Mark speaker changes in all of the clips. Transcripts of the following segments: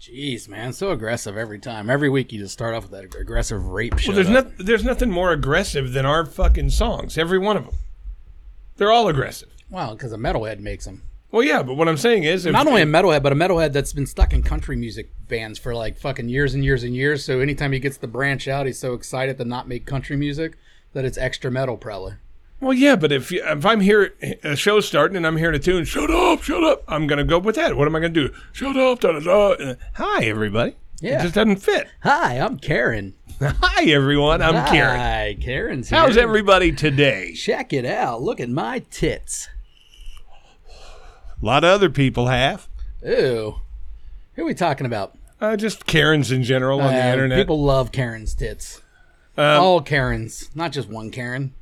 Speaker 1: Jeez, man, so aggressive every time. Every week you just start off with that ag- aggressive rape shit.
Speaker 2: Well, there's not, there's nothing more aggressive than our fucking songs. Every one of them. They're all aggressive.
Speaker 1: Wow, because a metalhead makes them.
Speaker 2: Well, yeah, but what I'm saying is, if,
Speaker 1: Not only a metalhead, but a metalhead that's been stuck in country music bands for like fucking years and years and years. So anytime he gets to branch out, he's so excited to not make country music that it's extra metal, probably.
Speaker 2: well, yeah, but if you- if I'm here, a show's starting, and I'm here to tune, shut up, shut up. I'm gonna go with that. What am I gonna do? Shut up, da da da. Uh, Hi, everybody.
Speaker 1: Yeah.
Speaker 2: It just doesn't fit.
Speaker 1: Hi, I'm Karen.
Speaker 2: Hi, everyone. I'm Karen.
Speaker 1: Hi, Karen's
Speaker 2: How's
Speaker 1: here.
Speaker 2: everybody today?
Speaker 1: Check it out. Look at my tits.
Speaker 2: A lot of other people have.
Speaker 1: Ew. Who are we talking about?
Speaker 2: Uh, just Karens in general on the
Speaker 1: Uh,
Speaker 2: internet. Um,
Speaker 1: People love Karen's tits. All Karens, not just one Karen.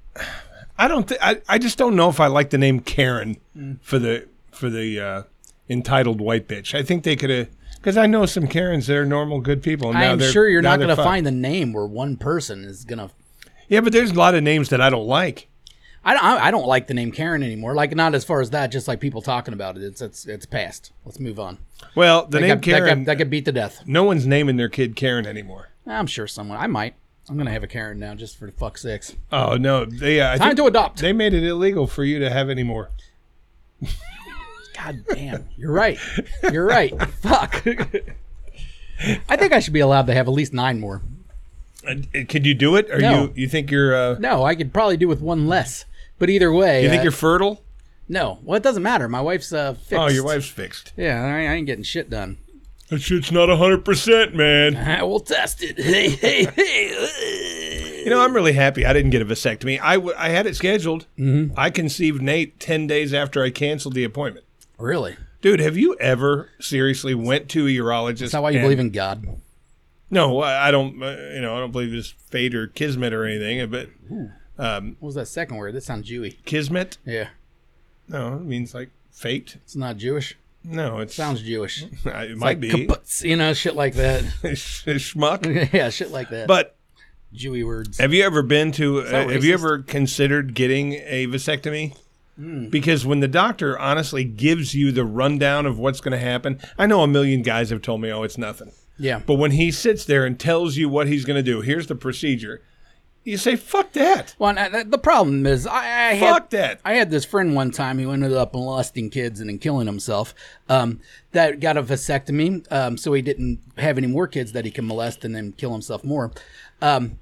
Speaker 2: I don't. Th- I I just don't know if I like the name Karen for the for the uh, entitled white bitch. I think they could have because I know some Karens that are normal good people. and
Speaker 1: I
Speaker 2: now
Speaker 1: am
Speaker 2: they're-
Speaker 1: sure you're
Speaker 2: now
Speaker 1: not
Speaker 2: they're
Speaker 1: going to
Speaker 2: fucked.
Speaker 1: find the name where one person is going to.
Speaker 2: Yeah, but there's a lot of names that I don't like.
Speaker 1: I don't, I don't like the name Karen anymore. Like not as far as that, just like people talking about it. It's it's it's past. Let's move on.
Speaker 2: Well, the
Speaker 1: That
Speaker 2: name
Speaker 1: got, that got-
Speaker 2: Karen.
Speaker 1: that got beat to death.
Speaker 2: no one's naming their kid Karen anymore.
Speaker 1: I'm sure someone. I might. I'm gonna have a Karen now, just for fuck's sakes.
Speaker 2: Oh no, they. Uh, I
Speaker 1: Time
Speaker 2: think
Speaker 1: to adopt.
Speaker 2: they made it illegal for you to have any more.
Speaker 1: God damn, you're right. You're right. Fuck. I think I should be allowed to have at least nine more.
Speaker 2: Uh, Could you do it? Or
Speaker 1: No.
Speaker 2: you you think you're uh,
Speaker 1: No, I could probably do with one less. But either way,
Speaker 2: you think
Speaker 1: uh,
Speaker 2: you're fertile?
Speaker 1: no. Well, it doesn't matter. My wife's uh, fixed.
Speaker 2: Oh, your wife's fixed.
Speaker 1: Yeah, I, I ain't getting shit done.
Speaker 2: That shit's not hundred percent, man.
Speaker 1: I will test it. Hey, hey, hey.
Speaker 2: You know, I'm really happy I didn't get a vasectomy. I, w- I had it scheduled. Mm-hmm. I conceived Nate 10 days after I canceled the appointment.
Speaker 1: Really?
Speaker 2: Dude, have you ever seriously went to a urologist?
Speaker 1: Is that why you believe in God?
Speaker 2: No, I I don't. uh, You know, I don't believe it's fate or kismet or anything. uh, But
Speaker 1: What was that second word? That sounds Jewy.
Speaker 2: kismet?
Speaker 1: Yeah,
Speaker 2: No, it means like fate.
Speaker 1: it's not Jewish.
Speaker 2: No, it sounds.
Speaker 1: Sounds Jewish.
Speaker 2: It might be
Speaker 1: Kaputz, you know, shit like that.
Speaker 2: schmuck.
Speaker 1: yeah, shit like that.
Speaker 2: But
Speaker 1: Jewy words.
Speaker 2: Have you ever been to? Uh,
Speaker 1: not
Speaker 2: have you
Speaker 1: racist.
Speaker 2: ever considered getting a vasectomy?
Speaker 1: Hmm.
Speaker 2: Because when the doctor honestly gives you the rundown of what's going to happen, I know a million guys have told me, "Oh, it's nothing."
Speaker 1: Yeah.
Speaker 2: But when he sits there and tells you what he's going to do, here's the procedure. You say, "Fuck that!
Speaker 1: Well, and I- that- the problem is, I, I had
Speaker 2: Fuck that!"
Speaker 1: I had this friend one time who ended up molesting kids and then killing himself. Um, that got a vasectomy, um, so he didn't have any more kids that he can molest and then kill himself more. Um,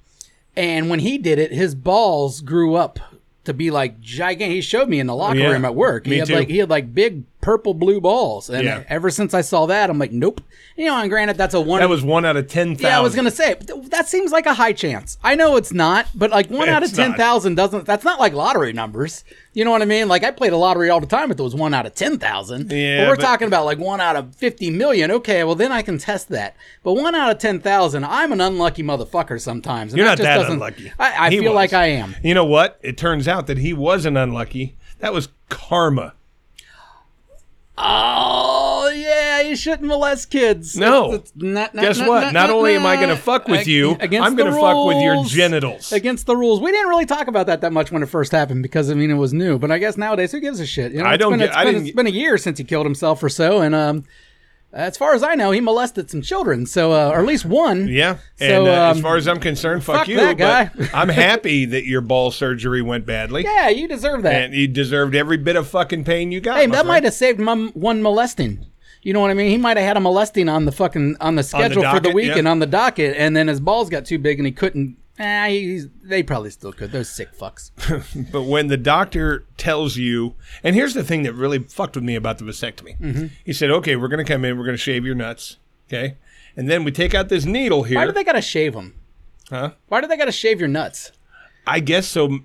Speaker 1: and when he did it, his balls grew up to be like gigantic. He showed me in the locker
Speaker 2: Yeah,
Speaker 1: room at work.
Speaker 2: me
Speaker 1: he had
Speaker 2: too.
Speaker 1: like he had like big purple blue balls, and
Speaker 2: Yeah.
Speaker 1: ever since I saw that, I'm like, nope. You know, and granted, that's a one.
Speaker 2: That was one out of ten thousand.
Speaker 1: Yeah, I was gonna say th- that seems like a high chance. I know it's not, but like one out of
Speaker 2: It's not.
Speaker 1: ten thousand doesn't. That's not like lottery numbers. You know what I mean? Like I played a lottery all the time if it was one out of ten thousand.
Speaker 2: Yeah,
Speaker 1: but we're
Speaker 2: but-
Speaker 1: talking about like one out of fifty million. Okay, well then I can test that. But one out of ten thousand, I'm an unlucky motherfucker sometimes. and
Speaker 2: You're not
Speaker 1: just
Speaker 2: that
Speaker 1: doesn't-
Speaker 2: unlucky.
Speaker 1: I, I
Speaker 2: He
Speaker 1: feel
Speaker 2: was.
Speaker 1: like I am.
Speaker 2: You know what? It turns out that he wasn't unlucky. That was karma.
Speaker 1: Oh yeah, you shouldn't molest kids.
Speaker 2: No.
Speaker 1: That's- that's not- not-
Speaker 2: Guess
Speaker 1: not-
Speaker 2: what?
Speaker 1: not-
Speaker 2: Not, only am I going to
Speaker 1: not-
Speaker 2: fuck with
Speaker 1: ag-
Speaker 2: you,
Speaker 1: against
Speaker 2: I'm
Speaker 1: the
Speaker 2: going to fuck with your
Speaker 1: rules.
Speaker 2: genitals.
Speaker 1: against the rules. We didn't really talk about that that much when it first happened because I mean it was new. But I guess nowadays, who gives a shit? You know,
Speaker 2: I
Speaker 1: it's
Speaker 2: don't
Speaker 1: Been,
Speaker 2: get-
Speaker 1: it's
Speaker 2: I
Speaker 1: been-
Speaker 2: didn't
Speaker 1: it's
Speaker 2: get-
Speaker 1: been a year since he killed himself or so, and um, as far as I know, he molested some children. So, uh, or at least one.
Speaker 2: Yeah.
Speaker 1: So,
Speaker 2: and uh,
Speaker 1: um,
Speaker 2: as far as I'm concerned, fuck,
Speaker 1: fuck
Speaker 2: you.
Speaker 1: that guy.
Speaker 2: But I'm happy that your ball surgery went badly.
Speaker 1: Yeah, you deserve that.
Speaker 2: And you deserved every bit of fucking pain you got.
Speaker 1: hey,
Speaker 2: my
Speaker 1: that might
Speaker 2: friend.
Speaker 1: have saved mum one molesting. You know what I mean? He might have had a molesting on the fucking on the schedule for
Speaker 2: docket,
Speaker 1: the week
Speaker 2: yeah.
Speaker 1: and on the docket, and then his balls got too big and he couldn't. Eh, he's, they probably still could. Those sick fucks.
Speaker 2: But when the doctor tells you, and here's the thing that really fucked with me about the vasectomy.
Speaker 1: Mm-hmm.
Speaker 2: He said, okay, we're going to come in, we're going to shave your nuts. Okay. And then we take out this needle here.
Speaker 1: Why do they gotta shave them?
Speaker 2: Huh?
Speaker 1: Why do they gotta shave your nuts?
Speaker 2: I guess so,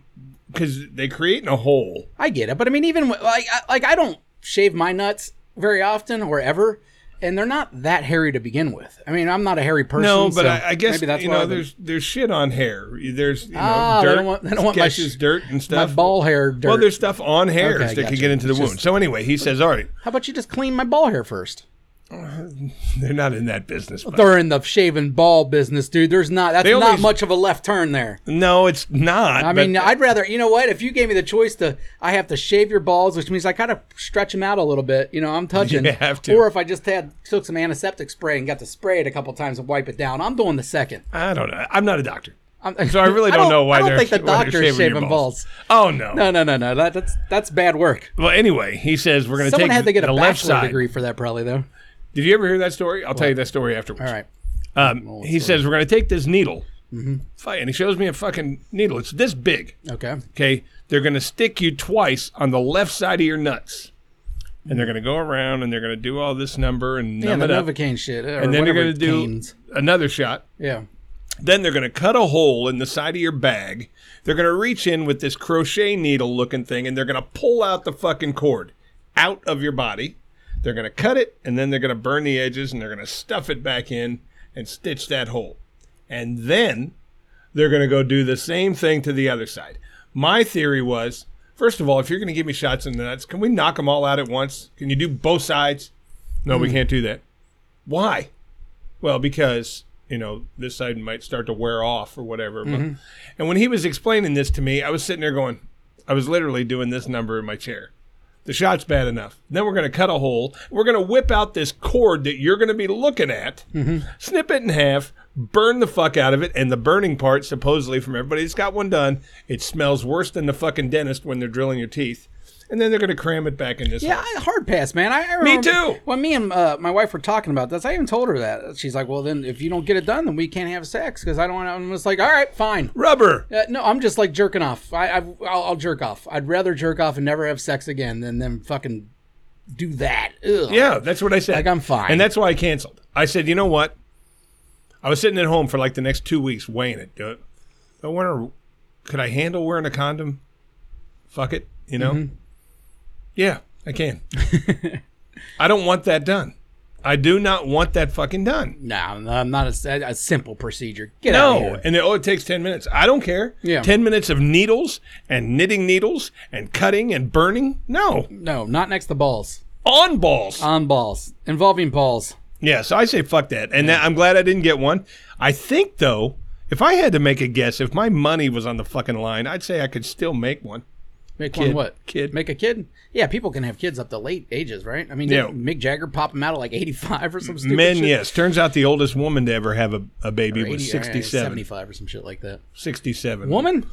Speaker 2: because they create a hole.
Speaker 1: I get it, but I mean, even wh- like I- like I don't shave my nuts very often or ever, and they're not that hairy to begin with. I mean, I'm not a hairy person.
Speaker 2: No, but
Speaker 1: so
Speaker 2: I, I guess
Speaker 1: maybe that's
Speaker 2: you
Speaker 1: why
Speaker 2: know
Speaker 1: I've been-
Speaker 2: there's there's shit on hair. There's you know
Speaker 1: Ah, they
Speaker 2: dirt.
Speaker 1: don't want- they don't want my sh-
Speaker 2: sketches, dirt and
Speaker 1: my
Speaker 2: stuff.
Speaker 1: ball hair dirt.
Speaker 2: Well, there's stuff on hairs
Speaker 1: Okay,
Speaker 2: that
Speaker 1: gotcha.
Speaker 2: could get into the
Speaker 1: It's
Speaker 2: wound.
Speaker 1: just-
Speaker 2: so anyway, he says, "All right,
Speaker 1: How about you just clean my ball hair first?
Speaker 2: They're not in that business. but-
Speaker 1: They're in the shaving ball business, dude. There's not that's
Speaker 2: They
Speaker 1: not
Speaker 2: always-
Speaker 1: much of a left turn there.
Speaker 2: no, it's not.
Speaker 1: I mean, uh, I'd rather you know what? If you gave me the choice to, I have to shave your balls, which means I gotta stretch them out a little bit. You know, I'm touching.
Speaker 2: You have to.
Speaker 1: Or if I just had took some antiseptic spray and got to spray it a couple times and wipe it down, I'm doing the second.
Speaker 2: I don't know. I'm not a doctor.
Speaker 1: I'm,
Speaker 2: So I really don't, know why
Speaker 1: I don't
Speaker 2: they're,
Speaker 1: think the
Speaker 2: why they're
Speaker 1: doctor's
Speaker 2: shaving your
Speaker 1: shaving balls.
Speaker 2: balls. Oh no.
Speaker 1: No, no, no, no. That, that's that's bad work.
Speaker 2: Well, anyway, he says we're going to
Speaker 1: Someone
Speaker 2: take
Speaker 1: had to get
Speaker 2: the
Speaker 1: a
Speaker 2: left
Speaker 1: bachelor
Speaker 2: side.
Speaker 1: degree for that, probably though.
Speaker 2: Did you ever hear that story? I'll tell you that story afterwards.
Speaker 1: All right.
Speaker 2: Um, he says we're going to take this needle,
Speaker 1: Mm-hmm.
Speaker 2: Fi- and he shows me a fucking needle. It's this big.
Speaker 1: Okay.
Speaker 2: Okay, they're going to stick you twice on the left side of your nuts, and they're going to go around and they're going to do all this number and
Speaker 1: Yeah,
Speaker 2: numb
Speaker 1: the
Speaker 2: it up,
Speaker 1: Novocaine shit.
Speaker 2: and then they're
Speaker 1: going
Speaker 2: going to
Speaker 1: to
Speaker 2: do another shot.
Speaker 1: Yeah.
Speaker 2: Then they're going to cut a hole in the side of your bag. They're going to reach in with this crochet needle looking thing and they're going to pull out the fucking cord out of your body. They're going to cut it and then they're going to burn the edges and they're going to stuff it back in and stitch that hole. And then they're going to go do the same thing to the other side. My theory was first of all, if you're going to give me shots in the nuts, can we knock them all out at once? Can you do both sides? No, we can't do that. Why? Well, because you know this side might start to wear off or whatever. But, and when he was explaining this to me, I was sitting there going, I was literally doing this number in my chair. The shot's bad enough. Then we're going to cut a hole. We're going to whip out this cord that you're going to be looking at, snip it in half, burn the fuck out of it, and the burning part, supposedly from everybody that's got one done, it smells worse than the fucking dentist when they're drilling your teeth. And then they're going to cram it back in this.
Speaker 1: Yeah,
Speaker 2: hole.
Speaker 1: I- hard pass, man. I, I remember
Speaker 2: too.
Speaker 1: When me and uh, my wife were talking about this, I even told her that she's like, "Well, then if you don't get it done, then we can't have sex because I don't." want to I'm just like, "All right, fine."
Speaker 2: rubber.
Speaker 1: Uh, no, I'm just like jerking off. I, I I'll, I'll jerk off. I'd rather jerk off and never have sex again than then fucking do that. Ugh.
Speaker 2: Yeah, that's what I said.
Speaker 1: Like, I'm fine.
Speaker 2: And that's why I canceled. I said, you know what? I was sitting at home for like the next two weeks weighing it. Do it. I wonder, could I handle wearing a condom? Fuck it, you know?
Speaker 1: Mm-hmm.
Speaker 2: Yeah, I can. I don't want that done. I do not want that fucking done.
Speaker 1: No, I'm not a, a simple procedure. Get out of
Speaker 2: No,
Speaker 1: here.
Speaker 2: and it, oh, it takes ten minutes. I don't care.
Speaker 1: Yeah.
Speaker 2: ten minutes of needles and knitting needles and cutting and burning. No,
Speaker 1: No, not next to balls.
Speaker 2: on balls.
Speaker 1: On balls. Involving balls.
Speaker 2: Yeah, so I say fuck that. And that, I'm glad I didn't get one. I think though, if I had to make a guess, if my money was on the fucking line, I'd say I could still make one.
Speaker 1: Make
Speaker 2: Kid.
Speaker 1: one what?
Speaker 2: Kid.
Speaker 1: Make a kid? Yeah, people can have kids up to late ages, right? I mean, did
Speaker 2: Yeah.
Speaker 1: Mick Jagger pop them out at like 85 or some stupid
Speaker 2: Men,
Speaker 1: shit?
Speaker 2: yes. Turns out the oldest woman to ever have a, a baby
Speaker 1: 80,
Speaker 2: was
Speaker 1: or, uh,
Speaker 2: 67.
Speaker 1: 75 or some shit like that.
Speaker 2: 67.
Speaker 1: Woman?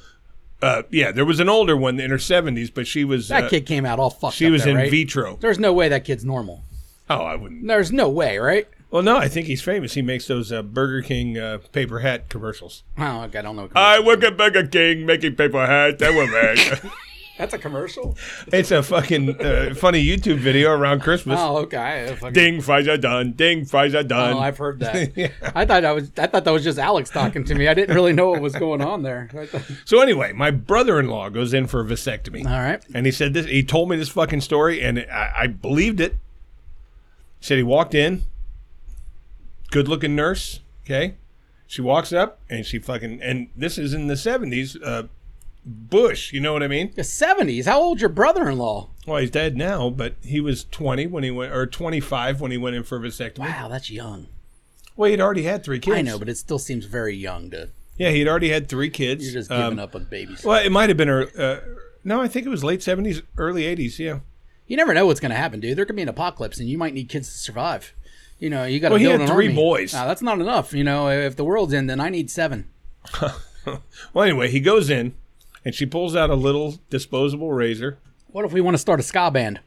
Speaker 2: Uh, yeah, there was an older one in her 70s, but she was
Speaker 1: That
Speaker 2: uh,
Speaker 1: kid came out all fucked
Speaker 2: she
Speaker 1: up
Speaker 2: was
Speaker 1: though,
Speaker 2: in
Speaker 1: right?
Speaker 2: vitro.
Speaker 1: There's no way that kid's normal.
Speaker 2: Oh, I wouldn't.
Speaker 1: There's no way, right?
Speaker 2: Well, no, I think he's famous. He makes those uh, Burger King uh, paper hat commercials.
Speaker 1: Oh, okay, I don't know.
Speaker 2: I work at Burger King making paper hats. That was bad.
Speaker 1: That's a commercial?
Speaker 2: it's a fucking uh, funny YouTube video around Christmas.
Speaker 1: Oh, okay. I fucking-
Speaker 2: Ding, fries are done. Ding, fries are done.
Speaker 1: Oh, I've heard that. I thought I was. I thought that was just Alex talking to me. I didn't really know what was going on there. I thought-
Speaker 2: so anyway, my brother-in-law goes in for a vasectomy,
Speaker 1: All right.
Speaker 2: and he said this. He told me this fucking story, and I, I believed it. said he walked in, good-looking nurse. Okay, she walks up and she fucking and this is in the seventies, uh, Bush. You know what I mean?
Speaker 1: The seventies. How old your brother-in-law?
Speaker 2: Well, he's dead now, but he was twenty when he went, or twenty-five when he went in for a vasectomy.
Speaker 1: Wow, that's young.
Speaker 2: Well, he'd already had three kids.
Speaker 1: I know, but it still seems very young to
Speaker 2: yeah, he'd already had three kids.
Speaker 1: you're just
Speaker 2: Um,
Speaker 1: giving up on babies.
Speaker 2: Well, it might have been. ear- Uh, no, I think it was late seventies, early eighties. Yeah.
Speaker 1: you never know what's going to happen, dude. There could be an apocalypse, and you might need kids to survive. You know, you got to
Speaker 2: Well, he
Speaker 1: build
Speaker 2: had
Speaker 1: an
Speaker 2: three
Speaker 1: army.
Speaker 2: boys.
Speaker 1: Now, that's not enough. You know, if the world's in, then I need seven.
Speaker 2: Well, anyway, he goes in, and she pulls out a little disposable razor.
Speaker 1: What if we want to start a ska band?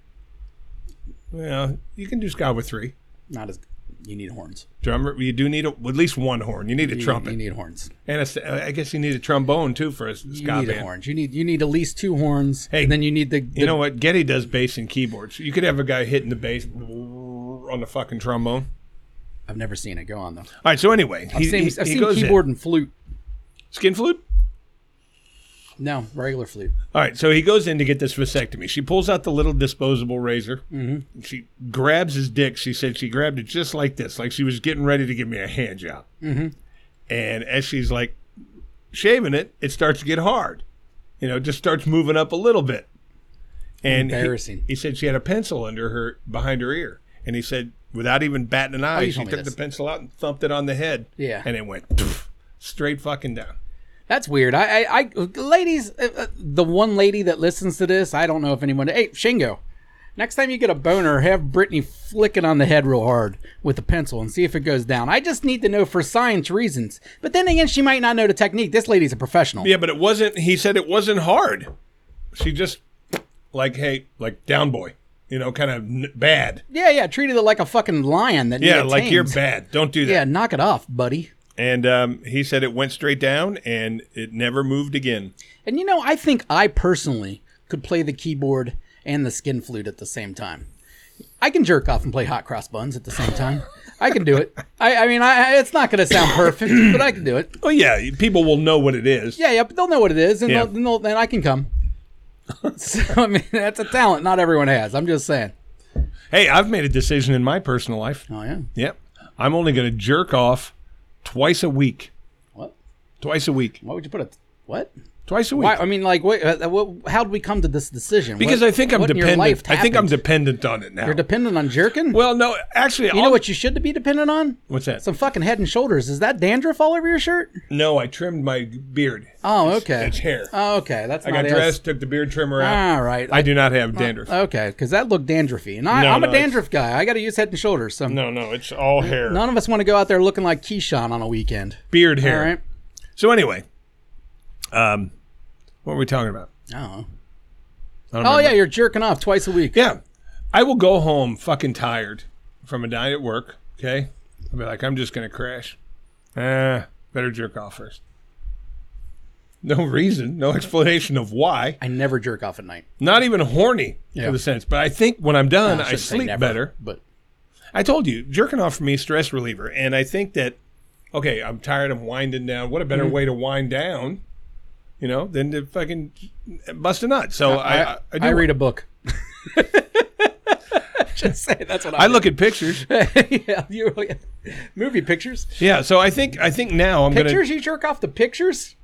Speaker 2: Well, you can do Scott with three
Speaker 1: Not as you need horns.
Speaker 2: drummer. You do need a, at least one horn. You need a
Speaker 1: You,
Speaker 2: trumpet,
Speaker 1: You need horns.
Speaker 2: and a s- uh, I guess you need a trombone too for a s-
Speaker 1: You
Speaker 2: ska
Speaker 1: need
Speaker 2: band.
Speaker 1: horns. You need you need at least two horns.
Speaker 2: Hey,
Speaker 1: and then you need the,
Speaker 2: You know what? Getty does bass and keyboards. You could have a guy hitting the bass on the fucking trombone.
Speaker 1: I've never seen it. Go on though.
Speaker 2: All right. So anyway, he,
Speaker 1: Same,
Speaker 2: he-
Speaker 1: I've
Speaker 2: he
Speaker 1: seen
Speaker 2: goes in.
Speaker 1: keyboard and flute.
Speaker 2: skin flute.
Speaker 1: No, regular flute.
Speaker 2: All right, so he goes in to get this vasectomy. She pulls out the little disposable razor. Mm-hmm. She grabs his dick. She said she grabbed it just like this, like she was getting ready to give me a hand job. Mm-hmm. And as she's like shaving it, it starts to get hard. You know, it just starts moving up a little bit. And he-
Speaker 1: Embarrassing.
Speaker 2: He, said she had a pencil under her behind her ear, and he said without even batting an eye.
Speaker 1: Oh, you
Speaker 2: she
Speaker 1: told me
Speaker 2: took
Speaker 1: this.
Speaker 2: the pencil out and thumped it on the head.
Speaker 1: Yeah.
Speaker 2: and it went straight fucking down.
Speaker 1: That's weird. I, I, I ladies, uh, uh, the one lady that listens to this, I don't know if anyone. Hey, Shingo, next time you get a boner, have Brittany flick it on the head real hard with a pencil and see if it goes down. I just need to know for science reasons. But then again, she might not know the technique. This lady's a professional.
Speaker 2: Yeah, but it wasn't. He said it wasn't hard. She just like hey, like down boy, you know, kind of n- bad.
Speaker 1: yeah, yeah. Treated it like a fucking lion. That
Speaker 2: Yeah,
Speaker 1: Nia
Speaker 2: like you're
Speaker 1: tamed.
Speaker 2: bad. Don't do that.
Speaker 1: Yeah, knock it off, buddy.
Speaker 2: And um, he said it went straight down and it never moved again.
Speaker 1: And you know, I think I personally could play the keyboard and the skin flute at the same time. I can jerk off and play hot cross buns at the same time. I can do it. I, I mean, I, I- it's not going to sound perfect, but I can do it.
Speaker 2: Oh yeah, people will know what it is.
Speaker 1: Yeah, yeah, but they'll know what it is, and
Speaker 2: Yeah.
Speaker 1: they'll, they'll, then I can come. So, I mean, that's a talent not everyone has. I'm just saying.
Speaker 2: Hey, I've made a decision in my personal life.
Speaker 1: Oh yeah.
Speaker 2: Yep, I'm only going to jerk off twice a week.
Speaker 1: What?
Speaker 2: Twice a week.
Speaker 1: Why would you put it? What?
Speaker 2: Twice a week.
Speaker 1: Why? I mean, like, what, uh, what? How did we come to this decision?
Speaker 2: because
Speaker 1: What-
Speaker 2: I think I'm
Speaker 1: what in your life
Speaker 2: dependent. I think I'm
Speaker 1: happened?
Speaker 2: dependent on it now.
Speaker 1: You're dependent on jerking.
Speaker 2: well, no, actually,
Speaker 1: you know what you should be dependent on?
Speaker 2: What's that?
Speaker 1: Some fucking head and shoulders. Is that dandruff all over your shirt?
Speaker 2: no, I trimmed my beard.
Speaker 1: Oh, okay.
Speaker 2: It's hair.
Speaker 1: Oh, okay. That's
Speaker 2: I
Speaker 1: not
Speaker 2: got
Speaker 1: it.
Speaker 2: dressed, took the beard trimmer out.
Speaker 1: All right.
Speaker 2: I do not have dandruff.
Speaker 1: okay, because that looked dandruffy, and I,
Speaker 2: No,
Speaker 1: I'm
Speaker 2: no,
Speaker 1: a
Speaker 2: it's-
Speaker 1: dandruff guy. I got to use head and shoulders. So
Speaker 2: no, no, it's all hair.
Speaker 1: none of us want to go out there looking like Keyshawn on a weekend.
Speaker 2: beard
Speaker 1: All
Speaker 2: hair.
Speaker 1: right.
Speaker 2: So anyway, um, what were we talking about? I
Speaker 1: Oh.
Speaker 2: don't
Speaker 1: Oh
Speaker 2: remember.
Speaker 1: yeah, you're jerking off twice a week.
Speaker 2: Yeah. I will go home fucking tired from a night at work. Okay. I'll be like, I'm just going to crash. Ah, better jerk off first. No reason, no explanation of why.
Speaker 1: I never jerk off at night.
Speaker 2: Not even horny
Speaker 1: Yeah.
Speaker 2: for the sense. But I think when I'm done, I
Speaker 1: shouldn't say
Speaker 2: sleep
Speaker 1: never,
Speaker 2: better.
Speaker 1: But
Speaker 2: I told you, jerking off for me, is stress reliever. And I think that, okay, I'm tired, I'm winding down. What a better way to wind down, you know, than to fucking bust a nut. So I, I, I do.
Speaker 1: I read a book. Just say that's what I,
Speaker 2: I look at pictures.
Speaker 1: do. yeah, you movie pictures.
Speaker 2: Yeah, so I think I think now I'm gonna
Speaker 1: Pictures? You jerk off the pictures?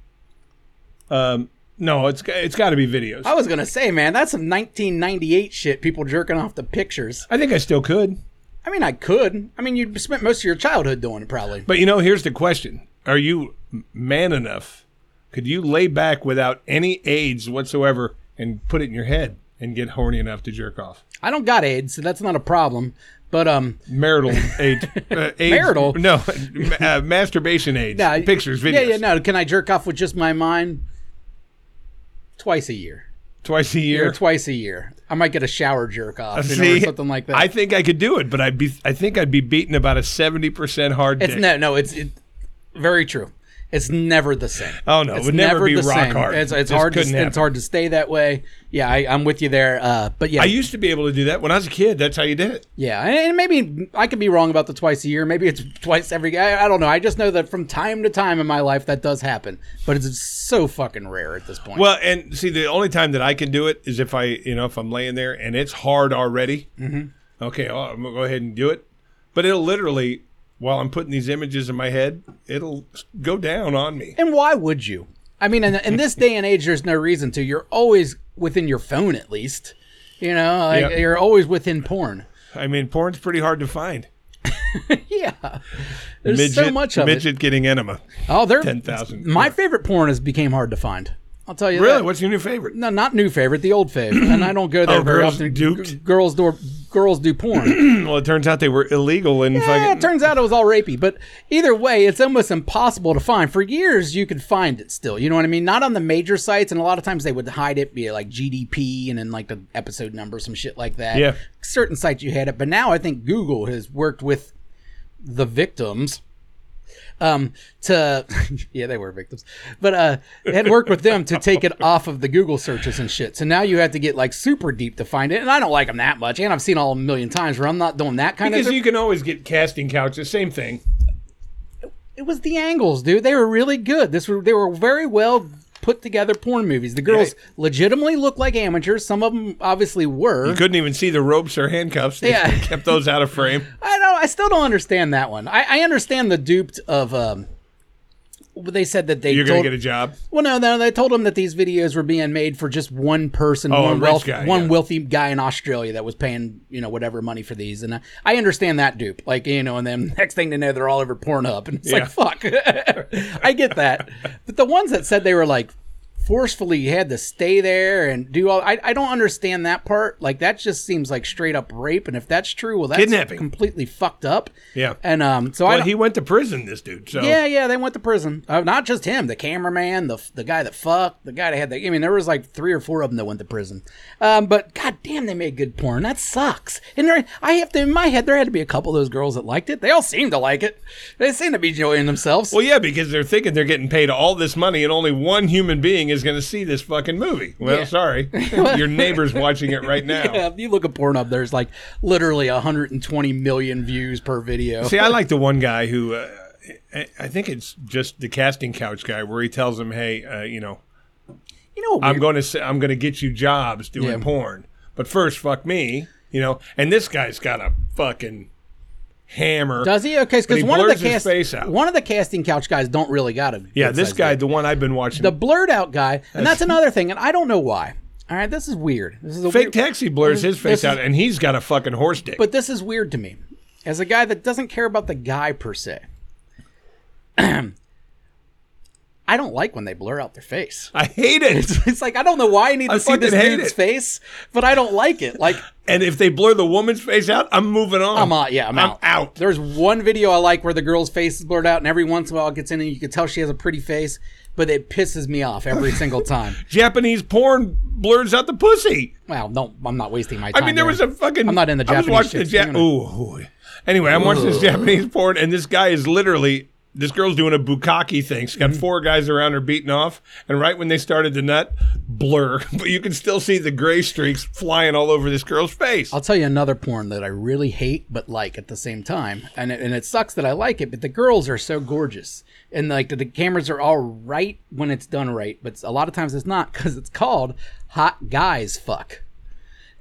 Speaker 2: Um, no, it's it's got to be videos.
Speaker 1: I was gonna say, man, that's some 1998 shit. People jerking off the pictures.
Speaker 2: I think I still could,
Speaker 1: I mean, I could. I mean, you spent most of your childhood doing it, probably.
Speaker 2: but you know, here's the question: Are you m- man enough? Could you lay back without any aids whatsoever and put it in your head and get horny enough to jerk off?
Speaker 1: I don't got AIDS, so that's not a problem. But um,
Speaker 2: Marital aid, uh, aids-
Speaker 1: Marital?
Speaker 2: No, uh, masturbation aids,
Speaker 1: yeah,
Speaker 2: pictures, videos,
Speaker 1: Yeah, yeah. No, can I jerk off with just my mind? Twice a year,
Speaker 2: twice a
Speaker 1: or
Speaker 2: year.
Speaker 1: twice a year. I might get a shower jerk off, you know, or
Speaker 2: See,
Speaker 1: something like that.
Speaker 2: I think I could do it, but I'd be I think I'd be beating about a seventy percent hard
Speaker 1: it's
Speaker 2: dick.
Speaker 1: no, no. It's it, very true. It's never the same.
Speaker 2: Oh, no, it
Speaker 1: it's
Speaker 2: would never be
Speaker 1: the
Speaker 2: rock
Speaker 1: same.
Speaker 2: hard.
Speaker 1: It's,
Speaker 2: It
Speaker 1: it's
Speaker 2: just
Speaker 1: hard. To,
Speaker 2: couldn't
Speaker 1: it's
Speaker 2: happen.
Speaker 1: hard to stay that way. Yeah, I, I'm with you there. Uh, but yeah,
Speaker 2: I used to be able to do that when I was a kid. That's how you did it.
Speaker 1: Yeah, and- and maybe I could be wrong about the twice a year. Maybe it's twice every. I, I don't know. I just know that from time to time in my life that does happen, but it's so fucking rare at this point.
Speaker 2: Well, and see, the only time that I can do it is if I, you know, if I'm laying there and it's hard already. Mm-hmm. Okay, well, I'm gonna go ahead and do it. But it'll literally, while I'm putting these images in my head, it'll go down on me.
Speaker 1: and why would you? I mean, in, in this day and age, there's no reason to. You're always within your phone, at least. You know, like,
Speaker 2: Yeah.
Speaker 1: you're always within porn.
Speaker 2: I mean, porn's pretty hard to find.
Speaker 1: Yeah, there's so much of
Speaker 2: midget getting enema.
Speaker 1: it. Oh, there.
Speaker 2: 10,000.
Speaker 1: My favorite porn has became hard to find. I'll tell you.
Speaker 2: Really?
Speaker 1: that.
Speaker 2: What's your new favorite?
Speaker 1: No, not new favorite, the old fave, and I don't go there
Speaker 2: Oh,
Speaker 1: very
Speaker 2: girls
Speaker 1: often.
Speaker 2: duped?
Speaker 1: G- girls do girls do porn.
Speaker 2: Hmm, Well, it turns out they were illegal in
Speaker 1: Yeah, it
Speaker 2: fucking.
Speaker 1: turns out it was all rapey, but either way, it's almost impossible to find. For years, you could find it still. You know what I mean? Not on the major sites, and a lot of times they would hide it, be it like GDP and then like the episode number, some shit like that.
Speaker 2: Yeah.
Speaker 1: certain sites you had it, but now I think Google has worked with the victims. Um, to yeah, they were victims, but uh, had worked with them to take it off of the Google searches and shit. So now you have to get like super deep to find it, and I don't like them that much. And I've seen all a million times where I'm not doing that kind of.
Speaker 2: Because you can always get casting couches, same thing.
Speaker 1: it was the angles, dude. They were really good. This were they were very well put together porn movies. The girls legitimately looked like amateurs. Some of them obviously were.
Speaker 2: Couldn't even see the ropes or handcuffs. They
Speaker 1: Yeah.
Speaker 2: kept those out of frame.
Speaker 1: I don't. I still don't understand that one. I, I understand the duped of um, they said that they
Speaker 2: You're
Speaker 1: told,
Speaker 2: gonna get a job.
Speaker 1: Well, no, no, they told him that these videos were being made for just one person,
Speaker 2: Oh,
Speaker 1: one
Speaker 2: a rich
Speaker 1: wealth,
Speaker 2: guy,
Speaker 1: one
Speaker 2: yeah.
Speaker 1: wealthy guy in Australia that was paying you know whatever money for these, and I, I understand that dupe, like you know, and then next thing they know, they're all over Pornhub, and it's
Speaker 2: Yeah.
Speaker 1: like fuck, I get that, but the ones that said they were like forcefully had to stay there and do all, I, I don't understand that part, like that just seems like straight up rape, and if that's true, well, that's
Speaker 2: Kidnapping.
Speaker 1: completely fucked up,
Speaker 2: Yeah.
Speaker 1: and um, so I
Speaker 2: Well,
Speaker 1: don't-
Speaker 2: he went to prison. This dude. So
Speaker 1: yeah, yeah, they went to prison. Uh, not just him, the cameraman, the the guy that fucked, the guy that had the. I mean, there was like three or four of them that went to prison. Um, but goddamn, they made good porn. That sucks. And there, I have to in my head, there had to be a couple of those girls that liked it. They all seemed to like it. They seemed to be enjoying themselves.
Speaker 2: Well, yeah, because they're thinking they're getting paid all this money, and only one human being is going to see this fucking movie. Well,
Speaker 1: Yeah.
Speaker 2: sorry, your neighbor's watching it right now.
Speaker 1: yeah, if you look at Pornhub, there's like literally 120 million views per video.
Speaker 2: See, I like the one guy who uh, I I think it's just the casting couch guy, where he tells him, "Hey, uh, you know,
Speaker 1: you know, what
Speaker 2: I'm
Speaker 1: weird-
Speaker 2: going to s am going to get you jobs doing
Speaker 1: Yeah.
Speaker 2: porn, but first, fuck me, you know." And this guy's got a fucking hammer.
Speaker 1: Does he? Okay,
Speaker 2: But
Speaker 1: because
Speaker 2: he
Speaker 1: one of
Speaker 2: blurs
Speaker 1: the
Speaker 2: his face
Speaker 1: cast,
Speaker 2: out.
Speaker 1: one of the casting couch guys don't really got him.
Speaker 2: yeah, this guy, the one I've been watching,
Speaker 1: the blurred out guy, and that's another thing, and I don't know why. All right, this is weird. This is a
Speaker 2: fake
Speaker 1: weird,
Speaker 2: taxi blurs his
Speaker 1: this
Speaker 2: face
Speaker 1: is-
Speaker 2: out, and he's got a fucking horse dick.
Speaker 1: but this is weird to me, as a guy that doesn't care about the guy per se. I don't like when they blur out their face.
Speaker 2: I hate it.
Speaker 1: It's like I don't know why I need to see this
Speaker 2: fucking hate
Speaker 1: dude's
Speaker 2: it.
Speaker 1: face, but I don't like it. Like
Speaker 2: And if they blur the woman's face out, I'm moving on.
Speaker 1: I'm out. Yeah, I'm,
Speaker 2: I'm
Speaker 1: out.
Speaker 2: out.
Speaker 1: There's one video I like where the girl's face is blurred out, and every once in a while it gets in, and you can tell she has a pretty face, but it pisses me off every single time.
Speaker 2: Japanese porn blurs out the pussy.
Speaker 1: Well, no, I'm not wasting my time.
Speaker 2: I mean, there was a fucking.
Speaker 1: I'm not into
Speaker 2: I was
Speaker 1: Japanese
Speaker 2: watching
Speaker 1: shit,
Speaker 2: the
Speaker 1: so
Speaker 2: Ja-
Speaker 1: you know.
Speaker 2: Ooh, ooh. Anyway, I'm watching this Japanese porn, and this guy is literally. This girl's doing a bukkake thing. She's got
Speaker 1: Mm.
Speaker 2: four guys around her beating off, and right when they started to nut, blur. But you can still see the gray streaks flying all over this girl's face.
Speaker 1: I'll tell you another porn that I really hate but like at the same time, and it, and it sucks that I like it, but the girls are so gorgeous, and like the, the cameras are all right when it's done right, but a lot of times it's not because it's called hot guys fuck,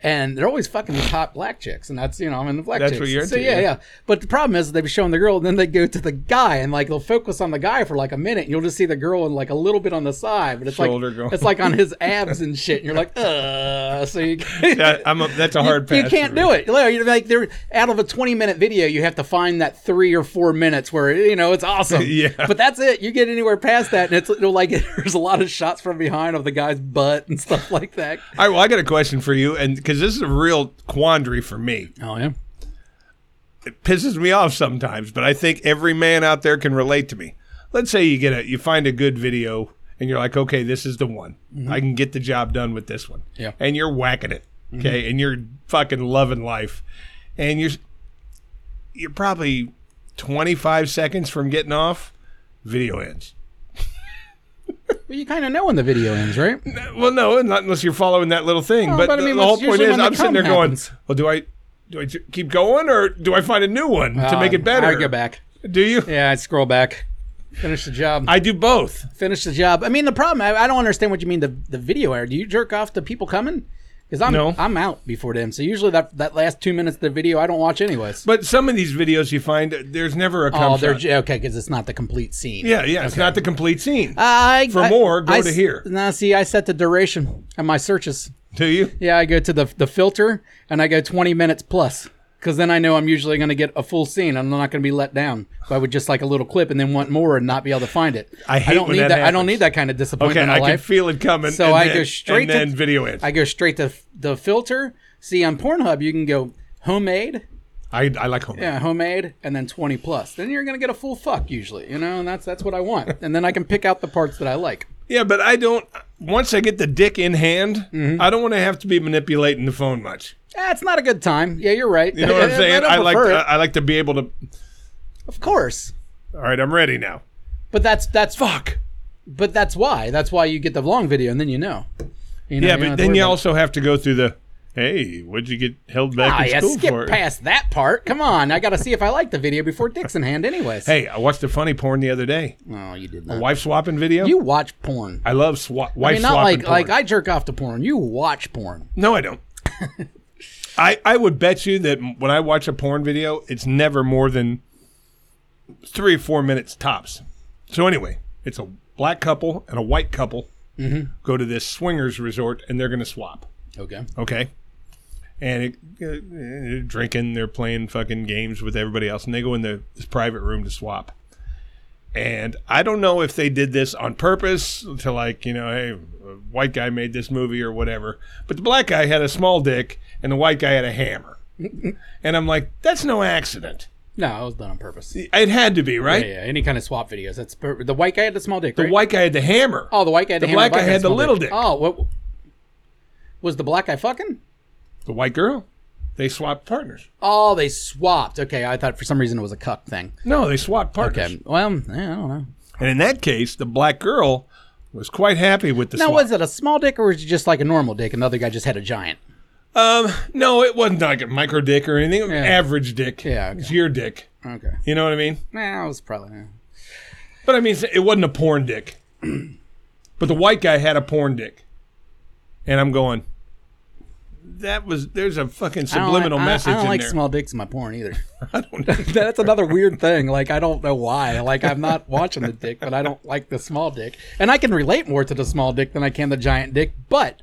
Speaker 1: and they're always fucking these hot black chicks, and that's you know I'm in the black
Speaker 2: That's
Speaker 1: chicks,
Speaker 2: what you're
Speaker 1: so
Speaker 2: into,
Speaker 1: yeah,
Speaker 2: yeah.
Speaker 1: yeah. But the problem is they be showing the girl, and then they go to the guy, and like they'll focus on the guy for like a minute, and you'll just see the girl and like a little bit on the side, but it's
Speaker 2: Shoulder
Speaker 1: like
Speaker 2: going.
Speaker 1: it's like on his abs and shit, and you're like, uh, so you.
Speaker 2: That- I'm a- that's a hard
Speaker 1: you
Speaker 2: pass.
Speaker 1: can't do it. Like, You're like they're out of a 20 minute video, you have to find that three or four minutes where you know it's awesome.
Speaker 2: Yeah.
Speaker 1: But that's it. You get anywhere past that, and it's you know, like there's a lot of shots from behind of the guy's butt and stuff like that.
Speaker 2: All right, well, I got a question for you, and because this is a real quandary for me.
Speaker 1: Oh yeah.
Speaker 2: pisses me off sometimes, but I think every man out there can relate to me. Let's say you get a you find a good video and you're like, okay, this is the one. I can get the job done with this one.
Speaker 1: Mm-hmm. Yeah. Mm-hmm.
Speaker 2: And you're whacking it. Okay. And you're fucking loving life. And you're you're probably twenty five seconds from getting off, video ends.
Speaker 1: But you kind of know when the video ends, right?
Speaker 2: Well, no, not unless you're following that little thing.
Speaker 1: Well,
Speaker 2: but,
Speaker 1: but I
Speaker 2: the,
Speaker 1: mean,
Speaker 2: the whole
Speaker 1: that's
Speaker 2: point
Speaker 1: usually
Speaker 2: is,
Speaker 1: when the
Speaker 2: I'm sitting there
Speaker 1: cum
Speaker 2: going,
Speaker 1: happens.
Speaker 2: "Well, do I do I j- keep going, or do I find a new one to make
Speaker 1: Uh,
Speaker 2: it better?"
Speaker 1: I go back.
Speaker 2: Do you?
Speaker 1: Yeah, I scroll back. Finish the job.
Speaker 2: I do both.
Speaker 1: Finish the job. I mean, the problem. I, I don't understand what you mean. The the video error. Do you jerk off to people coming? Because I'm
Speaker 2: No.
Speaker 1: I'm out before them. So usually that that last two minutes of the video, I don't watch anyways.
Speaker 2: But some of these videos you find uh, there's never a cum
Speaker 1: Oh, they're
Speaker 2: shot.
Speaker 1: j- okay because it's not the complete scene.
Speaker 2: yeah, yeah, it's not the complete scene.
Speaker 1: I,
Speaker 2: For
Speaker 1: I-
Speaker 2: more, go
Speaker 1: I
Speaker 2: to
Speaker 1: s-
Speaker 2: here.
Speaker 1: Nah, see, I set the duration on my searches.
Speaker 2: do you?
Speaker 1: Yeah, I go to the the filter and I go 20 minutes plus because then I know I'm usually going to get a full scene. I'm not going to be let down by with just like a little clip and then want more and not be able to find it.
Speaker 2: I hate
Speaker 1: don't
Speaker 2: when
Speaker 1: need
Speaker 2: that
Speaker 1: I don't
Speaker 2: happens.
Speaker 1: need that kind of disappointment
Speaker 2: Okay,
Speaker 1: in my
Speaker 2: I can
Speaker 1: life.
Speaker 2: feel it coming.
Speaker 1: So
Speaker 2: and
Speaker 1: I
Speaker 2: then-
Speaker 1: go
Speaker 2: and
Speaker 1: straight to
Speaker 2: then video it.
Speaker 1: I
Speaker 2: I,
Speaker 1: go straight to f- the filter. See on Pornhub, you can go homemade,
Speaker 2: I, like home.
Speaker 1: yeah, homemade, and then 20 plus. Then you're going to get a full fuck usually, you know, and that's that's what I want. and then I can pick out the parts that I like.
Speaker 2: Yeah, but I don't. Once I get the dick in hand,
Speaker 1: Mm-hmm.
Speaker 2: I don't want to have to be manipulating the phone much.
Speaker 1: Eh, it's not a good time. Yeah, you're right.
Speaker 2: You know what I'm saying?
Speaker 1: I,
Speaker 2: I,
Speaker 1: don't
Speaker 2: like.
Speaker 1: prefer
Speaker 2: I,
Speaker 1: it.
Speaker 2: I like to be able to.
Speaker 1: of course.
Speaker 2: All right, I'm ready now.
Speaker 1: But that's that's
Speaker 2: Fuck.
Speaker 1: but that's why that's why you get the long video and then you know.
Speaker 2: Yeah,
Speaker 1: You know you don't
Speaker 2: but then
Speaker 1: have to worry
Speaker 2: you
Speaker 1: about it.
Speaker 2: also have to go through the. Hey, what'd you get held back
Speaker 1: Ah,
Speaker 2: in
Speaker 1: yeah,
Speaker 2: school
Speaker 1: skip
Speaker 2: for?
Speaker 1: past that part. Come on, I got to see if I like the video before dicks in hand, anyways.
Speaker 2: Hey, I watched a funny porn the other day.
Speaker 1: oh, you did not.
Speaker 2: Wife swapping video.
Speaker 1: You watch porn.
Speaker 2: I love swa- wife
Speaker 1: I mean, not
Speaker 2: swapping
Speaker 1: like
Speaker 2: porn.
Speaker 1: like I jerk off to porn. You watch porn.
Speaker 2: No, I don't. I I would bet you that when I watch a porn video, it's never more than three or four minutes tops. So anyway, It's a black couple and a white couple go to this swingers resort, and they're going to swap.
Speaker 1: Okay.
Speaker 2: Okay. And it, uh, they're drinking, they're playing fucking games with everybody else, and they go in the, this private room to swap. And I don't know if they did this on purpose to like, you know, hey, a white guy made this movie or whatever. But the black guy had a small dick, and the white guy had a hammer. and I'm like, that's no accident.
Speaker 1: No, it was done on purpose. Yeah,
Speaker 2: It had to be right.
Speaker 1: yeah. Any kind of swap videos. That's per- the white guy had the small dick.
Speaker 2: The
Speaker 1: right?
Speaker 2: white guy had the hammer.
Speaker 1: Oh, the white guy. Had the, hammer,
Speaker 2: black guy had the
Speaker 1: small
Speaker 2: little dick.
Speaker 1: Oh, what was the black guy fucking?
Speaker 2: The white girl. They swapped partners.
Speaker 1: Oh, they swapped. Okay, I thought for some reason it was a cuck thing.
Speaker 2: No, they swapped partners.
Speaker 1: Okay. Well, yeah, I don't know.
Speaker 2: And in that case, the black girl was quite happy with the
Speaker 1: Now,
Speaker 2: swap.
Speaker 1: was it a small dick or was it just like a normal dick? Another guy just had a giant.
Speaker 2: Um, no, it wasn't like a micro dick or anything. It was an Average dick.
Speaker 1: Yeah, okay.
Speaker 2: It's your dick.
Speaker 1: Okay.
Speaker 2: You know what I mean?
Speaker 1: Nah, it was probably. yeah.
Speaker 2: But I mean, it wasn't a porn dick. but the white guy had a porn dick. And I'm going, that was, there's a fucking
Speaker 1: I don't
Speaker 2: subliminal
Speaker 1: like, I-
Speaker 2: message
Speaker 1: I, don't
Speaker 2: in
Speaker 1: like
Speaker 2: there.
Speaker 1: small dicks in my porn either.
Speaker 2: I don't know.
Speaker 1: That's another weird thing. Like I don't know why. Like I'm not watching the dick, but I don't like the small dick. And I can relate more to the small dick than I can the giant dick, but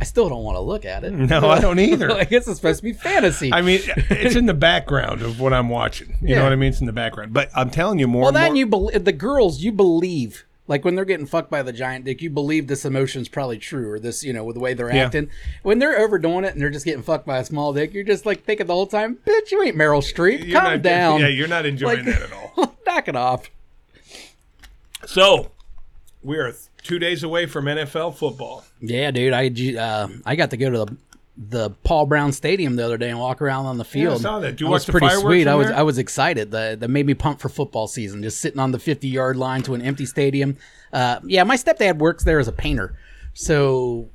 Speaker 1: I still don't want to look at it.
Speaker 2: No, I don't either.
Speaker 1: like this is supposed to be fantasy.
Speaker 2: I mean, it's in the background of what I'm watching. You
Speaker 1: Yeah.
Speaker 2: know what I mean? It's in the background. But I'm telling you more
Speaker 1: well,
Speaker 2: and more.
Speaker 1: then you believe the girls. You believe like when they're getting fucked by the giant dick. You believe this emotion's probably true, or this you know with the way they're
Speaker 2: Yeah.
Speaker 1: acting. When they're overdoing it and they're just getting fucked by a small dick, you're just like thinking the whole time, "Bitch, you ain't Meryl Streep.
Speaker 2: You're
Speaker 1: Calm
Speaker 2: not-
Speaker 1: down.
Speaker 2: Yeah, you're not enjoying
Speaker 1: Like-
Speaker 2: that at all.
Speaker 1: Knock it off."
Speaker 2: So, we are th- two days away from NFL football.
Speaker 1: Yeah, dude. I ju- uh, I got to go to the the Paul Brown Stadium the other day and walk around on the field.
Speaker 2: saw that. Do you
Speaker 1: I was
Speaker 2: watch the
Speaker 1: pretty
Speaker 2: fireworks
Speaker 1: sweet.
Speaker 2: from
Speaker 1: I was
Speaker 2: there?
Speaker 1: I was excited. That that made me pump for football season. Just sitting on the fifty yard line to an empty stadium. Uh, yeah, my stepdad works there as a painter, so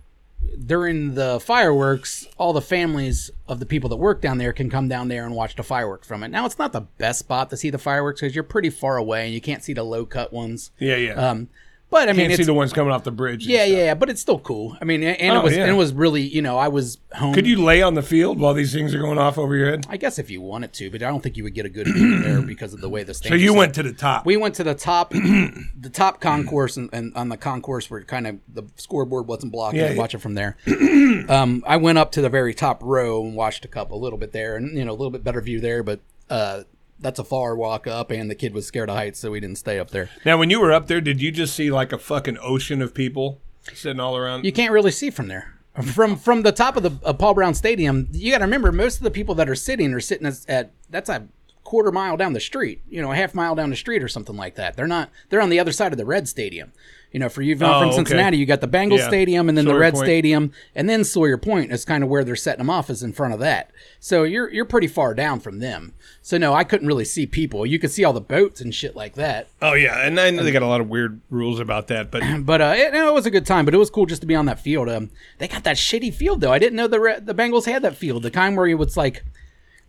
Speaker 1: during the fireworks, all the families of the people that work down there can come down there and watch the fireworks from it. Now it's not the best spot to see the fireworks because you're pretty far away and you can't see the low cut ones.
Speaker 2: Yeah, yeah.
Speaker 1: Um, but I mean,
Speaker 2: Can't
Speaker 1: it's
Speaker 2: see the ones coming off the bridge. and
Speaker 1: yeah,
Speaker 2: stuff.
Speaker 1: yeah, yeah, but it's still cool. I mean, a- and
Speaker 2: Oh,
Speaker 1: it was
Speaker 2: yeah.
Speaker 1: and it was really, you know, I was home.
Speaker 2: Could you lay on the field while these things are going off over your head?
Speaker 1: I guess if you wanted to, but I don't think you would get a good view there because of the way the stage.
Speaker 2: So you went to the top.
Speaker 1: We went to the top, the top concourse, and, and on the concourse where kind of the scoreboard wasn't blocked.
Speaker 2: Yeah,
Speaker 1: Yeah,
Speaker 2: yeah.
Speaker 1: watch it from there. um, I went up to the very top row and watched a couple, a little bit there, and you know, a little bit better view there, but. uh that's a far walk up, and the kid was scared of heights, so we didn't stay up there.
Speaker 2: now, when you were up there, did you just see like a fucking ocean of people sitting all around?
Speaker 1: you can't really see from there. From from the top of the of Paul Brown Stadium, you got to remember most of the people that are sitting are sitting at, at that's a quarter mile down the street, you know, a half mile down the street or something like that. They're not they're on the other side of the Red Stadium. You know, for you
Speaker 2: Oh,
Speaker 1: from
Speaker 2: okay.
Speaker 1: Cincinnati, you got the Bengals
Speaker 2: Yeah.
Speaker 1: Stadium and then
Speaker 2: Sawyer
Speaker 1: the Red
Speaker 2: Point.
Speaker 1: Stadium and then Sawyer Point is kind of where they're setting them off is in front of that. So you're you're pretty far down from them. So no, I couldn't really see people. You could see all the boats and shit like that.
Speaker 2: oh, yeah. And I know they got a lot of weird rules about that, but
Speaker 1: But uh, it, no, it was a good time. But it was cool just to be on that field. Um, they got that shitty field though. I didn't know the Re- the Bengals had that field. The kind where it was like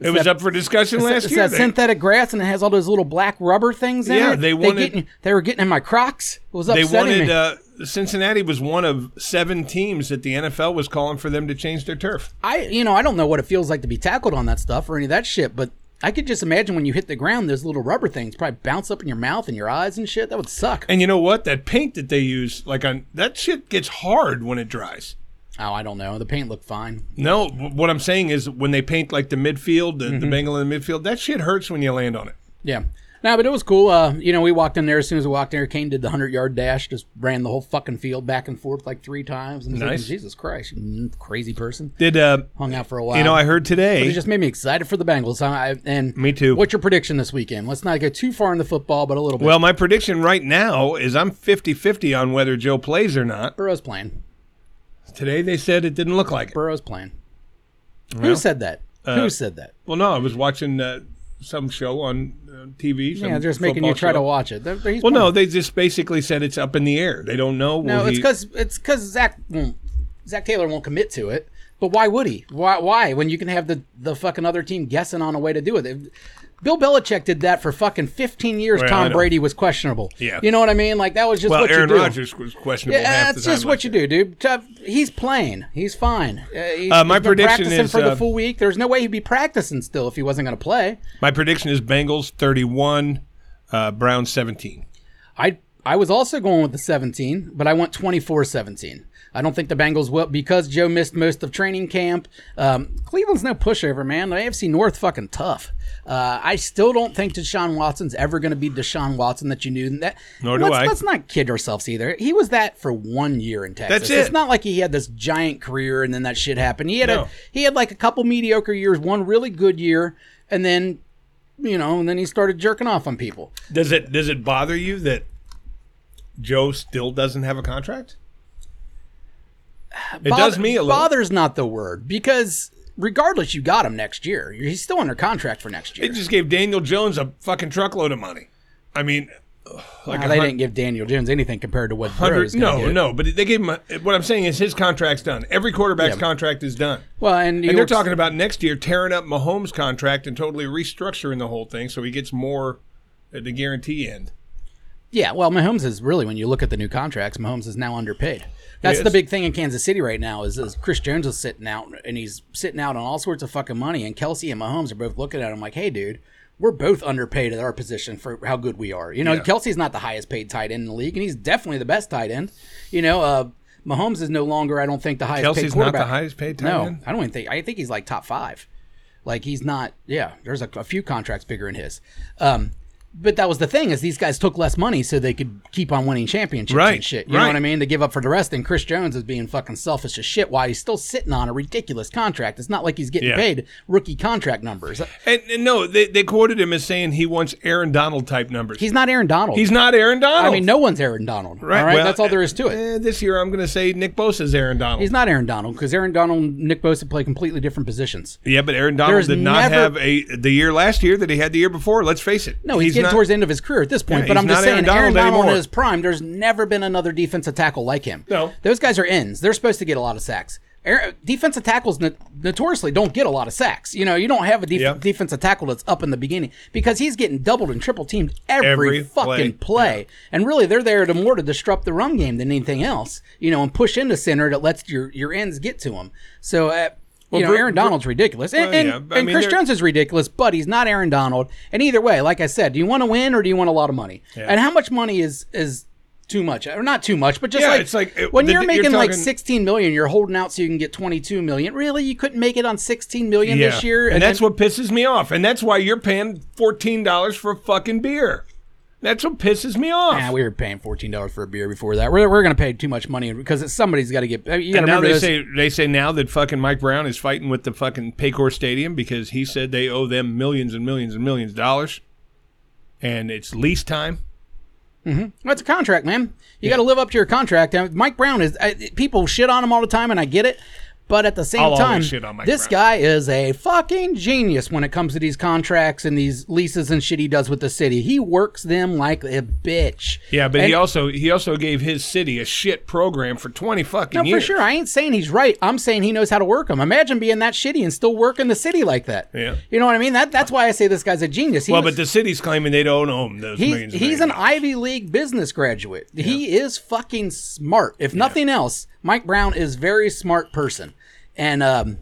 Speaker 2: it was up for discussion last
Speaker 1: it's
Speaker 2: year.
Speaker 1: that
Speaker 2: They-
Speaker 1: synthetic grass and it has all those little black rubber things in
Speaker 2: Yeah,
Speaker 1: it.
Speaker 2: they wanted-
Speaker 1: getting, they were getting in my Crocs. It was
Speaker 2: they wanted
Speaker 1: upsetting me.
Speaker 2: uh, Cincinnati was one of seven teams that the NFL was calling for them to change their turf.
Speaker 1: I you know I don't know what it feels like to be tackled on that stuff or any of that shit, but. I could just imagine when you hit the ground, those little rubber things probably bounce up in your mouth and your eyes and shit. That would suck.
Speaker 2: And you know what? That paint that they use, like on that shit, gets hard when it dries.
Speaker 1: Oh, I don't know. The paint looked fine.
Speaker 2: No, w- what I'm saying is when they paint like the midfield, the, the
Speaker 1: Mm-hmm.
Speaker 2: Bengal in the midfield, that shit hurts when you land on it.
Speaker 1: Yeah. No, but it was cool. Uh, you know, we walked in there as soon as we walked in there. Kane did the hundred yard dash, just ran the whole fucking field back and forth like three times. And I was
Speaker 2: Nice.
Speaker 1: Like, Jesus Christ, you mm, crazy person.
Speaker 2: Did uh,
Speaker 1: Hung out for a while.
Speaker 2: you know? I heard
Speaker 1: But
Speaker 2: today.
Speaker 1: it just made me excited for the Bengals. I, I- and
Speaker 2: Me too.
Speaker 1: What's your prediction this weekend? Let's not go too far in the football, but a little bit.
Speaker 2: well, my prediction right now is I'm 50-50 on whether Joe plays or not.
Speaker 1: Burrow's playing.
Speaker 2: Today they said it didn't look like it.
Speaker 1: Burrow's playing. Who said that?
Speaker 2: uh,
Speaker 1: Who said that?
Speaker 2: Well, no, I was watching uh, some show on uh, TV. Some
Speaker 1: Yeah, just making you
Speaker 2: football
Speaker 1: try to
Speaker 2: show.
Speaker 1: watch it. They're- they're- he's
Speaker 2: Well,
Speaker 1: playing.
Speaker 2: no, they just basically said it's up in the air. They don't know.
Speaker 1: No,
Speaker 2: Will he-
Speaker 1: it's because it's because Zach won't, Zach Taylor won't commit to it. But why would he? Why? Why? When you can have the the fucking other team guessing on a way to do it. If- Bill Belichick did that for fucking 15 years.
Speaker 2: Well, I
Speaker 1: Tom
Speaker 2: know.
Speaker 1: Brady was questionable.
Speaker 2: Yeah.
Speaker 1: you know what I mean. Like that was just
Speaker 2: well,
Speaker 1: what
Speaker 2: uh, Aaron
Speaker 1: you do.
Speaker 2: Rodgers was questionable. half
Speaker 1: Yeah,
Speaker 2: the
Speaker 1: that's
Speaker 2: time
Speaker 1: just what
Speaker 2: like
Speaker 1: you
Speaker 2: that.
Speaker 1: do, dude. Tough- He's playing. He's fine. Uh, he-
Speaker 2: Uh, my
Speaker 1: he's been
Speaker 2: prediction
Speaker 1: practicing
Speaker 2: is,
Speaker 1: for
Speaker 2: uh,
Speaker 1: the full week. There's no way he'd be practicing still if he wasn't going to play.
Speaker 2: My prediction is Bengals 31, uh, Browns 17.
Speaker 1: I I was also going with the 17, but I went 24 17. I don't think the Bengals will because Joe missed most of training camp. Um, Cleveland's no pushover, man. The AFC North fucking tough. Uh, I still don't think Deshaun Watson's ever going to be Deshaun Watson that you knew. And That,
Speaker 2: Nor do
Speaker 1: let's,
Speaker 2: I.
Speaker 1: Let's not kid ourselves either. He was that for one year in Texas.
Speaker 2: it.
Speaker 1: It's not like he had this giant career and then that shit happened. He had
Speaker 2: No.
Speaker 1: a he had like a couple mediocre years, one really good year, and then you know, and then he started jerking off on people.
Speaker 2: Does it does it bother you that Joe still doesn't have a contract? It does me a little.
Speaker 1: Bother's not the word because regardless, you got him next year. He's still under contract for next year.
Speaker 2: It just gave Daniel Jones a fucking truckload of money. I mean, ugh, like
Speaker 1: Now,
Speaker 2: a
Speaker 1: they
Speaker 2: hun-
Speaker 1: didn't give Daniel Jones anything compared to what
Speaker 2: hundred.
Speaker 1: Burrow's gonna
Speaker 2: No,
Speaker 1: get.
Speaker 2: no, but they gave him. A, what I'm saying is his contract's done. Every quarterback's contract is done.
Speaker 1: Well, and, New
Speaker 2: And they're
Speaker 1: York's-
Speaker 2: talking about next year tearing up Mahomes' contract and totally restructuring the whole thing so he gets more at the guarantee end.
Speaker 1: Yeah, well, Mahomes is really when you look at the new contracts, Mahomes is now underpaid. That's
Speaker 2: is.
Speaker 1: the big thing in Kansas City right now is, is Chris Jones is sitting out and he's sitting out on all sorts of fucking money, and Kelsey and Mahomes are both looking at him like, "Hey, dude." We're both underpaid at our position for how good we are. You know, Kelsey's not the highest paid tight end in the league, and he's definitely the best tight end. You know, uh, Mahomes is no longer, I don't think, the highest paid
Speaker 2: Kelsey's not
Speaker 1: quarterback.
Speaker 2: the highest paid tight
Speaker 1: No,
Speaker 2: end.
Speaker 1: I don't even think. I think he's like top five. Like he's not. Yeah, there's a, a few contracts bigger than his. Um, but that was the thing is these guys took less money so they could keep on winning championships
Speaker 2: Right,
Speaker 1: and shit. You know
Speaker 2: right.
Speaker 1: what I mean? To give up for the rest. And Chris Jones is being fucking selfish as shit. While he's still sitting on a ridiculous contract. It's not like he's getting
Speaker 2: Yeah.
Speaker 1: paid rookie contract numbers.
Speaker 2: And, and no, they, they quoted him as saying he wants Aaron Donald type numbers.
Speaker 1: He's not Aaron Donald.
Speaker 2: He's not Aaron Donald.
Speaker 1: I mean, no one's Aaron Donald. All right,
Speaker 2: well,
Speaker 1: that's all there is to it.
Speaker 2: eh, this year, I'm going to say Nick Bosa's Aaron Donald.
Speaker 1: He's not Aaron Donald because Aaron Donald and Nick Bosa play completely different positions.
Speaker 2: yeah, but Aaron Donald
Speaker 1: There's
Speaker 2: did not
Speaker 1: never-
Speaker 2: have a the year last year that he had the year before. Let's face it.
Speaker 1: No, he's, getting
Speaker 2: not,
Speaker 1: towards the end of his career at this point.
Speaker 2: Yeah,
Speaker 1: but
Speaker 2: he's
Speaker 1: I'm just
Speaker 2: not
Speaker 1: saying,
Speaker 2: Aaron
Speaker 1: Aaron Donald,
Speaker 2: Donald anymore.
Speaker 1: in his prime, there's never been another defensive tackle like him.
Speaker 2: No.
Speaker 1: those guys are ends. They're supposed to get a lot of sacks. Aaron, defensive tackles no- notoriously don't get a lot of sacks. You know, you don't have a def-
Speaker 2: Yeah.
Speaker 1: defensive tackle that's up in the beginning because he's getting doubled and triple teamed every,
Speaker 2: Every play.
Speaker 1: fucking play. And really, they're there to more to disrupt the run game than anything else. You know, and push into center that lets your your ends get to him. So. Uh, you know,
Speaker 2: Bru-
Speaker 1: Aaron
Speaker 2: Bru-
Speaker 1: Donald's ridiculous, and,
Speaker 2: Well,
Speaker 1: and,
Speaker 2: Oh, yeah, but I
Speaker 1: and
Speaker 2: mean,
Speaker 1: Chris
Speaker 2: they're-
Speaker 1: Jones is ridiculous, but he's not Aaron Donald. And either way, like I said, do you want to win or do you want a lot of money? And how much money is is too much or not too much, but just
Speaker 2: Yeah,
Speaker 1: like,
Speaker 2: it's like, it-
Speaker 1: when
Speaker 2: the-
Speaker 1: you're
Speaker 2: you're
Speaker 1: making like
Speaker 2: talking-
Speaker 1: 16 million, you're holding out so you can get 22 million. Really, you couldn't make it on 16 million
Speaker 2: Yeah.
Speaker 1: this year,
Speaker 2: and, that's
Speaker 1: then-
Speaker 2: what pisses me off. And that's why you're paying fourteen dollars for a fucking beer. That's what pisses me off.
Speaker 1: Nah, we were paying fourteen dollars for a beer before that. We're, we're going to pay too much money because it's, somebody's got to get. I mean, You got to
Speaker 2: and now
Speaker 1: remember
Speaker 2: they
Speaker 1: this.
Speaker 2: say they say now that fucking Mike Brown is fighting with the fucking Paycor Stadium because he said they owe them millions and millions and millions of dollars, and it's lease time.
Speaker 1: That's a contract, man. You got to live up to your contract. And Mike Brown is I, people shit on him all the time, and I get it. But at the same
Speaker 2: I'll always
Speaker 1: time,
Speaker 2: shit on Mike
Speaker 1: this
Speaker 2: Brown.
Speaker 1: guy is a fucking genius when it comes to these contracts and these leases and shit he does with the city. He works them like a bitch.
Speaker 2: Yeah, but
Speaker 1: And-
Speaker 2: he also he also gave his city a shit program for twenty fucking
Speaker 1: No, for
Speaker 2: years.
Speaker 1: sure. I ain't saying he's right. I'm saying he knows how to work them. Imagine being that shitty and still working the city like that.
Speaker 2: Yeah.
Speaker 1: You know what I mean? That that's why I say this guy's a genius. He
Speaker 2: Well,
Speaker 1: was-
Speaker 2: but the city's claiming they don't own those
Speaker 1: He's,
Speaker 2: millions. and
Speaker 1: he's
Speaker 2: millions
Speaker 1: an
Speaker 2: of dollars.
Speaker 1: Ivy League business graduate. He is fucking smart. If nothing else, Mike Brown is very smart person, and um,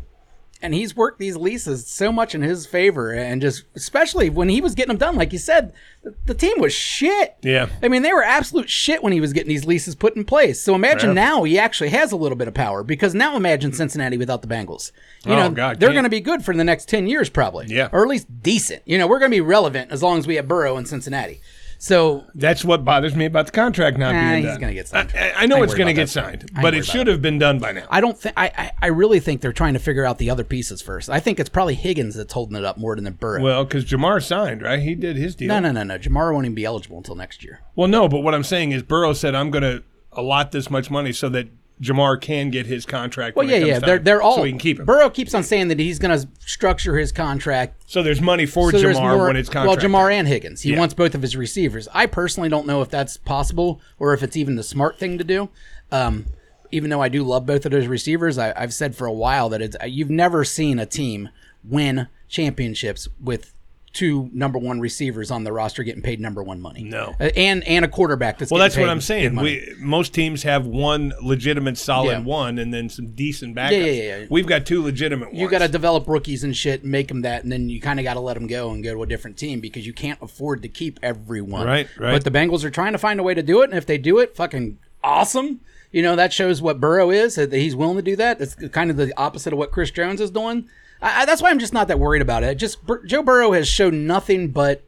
Speaker 1: and he's worked these leases so much in his favor, and just especially when he was getting them done. Like you said, the, the team was shit.
Speaker 2: Yeah.
Speaker 1: I mean they were absolute shit when he was getting these leases put in place. So imagine now he actually has a little bit of power because now imagine Cincinnati without the Bengals. You
Speaker 2: Oh,
Speaker 1: know
Speaker 2: God,
Speaker 1: they're
Speaker 2: can't.
Speaker 1: going to be good for the next ten years probably.
Speaker 2: Yeah.
Speaker 1: or at least decent. You know we're going to be relevant as long as we have Burrow in Cincinnati. So
Speaker 2: That's what bothers me about the contract not
Speaker 1: Nah,
Speaker 2: being
Speaker 1: he's
Speaker 2: done.
Speaker 1: gonna get signed.
Speaker 2: I, I- I know
Speaker 1: Don't
Speaker 2: it's
Speaker 1: worry
Speaker 2: going to get
Speaker 1: about that.
Speaker 2: signed,
Speaker 1: I ain't
Speaker 2: but
Speaker 1: worried
Speaker 2: it
Speaker 1: about
Speaker 2: should have been done by now.
Speaker 1: I don't think I, I I really think they're trying to figure out the other pieces first. I think it's probably Higgins that's holding it up more than the Burrow.
Speaker 2: Well, because Jamar signed, right? He did his deal.
Speaker 1: no, no, no, no. Jamar won't even be eligible until next year.
Speaker 2: Well, no, but what I'm saying is Burrow said I'm going to allot this much money so that Jamar can get his contract.
Speaker 1: Well,
Speaker 2: when it
Speaker 1: yeah,
Speaker 2: comes
Speaker 1: yeah.
Speaker 2: time,
Speaker 1: They're they're all.
Speaker 2: so he can keep him.
Speaker 1: Burrow keeps on saying that he's going to structure his contract
Speaker 2: so there's money for
Speaker 1: so there's
Speaker 2: Jamar
Speaker 1: more-
Speaker 2: when it's contract.
Speaker 1: Well, Jamar and Higgins. He wants both of his receivers. I personally don't know if that's possible or if it's even the smart thing to do. Um, even though I do love both of those receivers, I, I've said for a while that it's you've never seen a team win championships with two number one receivers on the roster getting paid number one money.
Speaker 2: No.
Speaker 1: Uh, and and a quarterback that's
Speaker 2: Well,
Speaker 1: getting
Speaker 2: that's what
Speaker 1: paid
Speaker 2: I'm
Speaker 1: good
Speaker 2: saying.
Speaker 1: money.
Speaker 2: We most teams have one legitimate solid
Speaker 1: Yeah.
Speaker 2: one, and then some decent backups.
Speaker 1: yeah, yeah, yeah.
Speaker 2: We've got two legitimate. Ones.
Speaker 1: you got to develop rookies and shit and make them that and then you kind of got to let them go and go to a different team because you can't afford to keep everyone
Speaker 2: Right, right.
Speaker 1: but the bengals are trying to find a way to do it and if they do it fucking awesome you know that shows what burrow is that he's willing to do that it's kind of the opposite of what chris jones is doing I, I, that's why i'm just not that worried about it just Bur- joe burrow has shown nothing but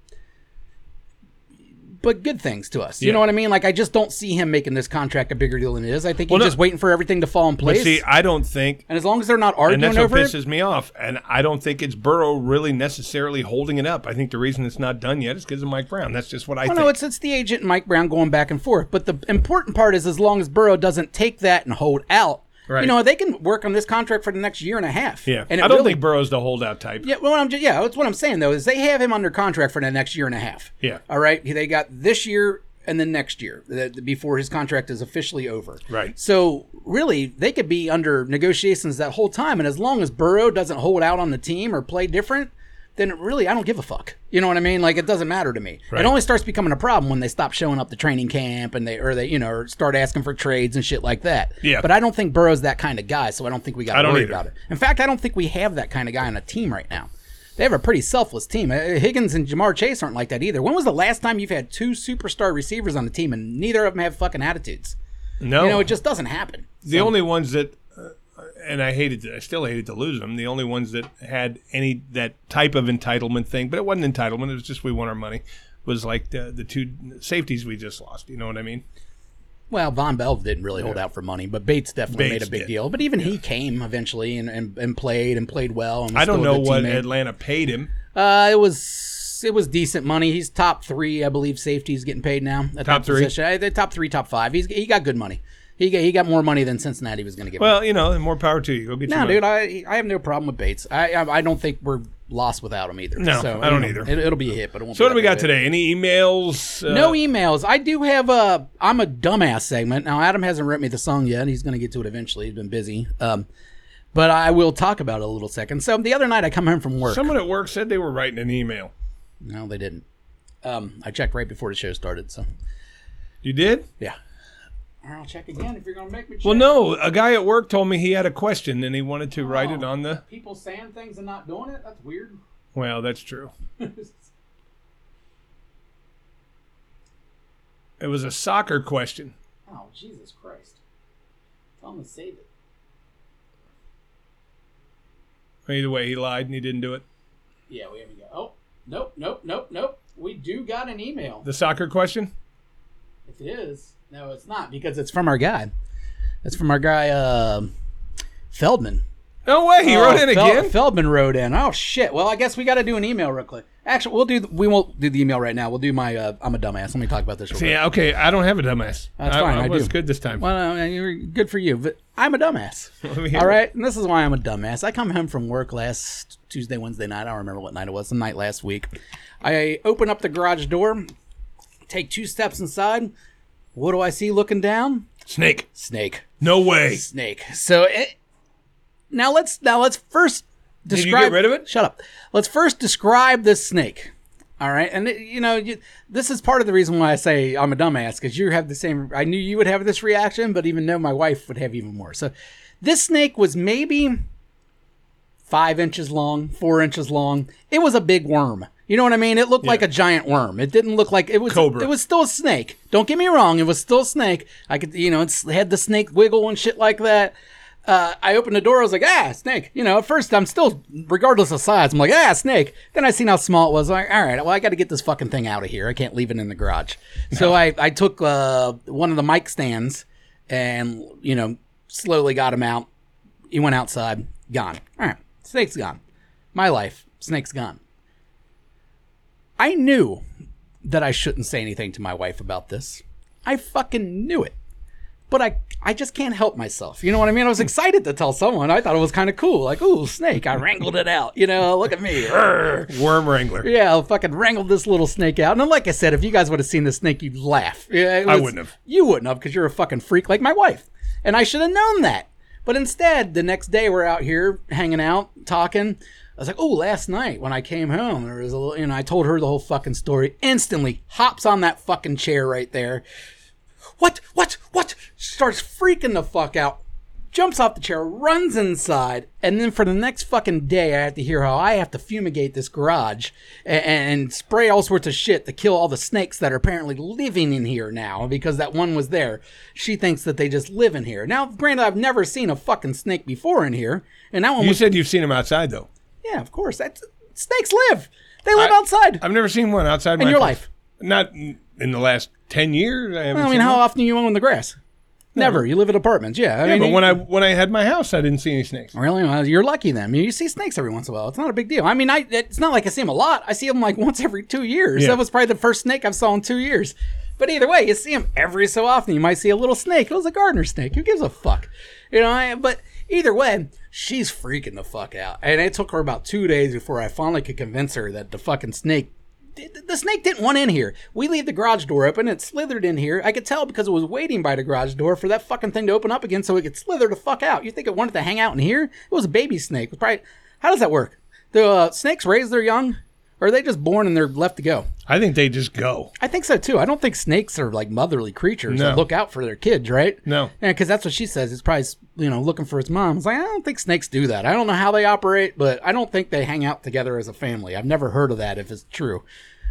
Speaker 1: but good things to us. You
Speaker 2: Yeah.
Speaker 1: know what I mean? Like I just don't see him making this contract a bigger deal than it is. I think he's
Speaker 2: no-
Speaker 1: just waiting for everything to fall in place.
Speaker 2: See, I don't think,
Speaker 1: and as long as they're not
Speaker 2: and that's
Speaker 1: arguing
Speaker 2: what
Speaker 1: over it,
Speaker 2: pisses me off. And I don't think it's Burrow really necessarily holding it up. I think the reason it's not done yet is because of Mike Brown. That's just what I
Speaker 1: Well,
Speaker 2: think.
Speaker 1: no, it's it's the agent and Mike Brown going back and forth. But the important part is as long as Burrow doesn't take that and hold out,
Speaker 2: Right.
Speaker 1: you know, they can work on this contract for the next year and a half.
Speaker 2: yeah,
Speaker 1: and it
Speaker 2: I don't
Speaker 1: really-
Speaker 2: think Burrow's the holdout type.
Speaker 1: Yeah, well, I'm just, yeah, that's what I'm saying though is they have him under contract for the next year and a half.
Speaker 2: Yeah.
Speaker 1: All right, they got this year and then next year that- before his contract is officially over.
Speaker 2: Right.
Speaker 1: So really, they could be under negotiations that whole time, and as long as Burrow doesn't hold out on the team or play different. Then it really, I don't give a fuck. You know what I mean? Like it doesn't matter to me. It only starts becoming a problem when they stop showing up to training camp and they or they you know or start asking for trades and shit like that.
Speaker 2: Yeah.
Speaker 1: But I don't think Burrow's that kind of guy, so I don't think we got
Speaker 2: I
Speaker 1: to
Speaker 2: don't
Speaker 1: worry
Speaker 2: either.
Speaker 1: about it. In fact, I don't think we have that kind of guy on a team right now. They have a pretty selfless team. Uh, Higgins and Jamar Chase aren't like that either. When was the last time you've had two superstar receivers on the team and neither of them have fucking attitudes?
Speaker 2: No,
Speaker 1: You know, um, it just doesn't happen.
Speaker 2: the only ones that, uh, and I hated, to, I still hated to lose them. The only ones that had any that type of entitlement thing, but it wasn't entitlement. It was just we want our money. Was like the the two safeties we just lost. You know what I mean?
Speaker 1: Well, Von Bell didn't really hold out for money, but Bates definitely
Speaker 2: Bates
Speaker 1: made a big
Speaker 2: did.
Speaker 1: deal. But even he came eventually and, and, and played and played well. And was
Speaker 2: I don't
Speaker 1: still a
Speaker 2: know
Speaker 1: good
Speaker 2: what
Speaker 1: teammate.
Speaker 2: Atlanta paid him.
Speaker 1: Uh, it was it was decent money. He's top three, I believe. Safety's getting paid now. At
Speaker 2: Top
Speaker 1: that
Speaker 2: three?
Speaker 1: position. I- they- top three, top five. He's he got good money. He got, he got more money than Cincinnati was going to give. him.
Speaker 2: Well, you know, more power to you. Go get
Speaker 1: no,
Speaker 2: your money.
Speaker 1: dude, I I have no problem with Bates. I I, I don't think we're lost without him either.
Speaker 2: No,
Speaker 1: so,
Speaker 2: I don't
Speaker 1: you know,
Speaker 2: either.
Speaker 1: It, will be a hit, but it won't
Speaker 2: So
Speaker 1: be
Speaker 2: what do we
Speaker 1: that
Speaker 2: got
Speaker 1: big of a
Speaker 2: today? Any emails? Uh,
Speaker 1: no emails. I do have a I'm a dumbass segment. Now Adam hasn't wrote me the song yet. He's going to get to it eventually. He's been busy. Um, but I will talk about it a little second. So the other night I come home from work.
Speaker 2: Someone at work said they were writing an email.
Speaker 1: no, they didn't. Um, I checked right before the show started. So
Speaker 2: You did?
Speaker 1: yeah. I'll check again if you're going to make me check.
Speaker 2: Well, no. A guy at work told me he had a question and he wanted to write it on the.
Speaker 1: People saying things and not doing it. That's weird.
Speaker 2: Well, that's true. It was a soccer question.
Speaker 1: oh Jesus Christ! Tell them to save it.
Speaker 2: Either way, he lied and he didn't do it.
Speaker 1: Yeah, we have to go. Oh nope, nope, nope, nope. We do got an email.
Speaker 2: The soccer question?
Speaker 1: It is. No, it's not because it's from our guy. It's from our guy uh, Feldman.
Speaker 2: No way. He wrote it
Speaker 1: Oh, Fel-
Speaker 2: again.
Speaker 1: Feldman wrote in. Oh shit. Well, I guess we got to do an email real quick. Actually, we'll do. The, we won't do the email right now. We'll do my. Uh, I'm a dumbass. Let me talk about this. Real quick.
Speaker 2: yeah. Okay. I don't have a dumbass.
Speaker 1: That's fine, I
Speaker 2: was
Speaker 1: do.
Speaker 2: good this time.
Speaker 1: Well, no, you're good for you, but I'm a dumbass.
Speaker 2: Let me hear
Speaker 1: All
Speaker 2: it.
Speaker 1: right, and this is why I'm a dumbass. I come home from work last Tuesday, Wednesday night. I don't remember what night it was. The night last week, I open up the garage door, take two steps inside. What do I see looking down?
Speaker 2: Snake.
Speaker 1: Snake.
Speaker 2: No way.
Speaker 1: Snake. So it, now let's now let's first
Speaker 2: you
Speaker 1: describe.
Speaker 2: get rid of it?
Speaker 1: Shut up. Let's first describe this snake. All right, and it- you know you, this is part of the reason why I say I'm a dumbass because you have the same. I knew you would have this reaction, but even though my wife would have even more. So this snake was maybe five inches long, four inches long. It was a big worm. You know what I mean? It looked like a giant worm. It didn't look like it was.
Speaker 2: Cobra.
Speaker 1: It was still a snake. Don't get me wrong. It was still a snake. I could, you know, it's had the snake wiggle and shit like that. Uh, I opened the door. I was like, ah, snake. You know, at first I'm still, regardless of size, I'm like, ah, snake. Then I seen how small it was. like, all right, well, I got to get this fucking thing out of here. I can't leave it in the garage. So I, I took uh, one of the mic stands and, you know, slowly got him out. He went outside, gone. All right, snake's gone. My life, snake's gone. I knew that I shouldn't say anything to my wife about this. I fucking knew it. But I, I just can't help myself. You know what I mean? I was excited to tell someone. I thought it was kind of cool. Like, ooh, snake, I wrangled it out. You know, look at me. Arr.
Speaker 2: Worm Wrangler.
Speaker 1: Yeah, I fucking wrangled this little snake out. And then, like I said, if you guys would have seen the snake, you'd laugh. Yeah, it
Speaker 2: I
Speaker 1: was-
Speaker 2: wouldn't have.
Speaker 1: You wouldn't have because you're a fucking freak like my wife. And I should have known that. But instead, the next day we're out here hanging out, talking. I was like, oh, last night when I came home, there was a little, you know, I told her the whole fucking story. Instantly hops on that fucking chair right there. What, what, what? Starts freaking the fuck out. Jumps off the chair, runs inside, and then for the next fucking day, I have to hear how I have to fumigate this garage and, and spray all sorts of shit to kill all the snakes that are apparently living in here now because that one was there. She thinks that they just live in here. Now, granted, I've never seen a fucking snake before in here, and that one
Speaker 2: You
Speaker 1: was
Speaker 2: said you've seen them outside though.
Speaker 1: yeah, of course. That's snakes live. They live
Speaker 2: I-
Speaker 1: outside. I,
Speaker 2: I've never seen one outside my
Speaker 1: your
Speaker 2: place.
Speaker 1: life?
Speaker 2: Not in in the last ten years. I haven't.
Speaker 1: mean,
Speaker 2: seen
Speaker 1: how
Speaker 2: one.
Speaker 1: often do you mow in the grass? Never. You live in apartments. Yeah. I
Speaker 2: Yeah,
Speaker 1: mean,
Speaker 2: but
Speaker 1: you-
Speaker 2: when I when I had my house, I didn't see any snakes.
Speaker 1: really, well, you're lucky then. I mean, you see snakes every once in a while. It's not a big deal. I mean, I it's not like I see them a lot. I see them like once every two years.
Speaker 2: Yeah.
Speaker 1: That was probably the first snake I've saw in two years. But either way, you see them every so often. You might see a little snake. It was a gardener snake. Who gives a fuck? You know. I, but either way, she's freaking the fuck out. And it took her about two days before I finally could convince her that the fucking snake the the snake didn't want in here. We leave the garage door open. It slithered in here. I could tell because it was waiting by the garage door for that fucking thing to open up again so it could slither the fuck out. You think it wanted to hang out in here? It was a baby snake. It was probably. How does that work? Do uh, snakes raise their young? Or are they just born and they're left to go?
Speaker 2: I think they just go.
Speaker 1: I think so too. I don't think snakes are like motherly creatures
Speaker 2: No.
Speaker 1: that look out for their kids, right?
Speaker 2: No.
Speaker 1: Yeah, because that's what she says. It's probably you know looking for its mom. It's like I don't think snakes do that. I don't know how they operate, but I don't think they hang out together as a family. I've never heard of that. If it's true,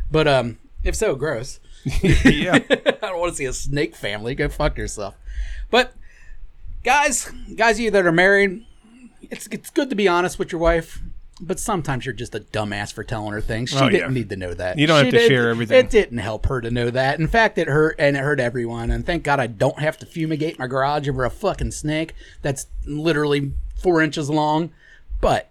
Speaker 1: but um, if so, gross.
Speaker 2: yeah.
Speaker 1: I don't want to see a snake family. Go fuck yourself. But guys, guys, you that are married, it's it's good to be honest with your wife. But sometimes you're just a dumbass for telling her things. She
Speaker 2: Oh, yeah.
Speaker 1: didn't need to know that.
Speaker 2: You don't
Speaker 1: She
Speaker 2: have to
Speaker 1: did-
Speaker 2: share everything.
Speaker 1: It didn't help her to know that. In fact, it hurt and it hurt everyone. And thank God I don't have to fumigate my garage over a fucking snake that's literally four inches long. But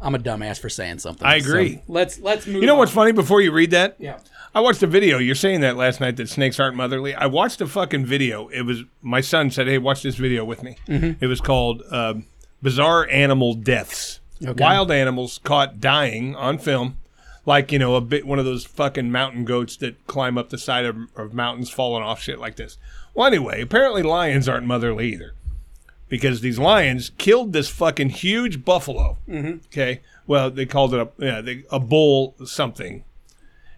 Speaker 1: I'm a dumbass for saying something.
Speaker 2: I agree.
Speaker 1: So let's let's move.
Speaker 2: You know
Speaker 1: on.
Speaker 2: what's funny? Before you read that,
Speaker 1: Yeah.
Speaker 2: I watched a video. You're saying that last night that snakes aren't motherly. I watched a fucking video. It was my son said, "Hey, watch this video with me." It was called um "Bizarre Animal Deaths." Wild animals caught dying on film, like you know, a bit one of those fucking mountain goats that climb up the side of, of mountains, falling off shit like this. Well, anyway, apparently lions aren't motherly either because these lions killed this fucking huge buffalo. Okay, well they called it a yeah, they, a bull something.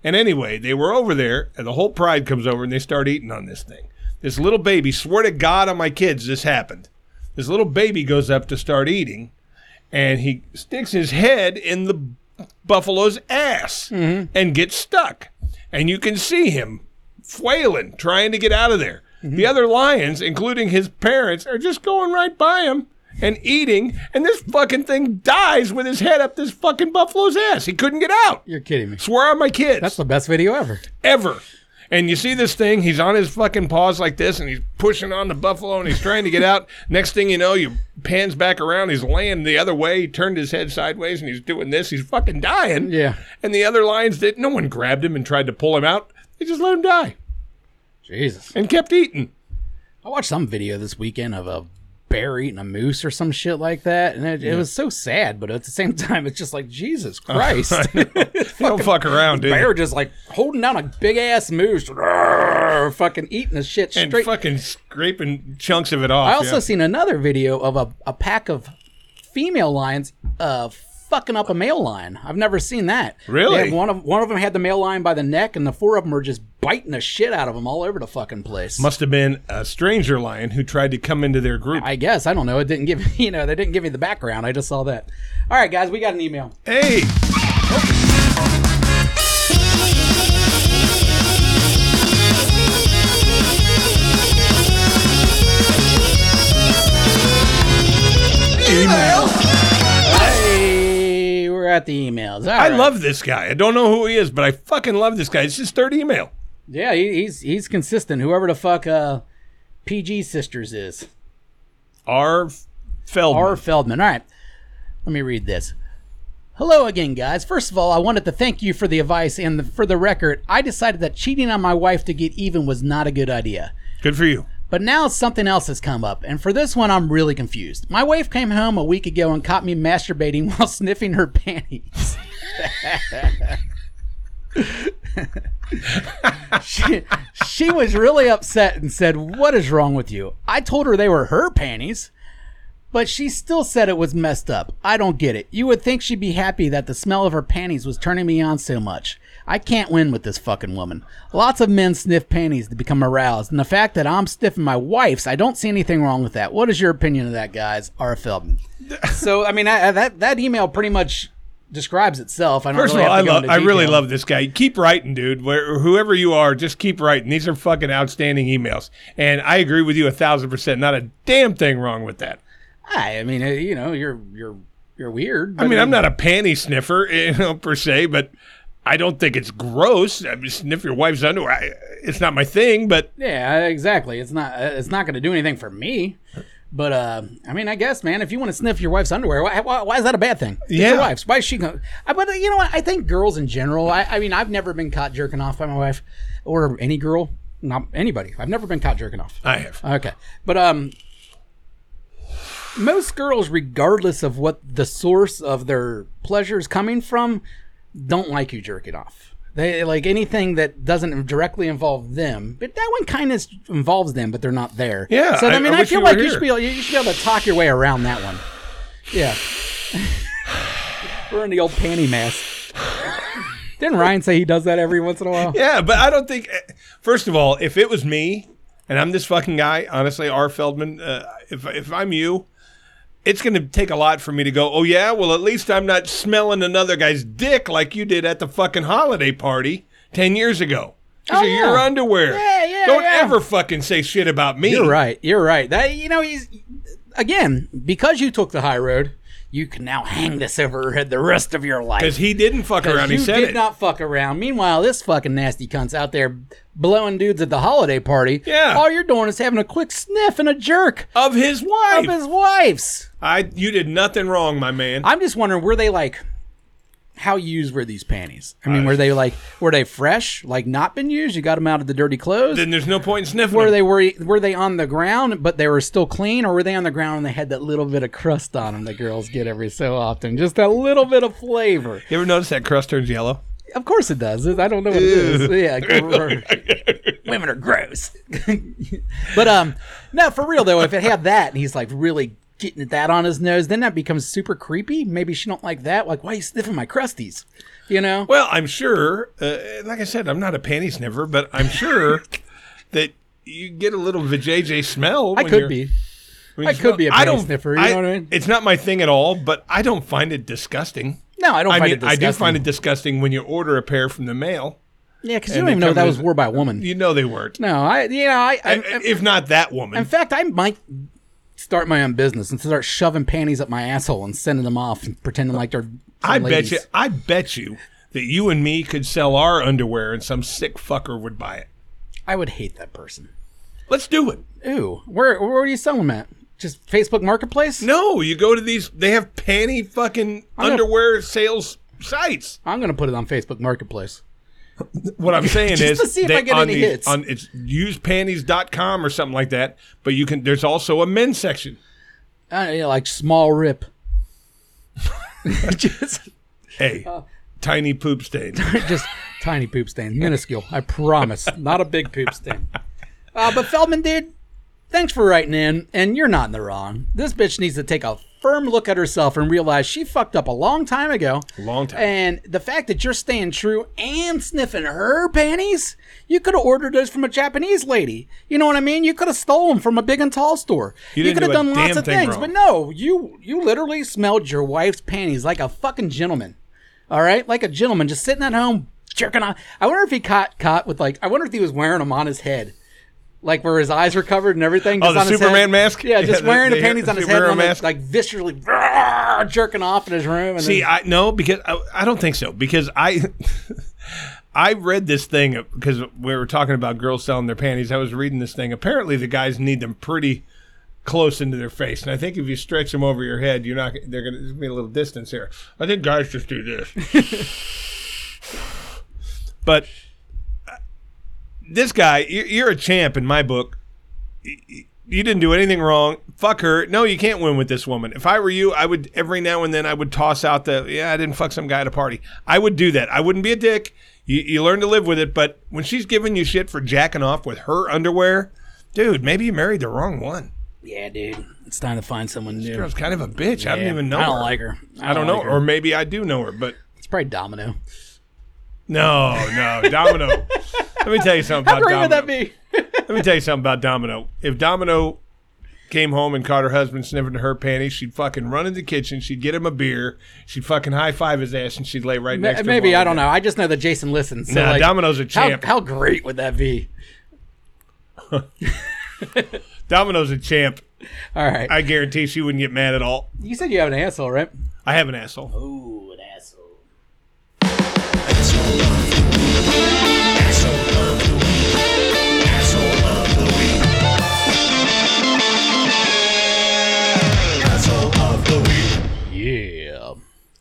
Speaker 2: And anyway, they were over there, and the whole pride comes over, and they start eating on this thing. This little baby, swear to God on my kids, this happened. This little baby goes up to start eating, and he sticks his head in the buffalo's ass and gets stuck. And you can see him flailing, trying to get out of there. The other lions, including his parents, are just going right by him and eating. And this fucking thing dies with his head up this fucking buffalo's ass. He couldn't get out.
Speaker 1: You're kidding me.
Speaker 2: Swear on my kids
Speaker 1: That's the best video ever.
Speaker 2: ever. And you see this thing, he's on his fucking paws like this, and he's pushing on the buffalo and he's trying to get out. Next thing you know, you pans back around, he's laying the other way, he turned his head sideways, and he's doing this. He's fucking dying.
Speaker 1: Yeah.
Speaker 2: And the other lions did no one grabbed him and tried to pull him out. They just let him die
Speaker 1: Jesus.
Speaker 2: and kept eating.
Speaker 1: I watched some video this weekend of a bear eating a moose or some shit like that, and it, it was so sad. But at the same time, it's just like Jesus Christ,
Speaker 2: They don't fuck around, dude.
Speaker 1: bear just like holding down a big ass moose, Roar, fucking eating the shit
Speaker 2: and
Speaker 1: straight.
Speaker 2: fucking scraping chunks of it off.
Speaker 1: I also
Speaker 2: yeah.
Speaker 1: seen another video of a, a pack of female lions uh, fucking up a male lion. I've never seen that.
Speaker 2: Really?
Speaker 1: They had one of one of them had the male lion by the neck, and the four of them are just biting the shit out of them all over the fucking place.
Speaker 2: must have been a stranger lion who tried to come into their group.
Speaker 1: I guess I don't know. It didn't give you know they didn't give me the background. I just saw that. All right, guys, we got an email.
Speaker 2: hey,
Speaker 1: Hey, we're at the emails. All
Speaker 2: I
Speaker 1: right.
Speaker 2: love this guy. I don't know who he is, but I fucking love this guy. It's his third email.
Speaker 1: Yeah, he, he's he's consistent. Whoever the fuck uh, PG Sisters is.
Speaker 2: R. Feldman.
Speaker 1: R. Feldman. All right. Let me read this. Hello again, guys. First of all, I wanted to thank you for the advice and the, for the record. I decided that cheating on my wife to get even was not a good idea.
Speaker 2: Good for you.
Speaker 1: But now something else has come up, and for this one, I'm really confused. My wife came home a week ago and caught me masturbating while sniffing her panties. she, she was really upset and said, What is wrong with you? I told her they were her panties. But she still said it was messed up. I don't get it. You would think she'd be happy that the smell of her panties was turning me on so much. I can't win with this fucking woman. Lots of men sniff panties to become aroused, and the fact that I'm sniffing my wife's, I don't see anything wrong with that. What is your opinion of that, guys? R. Feldman. so, I mean, I, I- that that email pretty much describes itself. I don't
Speaker 2: First
Speaker 1: really
Speaker 2: of all, I,
Speaker 1: have to go
Speaker 2: love,
Speaker 1: into
Speaker 2: I really
Speaker 1: detail.
Speaker 2: love this guy. Keep writing, dude. Where, whoever you are, just keep writing. These are fucking outstanding emails. And I agree with you a thousand percent. Not a damn thing wrong with that.
Speaker 1: I, I mean, uh, you know, you're you're you're weird. uh,
Speaker 2: I mean, I'm not a panty sniffer, you know, per se, but I don't think it's gross. I mean, sniff your wife's underwear. I, it's not my thing, but
Speaker 1: Yeah, exactly. It's not uh, it's not going to do anything for me. But uh, I mean, I guess, man, if you want to sniff your wife's underwear, why, why, why is that a bad thing? It's
Speaker 2: Yeah.
Speaker 1: your wife's. Why is she? Gonna, I, but uh, you know what? I think girls in general. I, I mean, I've never been caught jerking off by my wife or any girl, not anybody. I've never been caught jerking off.
Speaker 2: I have.
Speaker 1: Okay, but um, most girls, regardless of what the source of their pleasure is coming from, don't like you jerking off. They like anything that doesn't directly involve them, but that one kind of involves them, but they're not there.
Speaker 2: Yeah,
Speaker 1: So I,
Speaker 2: I-
Speaker 1: mean,
Speaker 2: I
Speaker 1: I,
Speaker 2: wish
Speaker 1: feel
Speaker 2: you
Speaker 1: like
Speaker 2: were
Speaker 1: you should be able, you should be able to talk your way around that one. Yeah. We're in the old panty mess. Didn't Ryan say he does that every once in a while?
Speaker 2: Yeah, but I don't think. First of all, if it was me and I'm this fucking guy, honestly, R. Feldman, uh, if if I'm you, it's going to take a lot for me to go. Oh yeah, well at least I'm not smelling another guy's dick like you did at the fucking holiday party ten years ago. These
Speaker 1: Oh,
Speaker 2: are your
Speaker 1: yeah.
Speaker 2: underwear.
Speaker 1: Yeah, yeah,
Speaker 2: Don't
Speaker 1: yeah.
Speaker 2: ever fucking say shit about me.
Speaker 1: You're right. You're right. That you know he's again because you took the high road. You can now hang this over her head the rest of your life.
Speaker 2: Because he didn't fuck around.
Speaker 1: you
Speaker 2: He said
Speaker 1: did
Speaker 2: it.
Speaker 1: not fuck around. Meanwhile, this fucking nasty cunt's out there blowing dudes at the holiday party.
Speaker 2: Yeah.
Speaker 1: All you're doing is having a quick sniff and a jerk
Speaker 2: of his wife.
Speaker 1: of his wife's.
Speaker 2: I you did nothing wrong, my man.
Speaker 1: I'm just wondering, were they like, how used were these panties? I mean, were they like, were they fresh, like not been used? You got them out of the dirty clothes?
Speaker 2: then there's no point in sniffing.
Speaker 1: were
Speaker 2: them.
Speaker 1: they were were they on the ground but they were still clean or were they on the ground and they had that little bit of crust on them that girls get every so often just that little bit of flavor
Speaker 2: You ever notice that crust turns yellow?
Speaker 1: of course it does i don't know what it is yeah gross. women are gross but um no for real though if it had that and he's like really getting that on his nose then that becomes super creepy maybe she don't like that like why are you sniffing my crusties you know
Speaker 2: Well, I'm sure. Uh, like I said, I'm not a panty sniffer, but I'm sure that you get a little vajayjay smell.
Speaker 1: i
Speaker 2: when
Speaker 1: could
Speaker 2: you're-
Speaker 1: be
Speaker 2: when
Speaker 1: I
Speaker 2: you
Speaker 1: could
Speaker 2: smell-
Speaker 1: be a
Speaker 2: I
Speaker 1: panty
Speaker 2: don't-
Speaker 1: sniffer, you know what I mean?
Speaker 2: It's not my thing at all, but I don't find it disgusting.
Speaker 1: no i don't
Speaker 2: I
Speaker 1: find
Speaker 2: mean,
Speaker 1: it disgusting
Speaker 2: I do find it disgusting when you order a pair from the mail.
Speaker 1: yeah because you
Speaker 2: and
Speaker 1: don't
Speaker 2: they
Speaker 1: even know
Speaker 2: come
Speaker 1: that
Speaker 2: with-
Speaker 1: was wore by a woman
Speaker 2: You know they weren't.
Speaker 1: no i you know i, I, I
Speaker 2: if not that
Speaker 1: In
Speaker 2: woman,
Speaker 1: fact, I might start my own business and start shoving panties up my asshole and sending them off and pretending like they're.
Speaker 2: I
Speaker 1: from
Speaker 2: bet
Speaker 1: ladies.
Speaker 2: you. I bet you that you and me could sell our underwear, and some sick fucker would buy it.
Speaker 1: I would hate that person.
Speaker 2: Let's do it.
Speaker 1: Ooh, where where are you selling them at? Just Facebook Marketplace?
Speaker 2: No, you go to these. They have panty fucking
Speaker 1: gonna-
Speaker 2: underwear sales sites.
Speaker 1: I'm gonna put it on Facebook Marketplace.
Speaker 2: What I'm saying
Speaker 1: Just
Speaker 2: is
Speaker 1: to see if I
Speaker 2: that
Speaker 1: get
Speaker 2: on
Speaker 1: any
Speaker 2: the-
Speaker 1: hits.
Speaker 2: on it's usepanties.com or something like that. But you can. There's also a men's section.
Speaker 1: Uh, yeah, like small rip. just,
Speaker 2: Hey,
Speaker 1: Oh.
Speaker 2: tiny poop stain.
Speaker 1: just tiny poop stain, minuscule. I promise, not a big poop stain. Uh, but Feldman, dude, thanks for writing in, and you're not in the wrong. This bitch needs to take a firm look at herself and realize she fucked up a long time ago.
Speaker 2: Long time.
Speaker 1: And the fact that you're staying true and sniffing her panties, you could have ordered those from a Japanese lady. You know what I mean? You could have stolen from a big and tall store. You,
Speaker 2: didn't
Speaker 1: could have
Speaker 2: do a
Speaker 1: done lots
Speaker 2: damn
Speaker 1: of
Speaker 2: thing
Speaker 1: things,
Speaker 2: wrong.
Speaker 1: but no, you you literally smelled your wife's panties like a fucking gentleman. All right, like a gentleman, just sitting at home jerking off. I wonder if he caught caught with like. I wonder if he was wearing them on his head, like where his eyes were covered and everything.
Speaker 2: Oh,
Speaker 1: just
Speaker 2: the
Speaker 1: on his
Speaker 2: Superman
Speaker 1: head.
Speaker 2: mask?
Speaker 1: Yeah,
Speaker 2: Yeah,
Speaker 1: just
Speaker 2: the-
Speaker 1: wearing the,
Speaker 2: the-
Speaker 1: panties on his head,
Speaker 2: Superman
Speaker 1: and, like,
Speaker 2: mask?
Speaker 1: like viscerally "Rah!" jerking off in his room. And
Speaker 2: See,
Speaker 1: then,
Speaker 2: I no because I, I don't think so because I I read this thing because we were talking about girls selling their panties. I was reading this thing. Apparently, the guys need them pretty close into their face, and I think if you stretch them over your head, you're not they're gonna there's gonna be a little distance here. I think guys just do this, but uh, this guy, you- you're a champ in my book you didn't do anything wrong. Fuck her. No, you can't win with this woman. If I were you, I would every now and then I would toss out the yeah, I didn't fuck some guy at a party. I would do that. I wouldn't be a dick. You, you learn to live with it. But when she's giving you shit for jacking off with her underwear, dude, maybe you married the wrong one.
Speaker 1: yeah, dude, It's time to find someone new.
Speaker 2: Girl's kind of a bitch. I don't
Speaker 1: Yeah,
Speaker 2: even know.
Speaker 1: I don't
Speaker 2: her.
Speaker 1: like her.
Speaker 2: I don't know,
Speaker 1: like her.
Speaker 2: or maybe I do know her, but
Speaker 1: It's probably Domino.
Speaker 2: no, no, Domino. Let me tell you something about Domino.
Speaker 1: be?
Speaker 2: Let me tell you something about Domino. If Domino came home and caught her husband sniffing her panties, she'd fucking run in the kitchen. She'd get him a beer. She'd fucking high five his ass, and she'd lay right next to him.
Speaker 1: Maybe
Speaker 2: while
Speaker 1: I
Speaker 2: he
Speaker 1: don't
Speaker 2: did.
Speaker 1: know. I just know that Jason listens. So
Speaker 2: Nah,
Speaker 1: like,
Speaker 2: Domino's a
Speaker 1: how,
Speaker 2: champ.
Speaker 1: how great would that be?
Speaker 2: Domino's a champ.
Speaker 1: All right.
Speaker 2: I guarantee she wouldn't get mad at all.
Speaker 1: you said you have an asshole, right?
Speaker 2: I have an asshole.
Speaker 1: Ooh, an asshole. Yeah.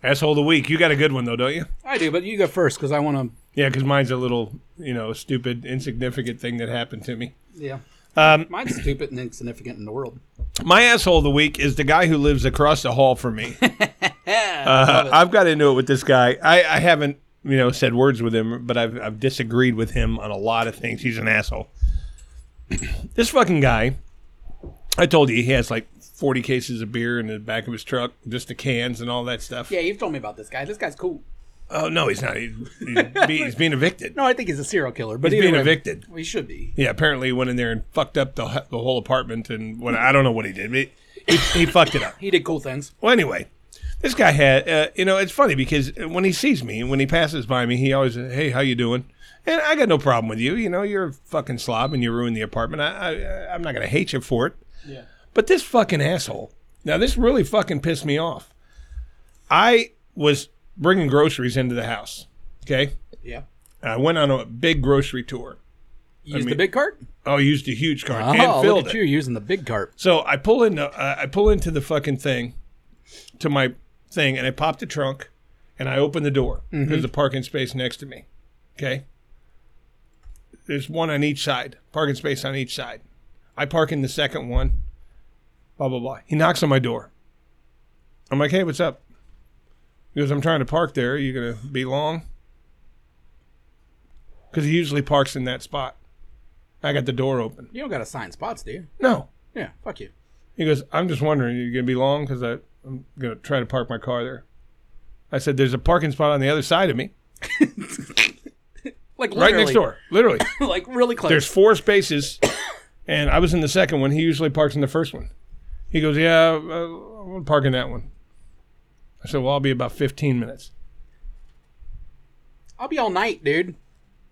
Speaker 2: Asshole of the week. You got a good one though, don't you?
Speaker 1: I do, but you go first because I want
Speaker 2: Yeah, because mine's a little, you know, stupid, insignificant thing that happened to me.
Speaker 1: to. Yeah.
Speaker 2: Um,
Speaker 1: Mine's stupid and insignificant in the world.
Speaker 2: My asshole of the week is the guy who lives across the hall from me. Uh, I've got into it with this guy. I, I haven't, you know, said words with him, but I've, I've disagreed with him on a lot of things. He's an asshole. this fucking guy, I told you, he has like 40 cases of beer in the back of his truck, just the cans and all that stuff.
Speaker 1: Yeah, you've told me about this guy. This guy's cool.
Speaker 2: Oh, no, he's not. He's, he's, be, he's being evicted.
Speaker 1: No, I think he's a serial killer, but
Speaker 2: he's
Speaker 1: either
Speaker 2: being
Speaker 1: way-
Speaker 2: evicted.
Speaker 1: Well, he should be.
Speaker 2: Yeah, apparently he went in there and fucked up the, the whole apartment and what I don't know what he did. He, he, he fucked it up.
Speaker 1: He did cool things.
Speaker 2: Well, anyway, this guy had, uh, you know, it's funny because when he sees me, when he passes by me, he always, hey, how you doing? And I got no problem with you. You know, you're a fucking slob and you ruined the apartment. I, I, I'm not going to hate you for it.
Speaker 1: Yeah.
Speaker 2: But this fucking asshole. Now, this really fucking pissed me off. I was bringing groceries into the house. Okay.
Speaker 1: Yeah.
Speaker 2: I went on a big grocery tour.
Speaker 1: Use the
Speaker 2: mean-
Speaker 1: big cart.
Speaker 2: Oh, used a huge cart
Speaker 1: Oh,
Speaker 2: and
Speaker 1: look
Speaker 2: filled
Speaker 1: at
Speaker 2: it.
Speaker 1: you using the big cart.
Speaker 2: So I pull in, uh, I pull into the fucking thing, to my thing, and I pop the trunk, and I open the door. There's a parking space next to me. Okay. There's one on each side, parking space on each side. I park in the second one. Blah blah blah. He knocks on my door. I'm like, hey, what's up? He goes, I'm trying to park there. Are you gonna be long? Because he usually parks in that spot. I got the door open.
Speaker 1: You don't got to sign spots, do you?
Speaker 2: No,
Speaker 1: Yeah. Fuck you.
Speaker 2: he goes, I'm just wondering, are you going to be long? Because I'm going to try to park my car there. I said, there's a parking spot on the other side of me,
Speaker 1: Like
Speaker 2: right next door. Literally.
Speaker 1: like really close.
Speaker 2: There's four spaces, and I was in the second one. He usually parks in the first one. He goes, yeah, uh, I'm going to park in that one. I said, well, I'll be about 15 minutes.
Speaker 1: I'll be all night, dude.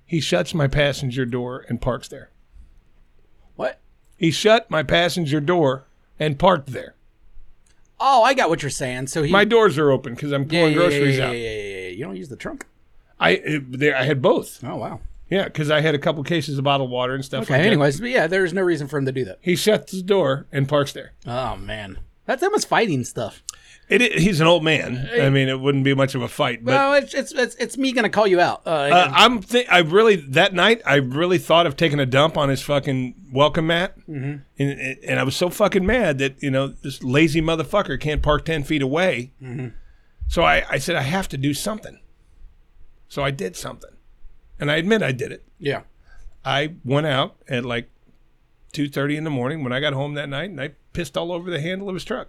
Speaker 2: He shuts my passenger door and parks there.
Speaker 1: What?
Speaker 2: He shut my passenger door and parked there.
Speaker 1: Oh, I got what you're saying. So he
Speaker 2: My doors are open because I'm
Speaker 1: yeah,
Speaker 2: pouring
Speaker 1: yeah,
Speaker 2: groceries
Speaker 1: yeah,
Speaker 2: out.
Speaker 1: yeah, yeah, yeah. You don't use the trunk.
Speaker 2: I it, there, I had both.
Speaker 1: Oh wow.
Speaker 2: Yeah, because I had a couple cases of bottled water and stuff.
Speaker 1: Okay.
Speaker 2: like that.
Speaker 1: anyways, but yeah, there's no reason for him to do that.
Speaker 2: He shuts the door and parks there.
Speaker 1: Oh man, that's almost fighting stuff.
Speaker 2: It, it- he's an old man. I mean, it wouldn't be much of a fight, but
Speaker 1: No, it's it's it's, it's me gonna call you out. Uh,
Speaker 2: uh, I'm th- I really that night I really thought of taking a dump on his fucking welcome mat, mm-hmm. and and I was so fucking mad that you know this lazy motherfucker can't park ten feet away. So I I said I have to do something. So I did something, and I admit I did it.
Speaker 1: yeah.
Speaker 2: I went out at like two thirty in the morning when I got home that night, and I pissed all over the handle of his truck.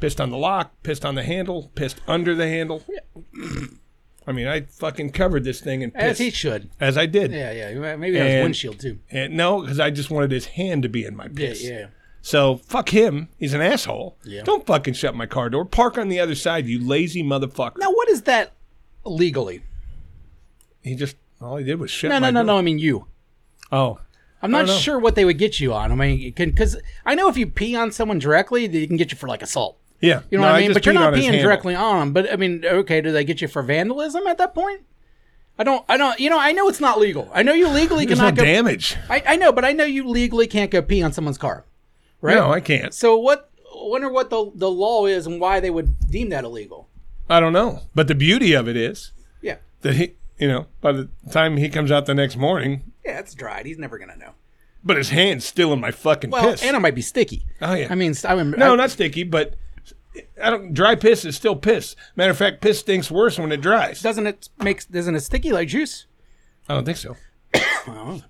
Speaker 2: Pissed on the lock, pissed on the handle, pissed under the handle. I mean, I fucking covered this thing in
Speaker 1: As
Speaker 2: piss
Speaker 1: he should.
Speaker 2: as I did.
Speaker 1: Yeah, yeah. Maybe that was
Speaker 2: And-
Speaker 1: windshield too.
Speaker 2: And no, because I just wanted his hand to be in my
Speaker 1: Yeah,
Speaker 2: piss.
Speaker 1: yeah.
Speaker 2: So fuck him. He's an asshole.
Speaker 1: Yeah.
Speaker 2: Don't fucking shut my car door. Park on the other side, you lazy motherfucker.
Speaker 1: Now, what is that legally?
Speaker 2: He just all he did was shut.
Speaker 1: No, no,
Speaker 2: my
Speaker 1: no,
Speaker 2: door.
Speaker 1: no. I mean you.
Speaker 2: Oh,
Speaker 1: I'm not
Speaker 2: don't know.
Speaker 1: sure what they would get you on. I mean, it can because I know if you pee on someone directly, they can get you for like assault.
Speaker 2: yeah.
Speaker 1: You know
Speaker 2: No,
Speaker 1: what I mean?
Speaker 2: just
Speaker 1: But you're
Speaker 2: peed
Speaker 1: not
Speaker 2: on his
Speaker 1: being
Speaker 2: handle.
Speaker 1: directly on them. But I mean, okay, do they get you for vandalism at that point? I don't. I don't. You know, I know it's not legal. I know you legally
Speaker 2: There's no
Speaker 1: cannot go.
Speaker 2: damage.
Speaker 1: I, I know, but I know you legally can't go pee on someone's car. Right?
Speaker 2: No, I can't.
Speaker 1: So what? Wonder what the the law is and why they would deem that illegal.
Speaker 2: I don't know. But the beauty of it is
Speaker 1: Yeah.
Speaker 2: that he, you know, by the time he comes out the next morning,
Speaker 1: Yeah, it's dried. He's never gonna know.
Speaker 2: but his hand's still in my fucking
Speaker 1: Well,
Speaker 2: piss.
Speaker 1: and it might be sticky.
Speaker 2: Oh, yeah.
Speaker 1: I mean, st- I mean,
Speaker 2: no,
Speaker 1: I-
Speaker 2: not sticky, but I don't. Dry piss is still piss. Matter of fact, piss stinks worse when it dries.
Speaker 1: doesn't it make doesn't it sticky like juice?
Speaker 2: I don't think so.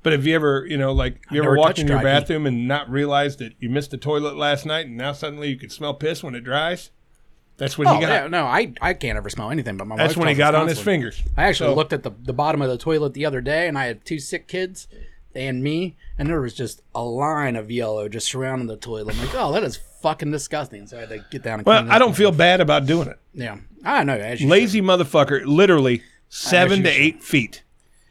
Speaker 2: But have you ever, you know, like you ever
Speaker 1: never
Speaker 2: walked
Speaker 1: touched
Speaker 2: in your
Speaker 1: dry pee.
Speaker 2: bathroom and not realized that you missed the toilet last night, and now suddenly you can smell piss when it dries? That's what
Speaker 1: Oh
Speaker 2: he got.
Speaker 1: yeah, no, I, I can't ever smell anything, but my
Speaker 2: That's
Speaker 1: wife
Speaker 2: when he
Speaker 1: tells
Speaker 2: got
Speaker 1: us
Speaker 2: on his
Speaker 1: constantly.
Speaker 2: fingers.
Speaker 1: I actually
Speaker 2: So-
Speaker 1: looked at the, the bottom of the toilet the other day, and I had two sick kids and me, and there was just a line of yellow just surrounding the toilet. I'm like, oh, that is fucking disgusting. So I had to get down and clean
Speaker 2: Well,
Speaker 1: it up.
Speaker 2: I don't feel bad about doing it.
Speaker 1: Yeah, I know. As you should.
Speaker 2: Lazy motherfucker, literally seven to
Speaker 1: you should.
Speaker 2: eight feet.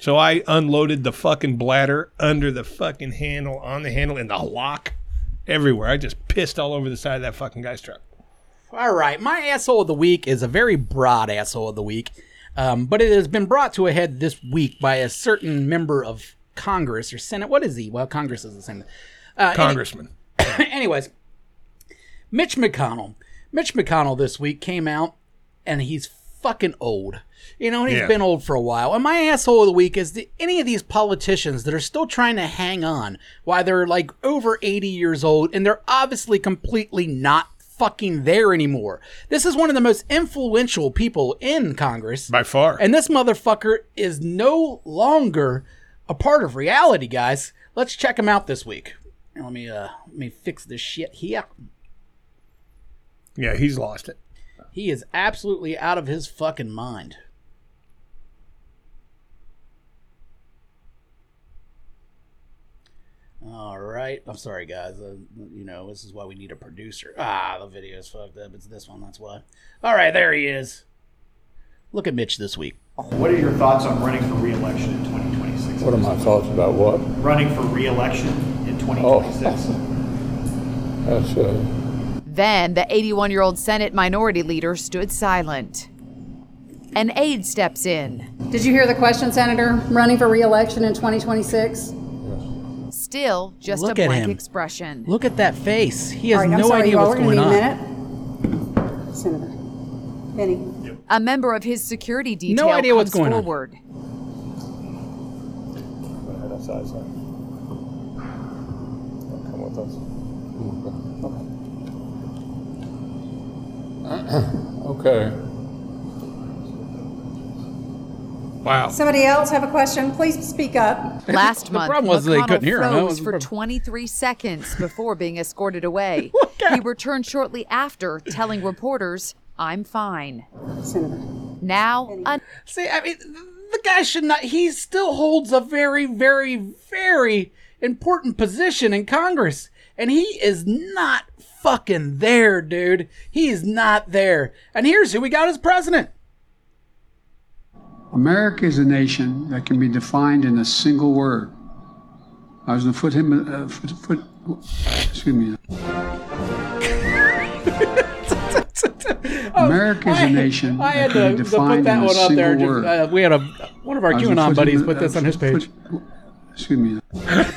Speaker 2: So I unloaded the fucking bladder under the fucking handle, on the handle, in the lock, everywhere. I just pissed all over the side of that fucking guy's truck.
Speaker 1: All right, my asshole of the week is a very broad asshole of the week, um, but it has been brought to a head this week by a certain member of Congress or Senate. What is he? Well, Congress is the same. Uh, any-
Speaker 2: Congressman.
Speaker 1: Anyways, Mitch McConnell. Mitch McConnell this week came out and he's fucking old. You know, and he's
Speaker 2: Yeah.
Speaker 1: been old for a while. And my asshole of the week is the, any of these politicians that are still trying to hang on while they're like over 80 years old and they're obviously completely not fucking there anymore. This is one of the most influential people in Congress.
Speaker 2: By far.
Speaker 1: And this motherfucker is no longer a part of reality, guys. Let's check him out this week. Now, Let me uh let me fix this shit here.
Speaker 2: yeah, he's lost it.
Speaker 1: He is absolutely out of his fucking mind. All right. I'm sorry, guys. Uh, you know, this is why we need a producer. Ah, the video's fucked up. It's this one. That's why. All right, there he is. Look at Mitch this week.
Speaker 3: What are your thoughts on running for reelection in 2026?
Speaker 4: What are my thoughts about what?
Speaker 3: Running for reelection in 2026?
Speaker 4: That's uh,
Speaker 5: Then the 81 year old Senate minority leader stood silent. An aide steps in.
Speaker 6: Did you hear the question, Senator? Running for reelection in 2026?
Speaker 5: Still, just
Speaker 1: Look
Speaker 5: a
Speaker 1: at
Speaker 5: blank
Speaker 1: him.
Speaker 5: expression.
Speaker 1: Look at that face. He has
Speaker 6: All right, I'm
Speaker 1: no
Speaker 6: sorry,
Speaker 1: idea
Speaker 6: y'all.
Speaker 1: what's
Speaker 6: We're
Speaker 1: going
Speaker 6: gonna
Speaker 1: on.
Speaker 6: need a minute. Senator. Benny.
Speaker 5: A member of his security detail
Speaker 1: idea what's
Speaker 5: comes
Speaker 1: going on.
Speaker 5: forward.
Speaker 7: Come with us.
Speaker 4: okay.
Speaker 2: Wow.
Speaker 6: Somebody else have a question? Please speak up.
Speaker 5: Last
Speaker 1: The
Speaker 5: month,
Speaker 1: problem was they
Speaker 5: McConnell
Speaker 1: couldn't hear him. That was
Speaker 5: froze
Speaker 1: the
Speaker 5: for
Speaker 1: problem.
Speaker 5: 23 seconds before being escorted away. he returned shortly after, telling reporters, "I'm fine."
Speaker 6: Senator.
Speaker 5: Now, an
Speaker 1: See, I mean, th- the guy should not. He still holds a very, very, very important position in Congress, and he is not fucking there, dude. He is not there. And here's who we got as president.
Speaker 8: America is a nation that can be defined in a single word. I was going to put him, uh, foot, foot, excuse me. America is a nation
Speaker 1: I
Speaker 8: that
Speaker 1: had
Speaker 8: can
Speaker 1: to,
Speaker 8: be
Speaker 1: to put
Speaker 8: defined in
Speaker 1: that
Speaker 8: a
Speaker 1: one up there.
Speaker 8: single
Speaker 1: Just,
Speaker 8: word.
Speaker 1: uh, we had a one of our
Speaker 8: I was gonna
Speaker 1: QAnon
Speaker 8: put
Speaker 1: buddies
Speaker 8: him,
Speaker 1: put
Speaker 8: uh,
Speaker 1: this on his
Speaker 8: foot-
Speaker 1: page.
Speaker 8: Excuse me.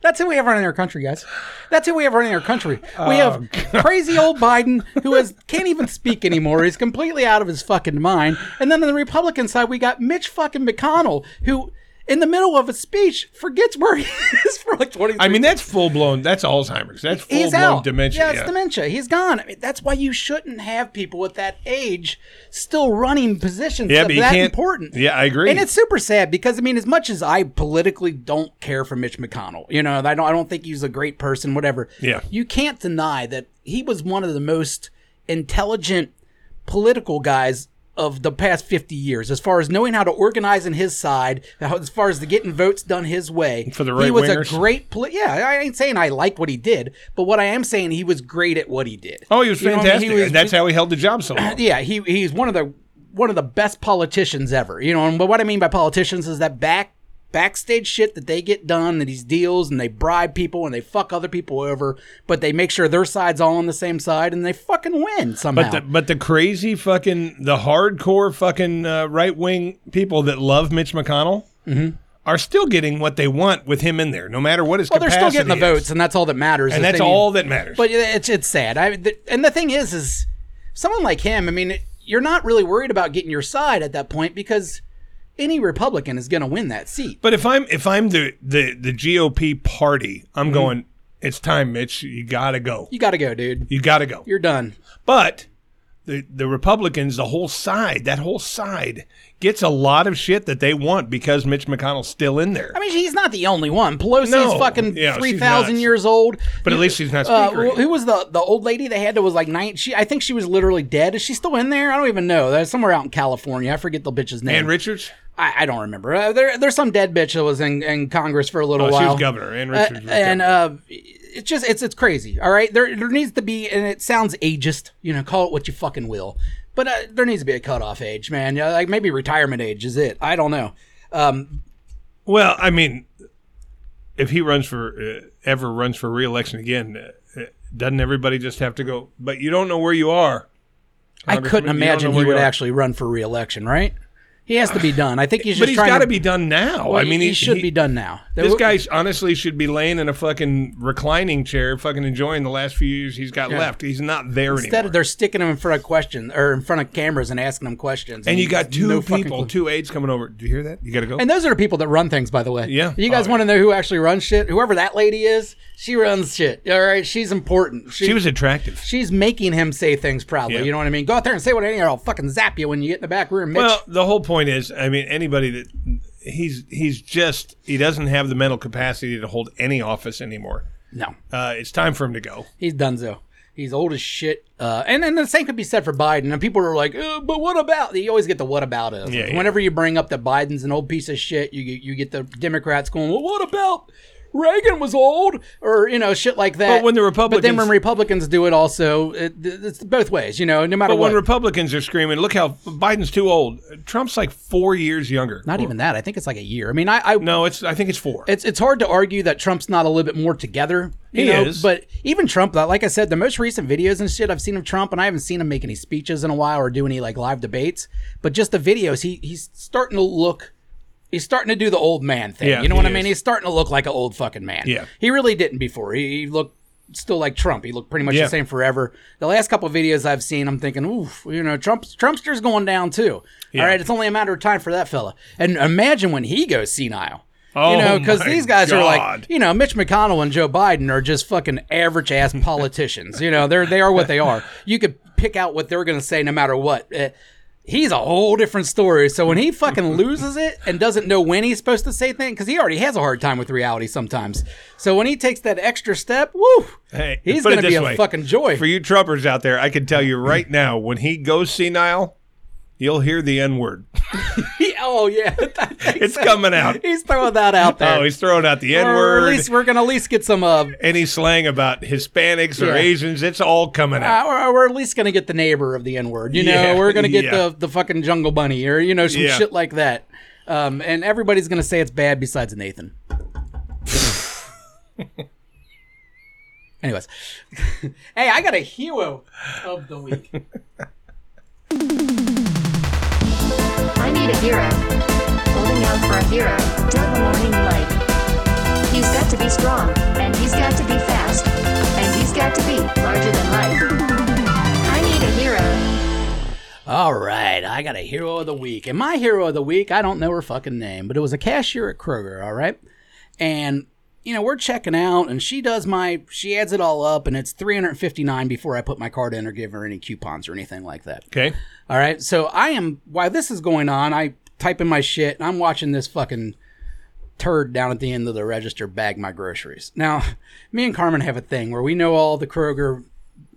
Speaker 1: That's who we have running our country, guys. That's who we have running our country. We have
Speaker 8: Oh,
Speaker 1: crazy old Biden who is can't even speak anymore. He's completely out of his fucking mind. And then on the Republican side, we got Mitch fucking McConnell who, in the middle of a speech, forgets where he is for like twenty.
Speaker 2: I mean, that's full blown. That's Alzheimer's. That's full
Speaker 1: He's
Speaker 2: blown
Speaker 1: out.
Speaker 2: dementia.
Speaker 1: Yeah, it's
Speaker 2: yeah.
Speaker 1: dementia. He's gone. I mean, that's why you shouldn't have people at that age still running positions
Speaker 2: Yeah,
Speaker 1: that,
Speaker 2: but you
Speaker 1: that
Speaker 2: can't-
Speaker 1: important.
Speaker 2: Yeah, I agree.
Speaker 1: And it's super sad because I mean, as much as I politically don't care for Mitch McConnell, you know, I don't, I don't think he's a great person. Whatever.
Speaker 2: Yeah.
Speaker 1: You can't deny that he was one of the most intelligent political guys of the past 50 years as far as knowing how to organize in his side how- as far as the getting votes done his way
Speaker 2: For the
Speaker 1: he was a
Speaker 2: right-wingers?
Speaker 1: great poli- yeah i ain't saying i like what he did but what i am saying he was great at what he did
Speaker 2: Oh, he was
Speaker 1: You know what I mean?
Speaker 2: fantastic.
Speaker 1: He was-
Speaker 2: and that's how he held the job so long.
Speaker 1: yeah, he he's one of the one of the best politicians ever. You know, and what I mean by politicians is that back backstage shit that they get done and these deals and they bribe people and they fuck other people over, but they make sure their side's all on the same side and they fucking win somehow.
Speaker 2: But the, but the crazy fucking the hardcore fucking uh, right wing people that love Mitch McConnell
Speaker 1: Mm-hmm.
Speaker 2: are still getting what they want with him in there, no matter what his
Speaker 1: well, they're still getting the
Speaker 2: capacity is.
Speaker 1: votes, and that's all that matters.
Speaker 2: and
Speaker 1: is
Speaker 2: that's
Speaker 1: they need-
Speaker 2: all that matters.
Speaker 1: But yeah, it's it's sad. I th- and the thing is, is someone like him. I mean, you're not really worried about getting your side at that point because any Republican is going to win that seat.
Speaker 2: But if I'm if I'm the the, the GOP party, I'm
Speaker 1: Mm-hmm.
Speaker 2: going. It's time, Mitch. You gotta go.
Speaker 1: You got to go, dude.
Speaker 2: You gotta go.
Speaker 1: You're done.
Speaker 2: But the, the Republicans, the whole side, that whole side gets a lot of shit that they want because Mitch McConnell's still in there.
Speaker 1: I mean, he's not the only one. Pelosi's
Speaker 2: No.
Speaker 1: fucking
Speaker 2: Yeah, she's
Speaker 1: three thousand
Speaker 2: nuts.
Speaker 1: years old.
Speaker 2: But at least she's not
Speaker 1: Uh,
Speaker 2: speaker.
Speaker 1: wh- who was the the old lady they had that was like nine? She, I think she was literally dead. Is she still in there? I don't even know. That's somewhere out in California. I forget the bitch's name.
Speaker 2: Ann Richards?
Speaker 1: I, I don't remember. Uh, there, there's some dead bitch that was in, in Congress for a little
Speaker 2: Oh, she was
Speaker 1: while.
Speaker 2: governor. Ann
Speaker 1: Uh,
Speaker 2: Richards was
Speaker 1: and
Speaker 2: governor.
Speaker 1: uh, it's just it's it's crazy. All right, there there needs to be, and it sounds ageist. You know, call it what you fucking will, but uh, there needs to be a cutoff age, man. Yeah, like maybe retirement age is it. I don't know. Um,
Speaker 2: Well, I mean, if he runs for uh, ever runs for reelection again, uh, uh, doesn't everybody just have to go? But you don't know where you are.
Speaker 1: I couldn't
Speaker 2: Congressman, you don't know
Speaker 1: imagine
Speaker 2: where
Speaker 1: he
Speaker 2: you
Speaker 1: would
Speaker 2: are.
Speaker 1: actually run for reelection, right? He has to be done. I think he's just
Speaker 2: But he's
Speaker 1: trying
Speaker 2: got
Speaker 1: to
Speaker 2: to be done now.
Speaker 1: Well,
Speaker 2: I mean,
Speaker 1: he, should be done now. There
Speaker 2: This
Speaker 1: w-
Speaker 2: guy honestly should be laying in a fucking reclining chair, fucking enjoying the last few years he's got
Speaker 1: Yeah.
Speaker 2: left. He's not there
Speaker 1: instead
Speaker 2: anymore.
Speaker 1: of they're sticking him in front of questions or in front of cameras and asking him questions.
Speaker 2: and you got
Speaker 1: he's-
Speaker 2: two
Speaker 1: no fucking
Speaker 2: people,
Speaker 1: clue.
Speaker 2: two aides coming over. Do you hear that? You got to go.
Speaker 1: And those are the people that run things, by the way.
Speaker 2: Yeah.
Speaker 1: You guys
Speaker 2: Oh,
Speaker 1: want to know who actually runs shit? Whoever that lady is, she runs shit. All right, she's important.
Speaker 2: she was attractive.
Speaker 1: She's making him say things proudly.
Speaker 2: Yeah.
Speaker 1: You know what I mean? Go out there and say what I or I'll fucking zap you when you get in the back room. Mitch.
Speaker 2: Well, the whole point is, I mean, anybody that he's he's just he doesn't have the mental capacity to hold any office anymore.
Speaker 1: no,
Speaker 2: Uh, it's time for him to go.
Speaker 1: he's donezo. He's old as shit. Uh, and then the same could be said for Biden. And people are like, uh, but what about? You always get the what about it.
Speaker 2: Yeah, yeah.
Speaker 1: Whenever you bring up that Biden's an old piece of shit, you, you get the Democrats going, well, what about Reagan was old? Or, you know, shit like that.
Speaker 2: But when the
Speaker 1: But then
Speaker 2: Republicans-
Speaker 1: when Republicans do it also, it, it's both ways, you know, no matter
Speaker 2: But
Speaker 1: what.
Speaker 2: when Republicans are screaming, "Look how Biden's too old," Trump's like four years younger.
Speaker 1: Not even that. I think it's like a year. I mean, I, I
Speaker 2: No, it's I think it's four.
Speaker 1: it's it's hard to argue that Trump's not a little bit more together. You
Speaker 2: He
Speaker 1: know?
Speaker 2: is.
Speaker 1: but even Trump, like I said, the most recent videos and shit I've seen of Trump, and I haven't seen him make any speeches in a while or do any like live debates. But just the videos, he he's starting to look. He's starting to do the old man thing.
Speaker 2: Yeah,
Speaker 1: you know what
Speaker 2: he
Speaker 1: I mean?
Speaker 2: is.
Speaker 1: He's starting to look like an old fucking man.
Speaker 2: Yeah.
Speaker 1: He really didn't before. He, he looked still like Trump. He looked pretty much
Speaker 2: Yeah.
Speaker 1: the same forever. The last couple of videos I've seen, I'm thinking, oof, you know, Trump's Trumpster's going down too. All right, it's only a matter of time for that fella. And imagine when he goes senile.
Speaker 2: Oh,
Speaker 1: you know, because
Speaker 2: my
Speaker 1: these guys are
Speaker 2: God.
Speaker 1: like, you know, Mitch McConnell and Joe Biden are just fucking average ass politicians. you know, they're they are what they are. You could pick out what they're going to say no matter what. Uh, he's a whole different story. So when he fucking loses it and doesn't know when he's supposed to say things, because he already has a hard time with reality sometimes. So when he takes that extra step, woo,
Speaker 2: Hey,
Speaker 1: he's
Speaker 2: put it
Speaker 1: going to
Speaker 2: this
Speaker 1: be a
Speaker 2: way.
Speaker 1: fucking joy.
Speaker 2: For you Trumpers out there, I can tell you right now, when he goes senile, you'll hear the N word.
Speaker 1: He- oh yeah, I think
Speaker 2: It's coming out.
Speaker 1: He's throwing that out there.
Speaker 2: Oh, he's throwing out the N
Speaker 1: Or at
Speaker 2: word.
Speaker 1: least we're gonna at least get some uh,
Speaker 2: Any slang about Hispanics or
Speaker 1: Yeah.
Speaker 2: Asians, it's all coming out.
Speaker 1: Uh, we're, we're at least going to get the neighbor of the N word. You know,
Speaker 2: Yeah,
Speaker 1: we're going to get
Speaker 2: yeah.
Speaker 1: the, the fucking jungle bunny or, you know, some
Speaker 2: Yeah.
Speaker 1: shit like that. Um, and everybody's going to say it's bad besides Nathan. Anyways, hey, I got a hero of the week.
Speaker 9: I need a hero. Holding out for a hero. Doug Morning Light. He's got to be strong, and he's got to be fast, and he's got to be larger than life. I need a hero.
Speaker 1: All right, I got a hero of the week. And my hero of the week, I don't know her fucking name, but it was a cashier at Kroger, all right? And you know, we're checking out and she does my she adds it all up and it's 359 before I put my card in or give her any coupons or anything like that.
Speaker 2: Okay.
Speaker 1: All right. So I am while this is going on, I type in my shit and I'm watching this fucking turd down at the end of the register bag my groceries. Now, me and Carmen have a thing where we know all the Kroger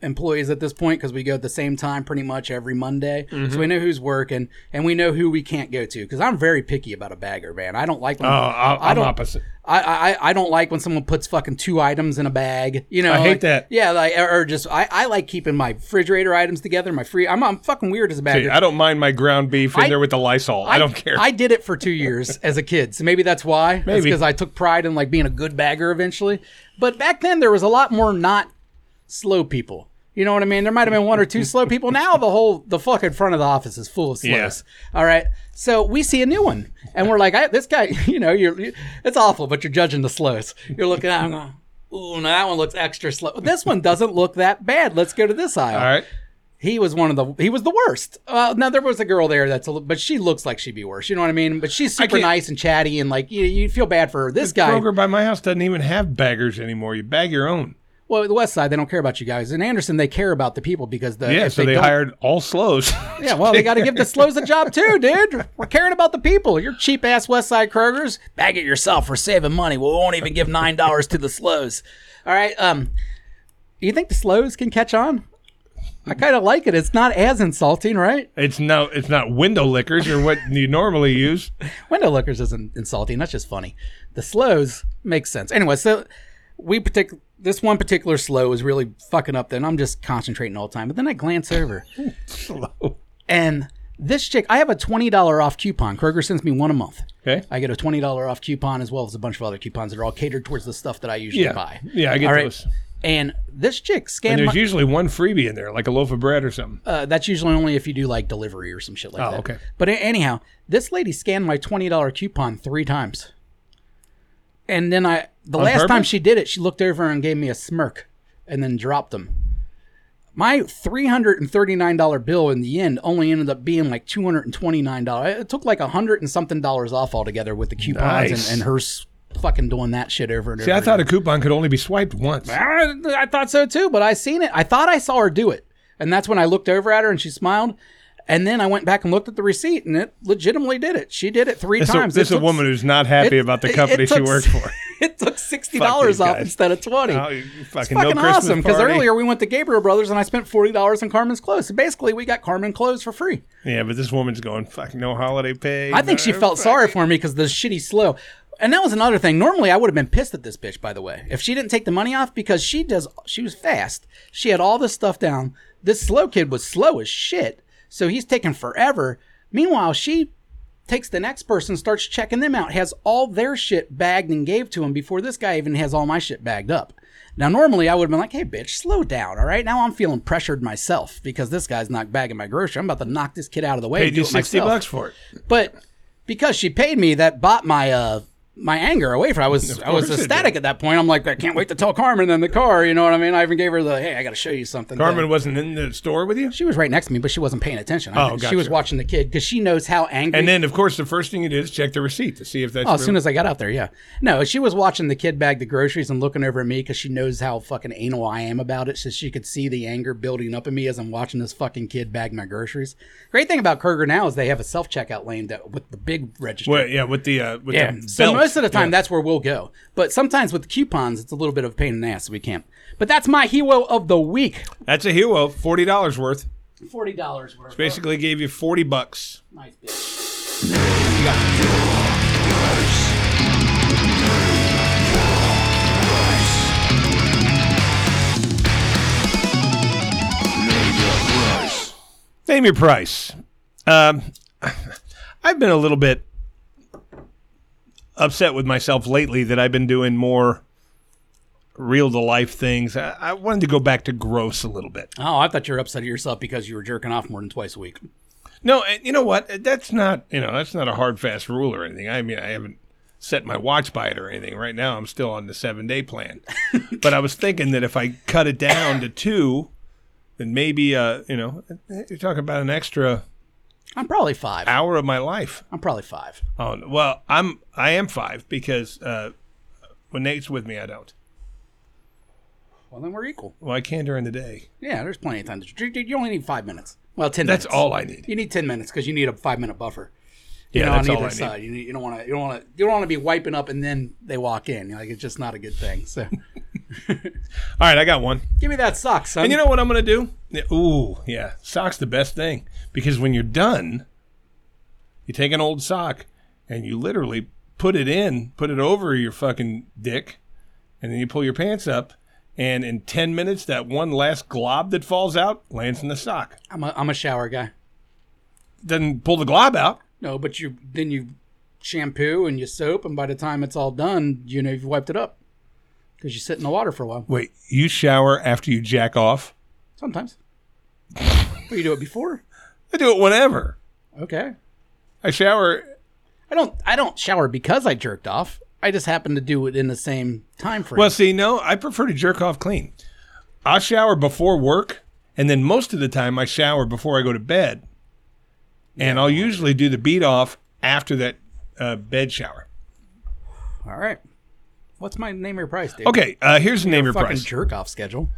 Speaker 1: employees at this point because we go at the same time pretty much every Monday.
Speaker 2: Mm-hmm.
Speaker 1: So we know who's working and we know who we can't go to because I'm very picky about a bagger, man. I don't like when
Speaker 2: Oh, I-
Speaker 1: I
Speaker 2: I'm
Speaker 1: don't-
Speaker 2: opposite.
Speaker 1: I, I I don't like when someone puts fucking two items in a bag. You know,
Speaker 2: I hate
Speaker 1: like-
Speaker 2: that.
Speaker 1: Yeah, like or, or just I, I like keeping my refrigerator items together. My free I'm, I'm fucking weird as a bagger.
Speaker 2: Hey, I don't mind my ground beef in
Speaker 1: I-
Speaker 2: there with the Lysol. I, don't care.
Speaker 1: I did it for two years as a kid, so maybe that's why. Maybe
Speaker 2: Maybe.
Speaker 1: because I took pride in like being a good bagger eventually. But back then there was a lot more not slow people. You know what I mean? There might have been one or two slow people. Now the whole the fucking front of the office is full of slows.
Speaker 2: Yeah.
Speaker 1: All right, so we see a new one, and we're like, I, this guy, you know, you're you- it's awful, but you're judging the slows. You're looking at. Him, going, Ooh, now that one looks extra slow. This one doesn't look that bad. Let's go to this aisle
Speaker 2: all right.
Speaker 1: he was one of the he was the worst. Uh, now there was a girl there that's a, li- but she looks like she'd be worse. You know what I mean? But she's super
Speaker 2: can't-
Speaker 1: nice and chatty and like you, you feel bad for her. This guy,
Speaker 2: Kroger by my house doesn't even have baggers anymore. You bag your own.
Speaker 1: Well, the West Side, they don't care about you guys. In Anderson, they care about the people because the
Speaker 2: Yeah,
Speaker 1: if
Speaker 2: so they,
Speaker 1: don't-
Speaker 2: hired all slows.
Speaker 1: Yeah, well, they got to give the slows a job too, dude. We're caring about the people. Your cheap ass West Side Krogers, bag it yourself. We're saving money. We won't even give nine dollars to the slows. All right. Um, you think the slows can catch on? I kind of like it. It's not as insulting, right?
Speaker 2: it's no, it's not window lickers or what you normally use.
Speaker 1: Window lookers isn't insulting. That's just funny. The slows makes sense. Anyway, so we particular this one particular slow is really fucking up. Then I'm just concentrating all the time. But then I glance over, and this chick. I have a twenty dollar off coupon. Kroger sends me one a month.
Speaker 2: Okay.
Speaker 1: I get a twenty dollar off coupon as well as a bunch of other coupons that are all catered towards the stuff that I usually
Speaker 2: Yeah.
Speaker 1: buy.
Speaker 2: Yeah, I get
Speaker 1: All right?
Speaker 2: those.
Speaker 1: And this chick
Speaker 2: And
Speaker 1: scanned
Speaker 2: there's
Speaker 1: my,
Speaker 2: usually one freebie in there, like a loaf of bread or something.
Speaker 1: uh, that's usually only if you do like delivery or some shit like
Speaker 2: Oh,
Speaker 1: that.
Speaker 2: okay.
Speaker 1: But a- anyhow, this lady scanned my twenty dollar coupon three times, and then I the
Speaker 2: On
Speaker 1: last time
Speaker 2: purpose?
Speaker 1: she did it, she looked over and gave me a smirk, and then dropped them. My three hundred and thirty nine dollar bill in the end only ended up being like two hundred and twenty nine dollars. It took like a hundred and something dollars off altogether with the coupons
Speaker 2: Nice.
Speaker 1: and, and her s- fucking doing that shit over and over.
Speaker 2: See, I
Speaker 1: again.
Speaker 2: thought a coupon could only be swiped once.
Speaker 1: I, I thought so too, but I seen it. I thought I saw her do it, and that's when I looked over at her and she smiled. And then I went back and looked at the receipt, and it legitimately did it. She did it three
Speaker 2: This,
Speaker 1: times.
Speaker 2: a, this
Speaker 1: It
Speaker 2: a
Speaker 1: took-
Speaker 2: woman who's not happy
Speaker 1: it-
Speaker 2: about the
Speaker 1: it-
Speaker 2: company
Speaker 1: it took-
Speaker 2: she works for.
Speaker 1: It took sixty dollars
Speaker 2: these
Speaker 1: off
Speaker 2: guys.
Speaker 1: instead of twenty.
Speaker 2: Oh, you
Speaker 1: it's
Speaker 2: fucking no
Speaker 1: fucking
Speaker 2: Christmas
Speaker 1: awesome because
Speaker 2: party.
Speaker 1: earlier we went to Gabriel Brothers and I spent forty dollars on Carmen's clothes. So basically, we got Carmen clothes for free.
Speaker 2: Yeah, but this woman's going fucking no holiday pay.
Speaker 1: I think she
Speaker 2: no
Speaker 1: felt
Speaker 2: fucking-
Speaker 1: sorry for me because the shitty slow. And that was another thing. Normally, I would have been pissed at this bitch. By the way, if she didn't take the money off because she does, she was fast. She had all this stuff down. This slow kid was slow as shit, so he's taking forever. Meanwhile, she takes the next person, starts checking them out, has all their shit bagged and gave to him before this guy even has all my shit bagged up. Now, normally I would have been like, hey, bitch, slow down, all right? Now I'm feeling pressured myself because this guy's not bagging my grocery. I'm about to knock this kid out of the way. and
Speaker 2: Paid
Speaker 1: do
Speaker 2: you
Speaker 1: it
Speaker 2: sixty
Speaker 1: myself.
Speaker 2: bucks for it.
Speaker 1: But because she paid me, that bought my uh my anger away from. I was I was
Speaker 2: course it
Speaker 1: ecstatic at that point. I'm like, I can't wait to tell Carmen in the car. You know what I mean? I even gave her the hey, I got to show you something.
Speaker 2: Carmen
Speaker 1: thing.
Speaker 2: wasn't in the store with you.
Speaker 1: she was right next to me, but she wasn't paying attention. I
Speaker 2: Oh,
Speaker 1: think she
Speaker 2: gotcha.
Speaker 1: was watching the kid because she knows how angry.
Speaker 2: And then, of course, the first thing you did is check the receipt to see if that's.
Speaker 1: Oh, as soon
Speaker 2: real-
Speaker 1: as I got out there, yeah. No, she was watching the kid bag the groceries and looking over at me because she knows how fucking anal I am about it, so she could see the anger building up in me as I'm watching this fucking kid bag my groceries. Great thing about Kroger now is they have a self checkout lane that with the big register.
Speaker 2: Well, yeah, with the uh, with
Speaker 1: Yeah.
Speaker 2: the
Speaker 1: Mm. So
Speaker 2: belt.
Speaker 1: most of the time,
Speaker 2: Yeah.
Speaker 1: that's where we'll go. But sometimes with coupons, it's a little bit of a pain in the ass. So we can't. But that's my hero of the week.
Speaker 2: that's a hero, forty dollars worth.
Speaker 1: Forty dollars worth.
Speaker 2: Basically, gave you forty bucks.
Speaker 1: Nice bitch.
Speaker 2: Name your price. Um, I've been a little bit upset with myself lately that I've been doing more real to life things. I, I wanted to go back to gross a little bit.
Speaker 1: Oh, I thought you were upset at yourself because you were jerking off more than twice a week.
Speaker 2: No, and you know what? That's not you know that's not a hard fast rule or anything. I mean, I haven't set my watch by it or anything. Right now, I'm still on the seven day plan. but I was thinking that if I cut it down to two, then maybe uh you know you're talking about an extra
Speaker 1: I'm probably five.
Speaker 2: hour of my life.
Speaker 1: I'm probably five.
Speaker 2: Oh no. well, I'm I am five because uh, when Nate's with me, I don't.
Speaker 1: Well, then we're equal.
Speaker 2: Well, I can during the day.
Speaker 1: Yeah, there's plenty of time. to- Dude, dude, you only need five minutes. Well, ten.
Speaker 2: That's
Speaker 1: minutes.
Speaker 2: all I need.
Speaker 1: You need ten minutes because you need a five minute buffer. You
Speaker 2: Yeah,
Speaker 1: know,
Speaker 2: that's
Speaker 1: on
Speaker 2: all
Speaker 1: either
Speaker 2: I need.
Speaker 1: side, you, need, you don't want to. You don't want to. You don't want to be wiping up and then they walk in. Like it's just not a good thing. So,
Speaker 2: All right, I got one.
Speaker 1: give me that sock, son.
Speaker 2: And you know what I'm gonna do? Yeah, Ooh, yeah, sock's the best thing because when you're done, you take an old sock and you literally put it in, put it over your fucking dick, and then you pull your pants up. And in ten minutes, that one last glob that falls out lands in the sock.
Speaker 1: I'm a, I'm a shower guy.
Speaker 2: Doesn't pull the glob out.
Speaker 1: No, but you then you shampoo and you soap, and by the time it's all done, you know you've wiped it up because you sit in the water for a while.
Speaker 2: Wait, you shower after you jack off?
Speaker 1: Sometimes, but you do it before.
Speaker 2: I do it whenever.
Speaker 1: Okay,
Speaker 2: I shower.
Speaker 1: I don't I don't shower because I jerked off. I just happen to do it in the same time frame.
Speaker 2: Well, see, no, I prefer to jerk off clean. I shower before work, and then most of the time I shower before I go to bed. And I'll usually do the beat off after that uh, bed shower.
Speaker 1: all right. What's my name or price, dude?
Speaker 2: Okay, uh, here's the name your
Speaker 1: Fucking
Speaker 2: price.
Speaker 1: jerk off schedule.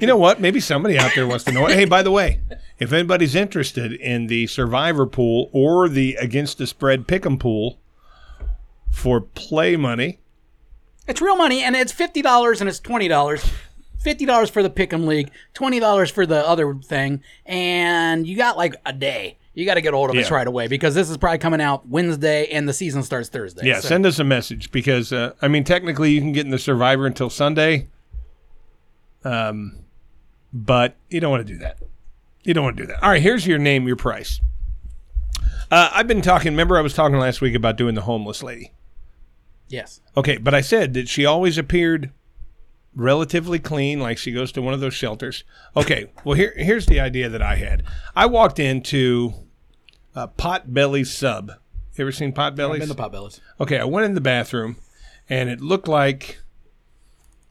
Speaker 2: You know what? Maybe somebody out there wants to know it. Hey, by the way, if anybody's interested in the survivor pool or the against the spread pick'em pool for play money,
Speaker 1: It's real money, and it's fifty dollars, and it's twenty dollars. Fifty dollars for the Pick'em League, twenty dollars for the other thing, and you got like a day. You got to get hold of us
Speaker 2: Yeah.
Speaker 1: right away because this is probably coming out Wednesday, and the season starts Thursday.
Speaker 2: yeah,
Speaker 1: So-
Speaker 2: send us a message because uh, I mean, technically, you can get in the survivor until Sunday, um, but you don't want to do that. You don't want to do that. All right, here's your name, your price. Uh, I've been talking. Remember, I was talking last week about doing the homeless lady.
Speaker 1: yes.
Speaker 2: Okay, but I said that she always appeared relatively clean, like she goes to one of those shelters. Okay, well here here's the idea that I had. I walked into a Potbelly Sub. You ever seen Potbelly?
Speaker 1: Been the Potbellies.
Speaker 2: Okay, I went in the bathroom, and it looked like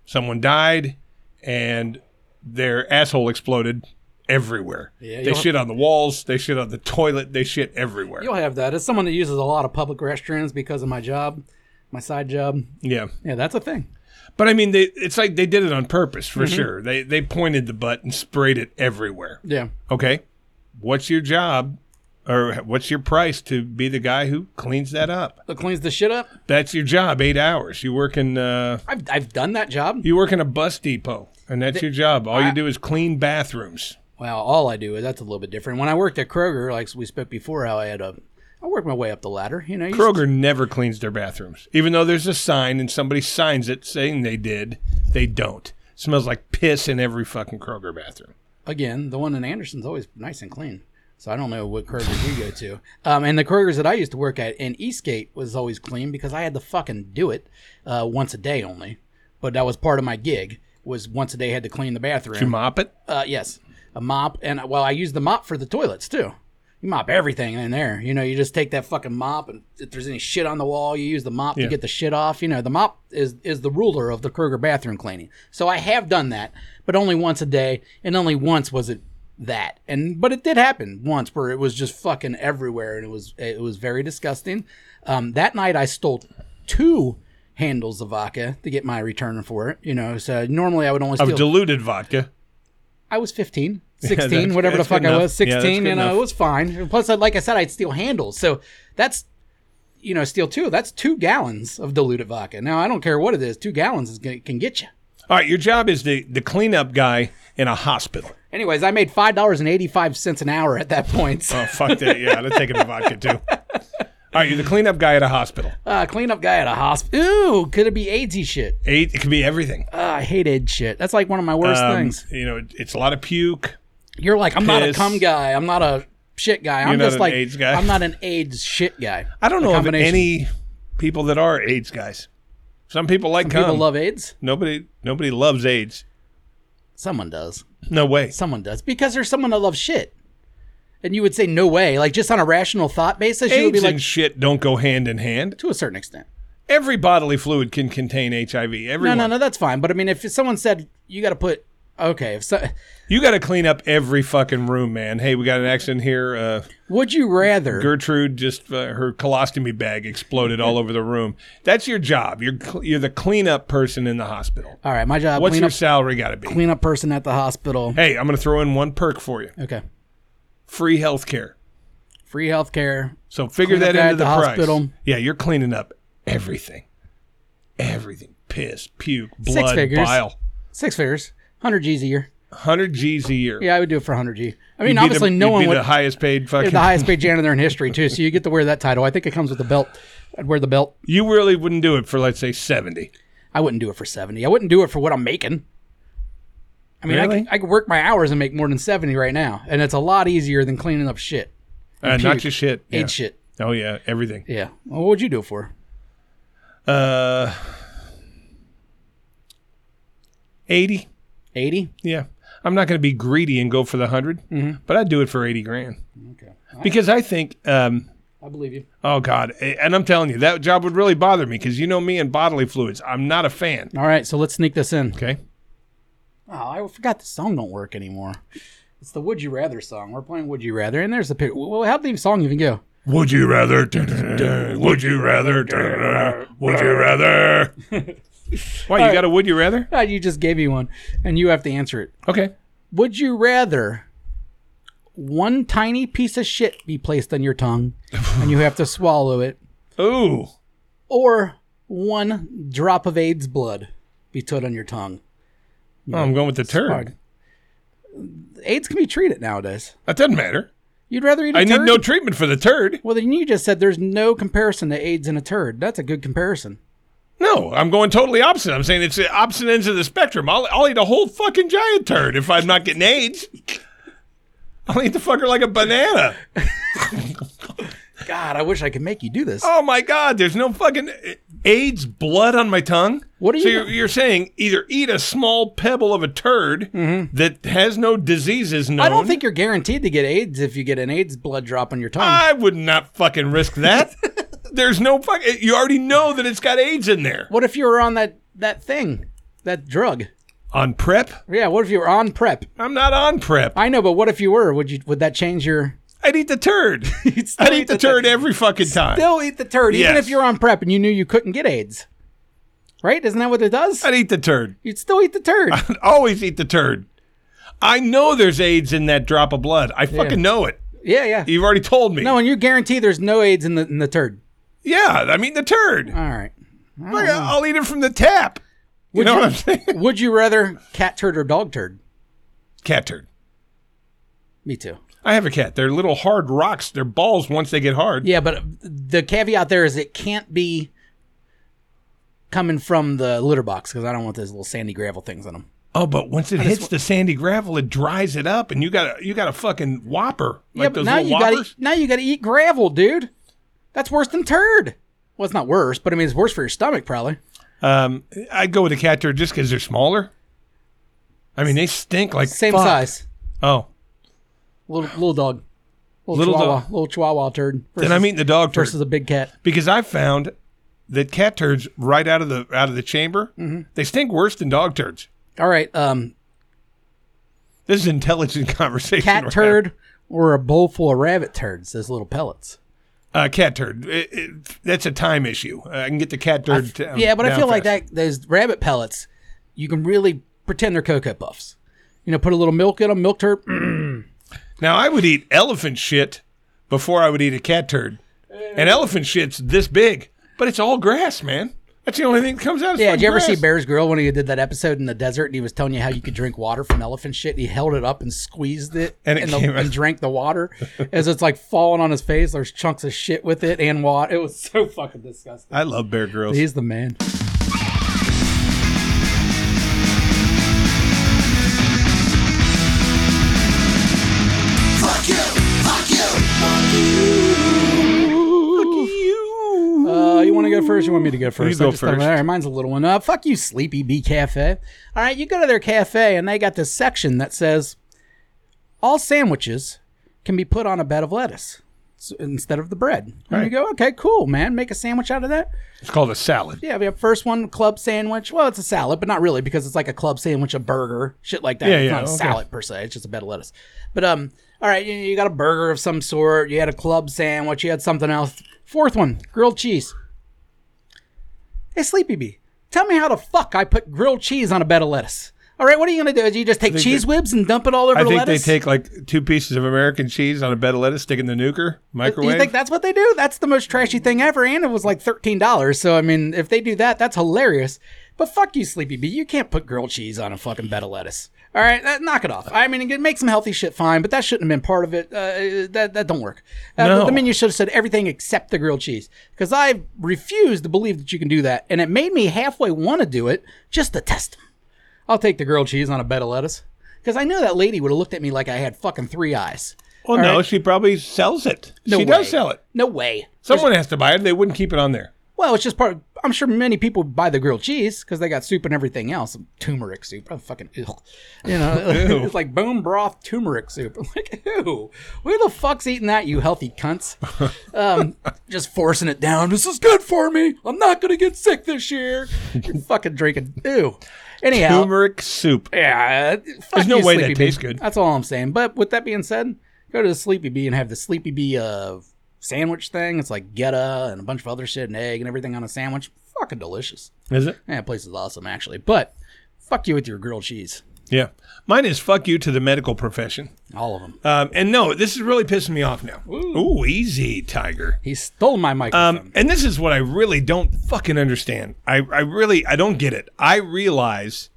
Speaker 2: someone died, and their asshole exploded everywhere.
Speaker 1: Yeah,
Speaker 2: they
Speaker 1: you'll-
Speaker 2: shit on the walls. They shit on the toilet. They shit everywhere.
Speaker 1: You'll have that. As someone that uses a lot of public restrooms because of my job, my side job,
Speaker 2: Yeah.
Speaker 1: yeah, that's a thing.
Speaker 2: But I mean, they, it's like they did it on purpose for
Speaker 1: Mm-hmm.
Speaker 2: sure. They they pointed the butt and sprayed it everywhere.
Speaker 1: Yeah.
Speaker 2: Okay, what's your job, or what's your price to be the guy who cleans that up?
Speaker 1: It cleans the shit up.
Speaker 2: That's your job. Eight hours. You work in uh,
Speaker 1: I've, I've done that job.
Speaker 2: you work in a bus depot, and that's your job. All you do is clean bathrooms.
Speaker 1: Well, all I do is that's a little bit different. When I worked at Kroger, like we spoke before, how I had a, I worked my way up the ladder. You know, you
Speaker 2: Kroger never cleans their bathrooms, even though there's a sign and somebody signs it saying they did. They don't. smells like piss in every fucking Kroger bathroom.
Speaker 1: again, the one in Anderson's always nice and clean. So I don't know what Kroger you go to. Um, and the Kroger's that I used to work at in Eastgate was always clean because I had to fucking do it uh, once a day only. But that was part of my gig was once a day had to clean the
Speaker 2: You
Speaker 1: bathroom.
Speaker 2: mop it.
Speaker 1: Uh, yes, a mop, and well, I used the mop for the toilets too. You mop everything in there. You know, you just take that fucking mop, and if there's any shit on the wall, you use the mop
Speaker 2: Yeah.
Speaker 1: to get the shit off. You know, the mop is is the ruler of the Kroger bathroom cleaning. So I have done that, but only once a day, and only once was it that. And but it did happen once where it was just fucking everywhere, and it was it was very disgusting. Um, that night I stole two handles of vodka to get my return for it. You know, so normally I would only steal.
Speaker 2: Of diluted vodka.
Speaker 1: I was 15,
Speaker 2: Yeah,
Speaker 1: 16,
Speaker 2: that's-
Speaker 1: whatever the
Speaker 2: that's
Speaker 1: fuck
Speaker 2: good
Speaker 1: I
Speaker 2: enough.
Speaker 1: was,
Speaker 2: Yeah, that's
Speaker 1: 16,
Speaker 2: good
Speaker 1: and uh,
Speaker 2: enough.
Speaker 1: it was fine. Plus, I- like I said, I'd steal handles. So that's, you know, steal two. That's two gallons of diluted vodka. Now, I don't care what it is, two gallons is gonna, can get you.
Speaker 2: All right, your job is the the cleanup guy in a hospital.
Speaker 1: Anyways, I made $5.85 an hour at that point.
Speaker 2: Oh fuck that! Yeah, I'd have taken the vodka too. All right, you're the cleanup guy at a hospital.
Speaker 1: Uh, cleanup guy at a hospital. Ooh, could it be AIDSy shit?
Speaker 2: Eight, it could be everything.
Speaker 1: Uh, I hate AIDS shit. That's like one of my worst
Speaker 2: Um,
Speaker 1: things.
Speaker 2: You know, it- it's a lot of puke.
Speaker 1: You're like, I'm not a
Speaker 2: piss.
Speaker 1: cum guy. I'm not a shit guy. I'm
Speaker 2: not
Speaker 1: just
Speaker 2: an
Speaker 1: like,
Speaker 2: AIDS guy.
Speaker 1: I'm not an AIDS shit guy.
Speaker 2: I don't
Speaker 1: The
Speaker 2: know of
Speaker 1: combination.
Speaker 2: any people that are AIDS guys. Some people like cum.
Speaker 1: People love AIDS.
Speaker 2: nobody. Nobody loves AIDS.
Speaker 1: Someone does.
Speaker 2: No way.
Speaker 1: Someone does because there's someone that loves shit. And you would say no way, like just on a rational thought basis, you would be
Speaker 2: AIDS
Speaker 1: like
Speaker 2: and shit don't go hand in hand.
Speaker 1: to a certain extent.
Speaker 2: Every bodily fluid can contain HIV.
Speaker 1: No,
Speaker 2: Everyone.
Speaker 1: no, no, that's fine. But I mean, if someone said you got to put okay, if so,
Speaker 2: You got to clean up every fucking room, man. Hey, we got an accident here. Uh,
Speaker 1: would you rather?
Speaker 2: Gertrude just uh, her colostomy bag exploded all over the room. That's your job. You're cl- you're the cleanup person in the hospital.
Speaker 1: All right, my job
Speaker 2: What's
Speaker 1: clean
Speaker 2: your
Speaker 1: up
Speaker 2: salary got to be?
Speaker 1: clean up person at the hospital.
Speaker 2: hey, I'm going to throw in one perk for you:
Speaker 1: Okay,
Speaker 2: free health care.
Speaker 1: free health care.
Speaker 2: So figure
Speaker 1: Clean up
Speaker 2: that
Speaker 1: guy
Speaker 2: into
Speaker 1: at
Speaker 2: the,
Speaker 1: the
Speaker 2: price.
Speaker 1: hospital.
Speaker 2: Yeah, you're cleaning up everything, everything: piss, puke,
Speaker 1: Six
Speaker 2: blood,
Speaker 1: figures.
Speaker 2: bile.
Speaker 1: six figures, hundred G's a year.
Speaker 2: Hundred G's a year.
Speaker 1: Yeah, I would do it for hundred G. I
Speaker 2: You'd
Speaker 1: mean,
Speaker 2: be
Speaker 1: obviously,
Speaker 2: the,
Speaker 1: no
Speaker 2: you'd
Speaker 1: one
Speaker 2: be
Speaker 1: would.
Speaker 2: the highest paid
Speaker 1: you're
Speaker 2: fucking.
Speaker 1: the highest paid janitor in history too, so you get to wear that title. I think it comes with the belt. I'd wear the belt.
Speaker 2: you really wouldn't do it for let's say seventy.
Speaker 1: I wouldn't do it for 70. I wouldn't do it for what I'm making. I mean, I,
Speaker 2: Really?
Speaker 1: could, I could work my hours and make more than 70 right now. And it's a lot easier than cleaning up shit.
Speaker 2: Uh, not
Speaker 1: Puke.
Speaker 2: just shit. Yeah.
Speaker 1: AIDS shit.
Speaker 2: Oh yeah, everything.
Speaker 1: Yeah. Well, what would you do it for?
Speaker 2: Uh, eighty.
Speaker 1: 80?
Speaker 2: Yeah, I'm not going to be greedy and go for the 100 but I'd do it for eighty grand.
Speaker 1: Mm-hmm. Okay.
Speaker 2: Because I think, um,
Speaker 1: I believe you.
Speaker 2: oh God, eh, and I'm telling you, that job would really bother me because you know me and bodily fluids. I'm not a fan.
Speaker 1: All right. So let's sneak this in.
Speaker 2: Okay,
Speaker 1: Oh, I forgot the song don't work anymore. It's the Would You Rather song. We're playing Would You Rather. And there's the pic. Well, how'd the song even go?
Speaker 2: Would you rather? Would you rather? Would you rather? Why you got a would you rather?
Speaker 1: Ah, you just gave me one, and you have to answer it.
Speaker 2: Okay.
Speaker 1: Would you rather one tiny piece of shit be placed on your tongue, and you have to swallow it,
Speaker 2: Ooh.
Speaker 1: or one drop of AIDS blood be put on your tongue?
Speaker 2: Oh, I'm going with the turd.
Speaker 1: Hard. AIDS can be treated nowadays.
Speaker 2: That doesn't matter.
Speaker 1: You'd rather eat a
Speaker 2: I need
Speaker 1: turd?
Speaker 2: no treatment for the turd.
Speaker 1: well, then you just said there's no comparison to AIDS and a turd. That's a good comparison.
Speaker 2: No, I'm going totally opposite. I'm saying it's the opposite ends of the spectrum. I'll, I'll eat a whole fucking giant turd if I'm not getting AIDS. I'll eat the fucker like a banana.
Speaker 1: God, I wish I could make you do this.
Speaker 2: Oh my God, there's no fucking AIDS blood on my tongue.
Speaker 1: What are
Speaker 2: So
Speaker 1: you-
Speaker 2: you're, you're saying either eat a small pebble of a turd that has no diseases known.
Speaker 1: Mm-hmm. I don't think you're guaranteed to get AIDS if you get an AIDS blood drop on your tongue.
Speaker 2: I would not fucking risk that. there's no fucking. You already know that it's got AIDS in there.
Speaker 1: what if you were on that that thing, that drug?
Speaker 2: On prep?
Speaker 1: Yeah. What if you were on prep?
Speaker 2: I'm not on prep.
Speaker 1: I know, but what if you were? Would you? Would that change your?
Speaker 2: I'd eat the turd.
Speaker 1: You'd still
Speaker 2: I'd eat the turd every fucking time.
Speaker 1: Still eat the turd, even
Speaker 2: Yes.
Speaker 1: if you're on prep and you knew you couldn't get AIDS. Right? Isn't that what it does?
Speaker 2: I'd eat the turd.
Speaker 1: You'd still eat the turd.
Speaker 2: I'd always eat the turd. I know there's AIDS in that drop of blood. I fucking know it.
Speaker 1: yeah, yeah.
Speaker 2: You've already told me.
Speaker 1: No, and you guarantee there's no AIDS in the in the turd.
Speaker 2: Yeah, I mean the turd.
Speaker 1: All right.
Speaker 2: Fuck, Oh, I'll eat it from the tap. You know what I'm saying?
Speaker 1: Would you rather cat turd or dog turd?
Speaker 2: Cat turd.
Speaker 1: Me too.
Speaker 2: I have a cat. They're little hard rocks. They're balls once they get hard.
Speaker 1: Yeah, but uh, the caveat there is it can't be coming from the litter box because I don't want those little sandy gravel things on them.
Speaker 2: Oh, but once it hits the sandy gravel, it dries it up, and you got a you got a fucking whopper like
Speaker 1: yeah,
Speaker 2: those
Speaker 1: but now
Speaker 2: little
Speaker 1: you got
Speaker 2: whoppers.
Speaker 1: to now you got to eat gravel, dude. That's worse than turd. Well, it's not worse, but I mean it's worse for your stomach probably.
Speaker 2: Um, I'd go with a cat turd just because they're smaller. I mean, they stink like
Speaker 1: Same
Speaker 2: fuck.
Speaker 1: size,
Speaker 2: Oh,
Speaker 1: little little dog, little,
Speaker 2: Little
Speaker 1: chihuahua,
Speaker 2: dog.
Speaker 1: little chihuahua turd. Versus,
Speaker 2: then I'm eating the dog turd
Speaker 1: versus a big cat.
Speaker 2: because I found that cat turds right out of the out of the chamber
Speaker 1: Mm-hmm.
Speaker 2: they stink worse than dog turds.
Speaker 1: All right, um,
Speaker 2: This is intelligent conversation.
Speaker 1: cat
Speaker 2: we're having.
Speaker 1: turd or a bowl full of rabbit turds, those little pellets.
Speaker 2: Uh, cat turd. It- it- that's a time issue. Uh, I can get the cat turd. down-
Speaker 1: yeah, but I
Speaker 2: down
Speaker 1: feel like
Speaker 2: fast.
Speaker 1: that those rabbit pellets, you can really pretend they're cocoa puffs. You know, put a little milk in them, milk turd.
Speaker 2: Mm, Now I would eat elephant shit before I would eat a cat turd, and elephant shit's this big, but it's all grass, man. That's the only thing that comes out. Is
Speaker 1: Yeah, did you ever
Speaker 2: fucking grass.
Speaker 1: see Bear's Grill when he did that episode in the desert and he was telling you how you could drink water from elephant shit? He held it up and squeezed it
Speaker 2: And it
Speaker 1: the-
Speaker 2: came out.
Speaker 1: and drank the water as it's like falling on his face. There's chunks of shit with it and water. It was so fucking disgusting.
Speaker 2: I love Bear Grylls.
Speaker 1: He's the man. Uh, you want to go first? You want me to go first?
Speaker 2: go
Speaker 1: I just thought,
Speaker 2: first.
Speaker 1: All right, mine's a little one. Uh, fuck you, Sleepy Bee Cafe. All right, you go to their cafe and they got this section that says all sandwiches can be put on a bed of lettuce s- instead of the bread. And you
Speaker 2: Right.
Speaker 1: go, okay, cool, man. Make a sandwich out of that.
Speaker 2: It's called a salad.
Speaker 1: Yeah, we have first one club sandwich. Well, it's a salad, but not really because it's like a club sandwich, a burger, shit like that.
Speaker 2: Yeah,
Speaker 1: it's
Speaker 2: yeah,
Speaker 1: not a
Speaker 2: okay.
Speaker 1: salad per se. It's just a bed of lettuce. But um, all right, you, you got a burger of some sort. You had a club sandwich. You had something else. Fourth one, grilled cheese. Hey, Sleepy Bee, tell me how the fuck I put grilled cheese on a bed of lettuce. All right, what are you gonna do? Do you just take cheese whips and dump it all over
Speaker 2: I
Speaker 1: the
Speaker 2: think
Speaker 1: lettuce?
Speaker 2: they take like two pieces of American cheese on a bed of lettuce, stick it in the nuker, microwave.
Speaker 1: You think that's what they do? That's the most trashy thing ever, and it was like thirteen dollars. So I mean, if they do that, that's hilarious. But fuck you, Sleepy Bee. You can't put grilled cheese on a fucking bed of lettuce. All right, that, knock it off. I mean, it makes some healthy shit fine, but that shouldn't have been part of it. Uh, that that don't work. Uh,
Speaker 2: No.
Speaker 1: The menu should have said everything except the grilled cheese, because I refuse to believe that you can do that, and it made me halfway want to do it just to test them. I'll take the grilled cheese on a bed of lettuce, because I know that lady would have looked at me like I had fucking three eyes.
Speaker 2: well,
Speaker 1: all
Speaker 2: no,
Speaker 1: right.
Speaker 2: she probably sells it.
Speaker 1: No
Speaker 2: she
Speaker 1: way.
Speaker 2: does sell it.
Speaker 1: No way.
Speaker 2: Someone has to buy it. They wouldn't keep it on there.
Speaker 1: Well, it's just part. Of, I'm sure many people buy the grilled cheese because they got soup and everything else. Turmeric soup, oh, fucking ugh. You know, it's like bone broth turmeric soup. I'm like, ew. Who the fuck's eating that? You healthy cunts. Um, just forcing it down. This is good for me. I'm not gonna get sick this year. You're fucking drinking. Ew. Anyhow,
Speaker 2: Turmeric soup.
Speaker 1: yeah. fuck
Speaker 2: There's no
Speaker 1: you,
Speaker 2: way
Speaker 1: Sleepy
Speaker 2: that
Speaker 1: Bee.
Speaker 2: tastes good.
Speaker 1: That's all I'm saying. But with that being said, go to the Sleepy Bee and have the Sleepy Bee uh, sandwich thing. It's like geta and a bunch of other shit, and egg and everything on a sandwich. Fucking delicious.
Speaker 2: Is it?
Speaker 1: Yeah, that place is awesome actually. But fuck you with your grilled cheese,
Speaker 2: Yeah. Mine is fuck you to the medical profession.
Speaker 1: all of them.
Speaker 2: Um, and no, this is really pissing me off now. Ooh, easy, Tiger.
Speaker 1: He stole my microphone.
Speaker 2: Um, and this is what I really don't fucking understand. I, I really I don't get it. I realize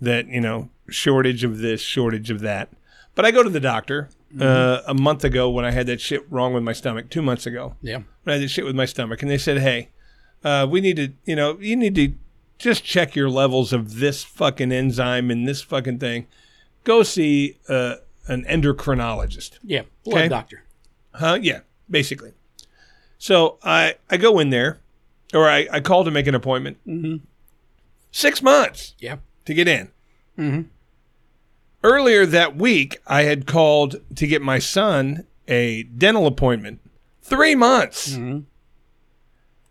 Speaker 2: that you know shortage of this, shortage of that. But I go to the doctor uh, a month ago when I had that shit wrong with my stomach. Two months ago,
Speaker 1: yeah.
Speaker 2: when I had this shit with my stomach, and they said, "Hey, uh, we need to, you know, you need to just check your levels of this fucking enzyme and this fucking thing. Go see uh, an endocrinologist."
Speaker 1: Yeah. Blood
Speaker 2: Okay.
Speaker 1: doctor.
Speaker 2: Huh? Yeah, basically. So I I go in there, or I, I call to make an appointment. Mm-hmm. Six months
Speaker 1: Yeah.
Speaker 2: to get in. Mm-hmm. Earlier that week, I had called to get my son a dental appointment. Three months.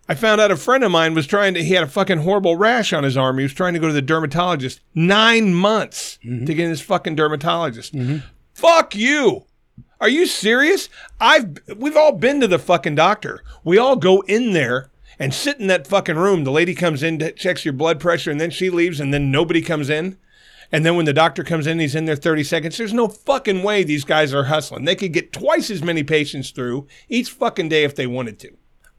Speaker 2: I found out a friend of mine was trying to, he had a fucking horrible rash on his arm. He was trying to go to the dermatologist. Nine months to get his fucking dermatologist. Fuck you. Are you serious? I've we've all been to the fucking doctor. We all go in there and sit in that fucking room. The lady comes in, t- checks your blood pressure, and then she leaves, and then nobody comes in. And then when the doctor comes in, he's in there 30 seconds. There's no fucking way these guys are hustling. They could get twice as many patients through each fucking day if they wanted to.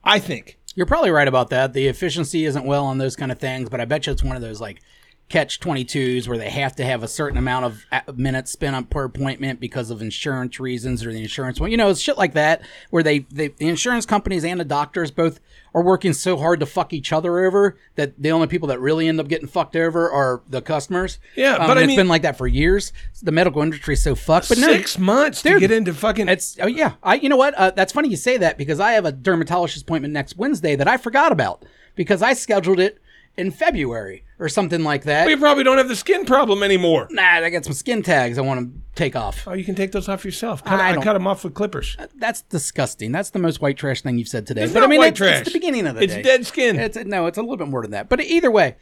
Speaker 2: I think.
Speaker 1: You're probably right about that. The efficiency isn't well on those kind of things, but I bet you it's one of those like catch 22s where they have to have a certain amount of a- minutes spent on per appointment because of insurance reasons or the insurance one. You know, it's shit like that where they, they the insurance companies and the doctors both are working so hard to fuck each other over that the only people that really end up getting fucked over are the customers.
Speaker 2: Yeah,
Speaker 1: Um,
Speaker 2: but
Speaker 1: and
Speaker 2: I
Speaker 1: it's
Speaker 2: mean-
Speaker 1: been like that for years. The medical industry's so fucked. But no,
Speaker 2: Six months to
Speaker 1: Dude,
Speaker 2: get into fucking.
Speaker 1: it's oh yeah. I you know what? Uh, that's funny you say that because I have a dermatologist appointment next Wednesday that I forgot about because I scheduled it in February or something like that.
Speaker 2: we probably don't have the skin problem anymore.
Speaker 1: nah, I got some skin tags I want to take off.
Speaker 2: Oh, you can take those off yourself. Cut,
Speaker 1: I
Speaker 2: I,
Speaker 1: don't-
Speaker 2: cut them off with clippers.
Speaker 1: That's disgusting. That's the most white trash thing you've said today.
Speaker 2: It's
Speaker 1: but
Speaker 2: not
Speaker 1: I mean,
Speaker 2: white
Speaker 1: it's,
Speaker 2: trash.
Speaker 1: it's the beginning of the
Speaker 2: It's
Speaker 1: day.
Speaker 2: dead skin.
Speaker 1: It's no, it's a little bit more than that. But either way,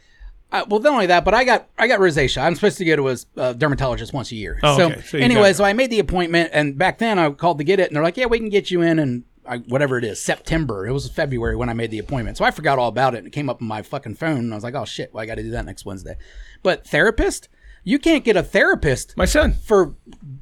Speaker 1: uh, well, not only that, but I got I got rosacea. I'm supposed to go to a uh, dermatologist once a year.
Speaker 2: Oh,
Speaker 1: so,
Speaker 2: okay. So you
Speaker 1: anyway,
Speaker 2: gotta
Speaker 1: so I made the appointment, and back then I called to get it, and they're like, "Yeah, we can get you in," and I, whatever it is, September. It was February when I made the appointment, so I forgot all about it, and it came up on my fucking phone, and I was like, "Oh shit, well, I got to do that next Wednesday." But therapist, you can't get a therapist
Speaker 2: My son.
Speaker 1: for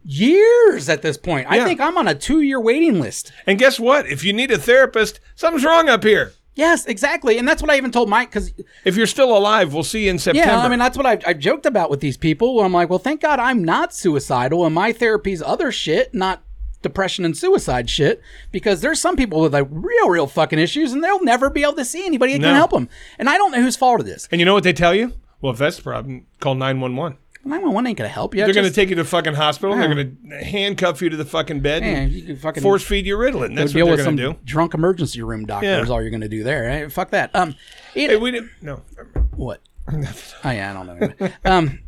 Speaker 1: years at this point. I
Speaker 2: Yeah.
Speaker 1: think I'm on a two year waiting list.
Speaker 2: And guess what? If you need a therapist, something's wrong up here.
Speaker 1: Yes, exactly, and that's what I even told Mike because
Speaker 2: If you're still alive, we'll see you in September.
Speaker 1: Yeah, I mean that's what I, I joked about with these people. Where I'm like, well, thank God I'm not suicidal, and my therapy's other shit, not depression and suicide shit. Because there's some people with like real, real fucking issues, and they'll never be able to see anybody that
Speaker 2: No.
Speaker 1: can help them. And I don't know whose fault it is.
Speaker 2: and you know what they tell you? Well, if that's the problem, call 911.
Speaker 1: Nine one one ain't gonna help you.
Speaker 2: They're going to
Speaker 1: Just-
Speaker 2: take you to the fucking hospital. They're going to handcuff you to the fucking bed
Speaker 1: Yeah,
Speaker 2: and
Speaker 1: you can fucking-
Speaker 2: force feed you Ritalin. That's
Speaker 1: deal
Speaker 2: what
Speaker 1: with
Speaker 2: they're
Speaker 1: some
Speaker 2: going to do.
Speaker 1: drunk emergency room doctor
Speaker 2: Yeah.
Speaker 1: is all you're gonna do there. eh? Fuck that. Um, you
Speaker 2: Hey,
Speaker 1: know-
Speaker 2: we didn't. No.
Speaker 1: what? oh yeah, I don't know. um,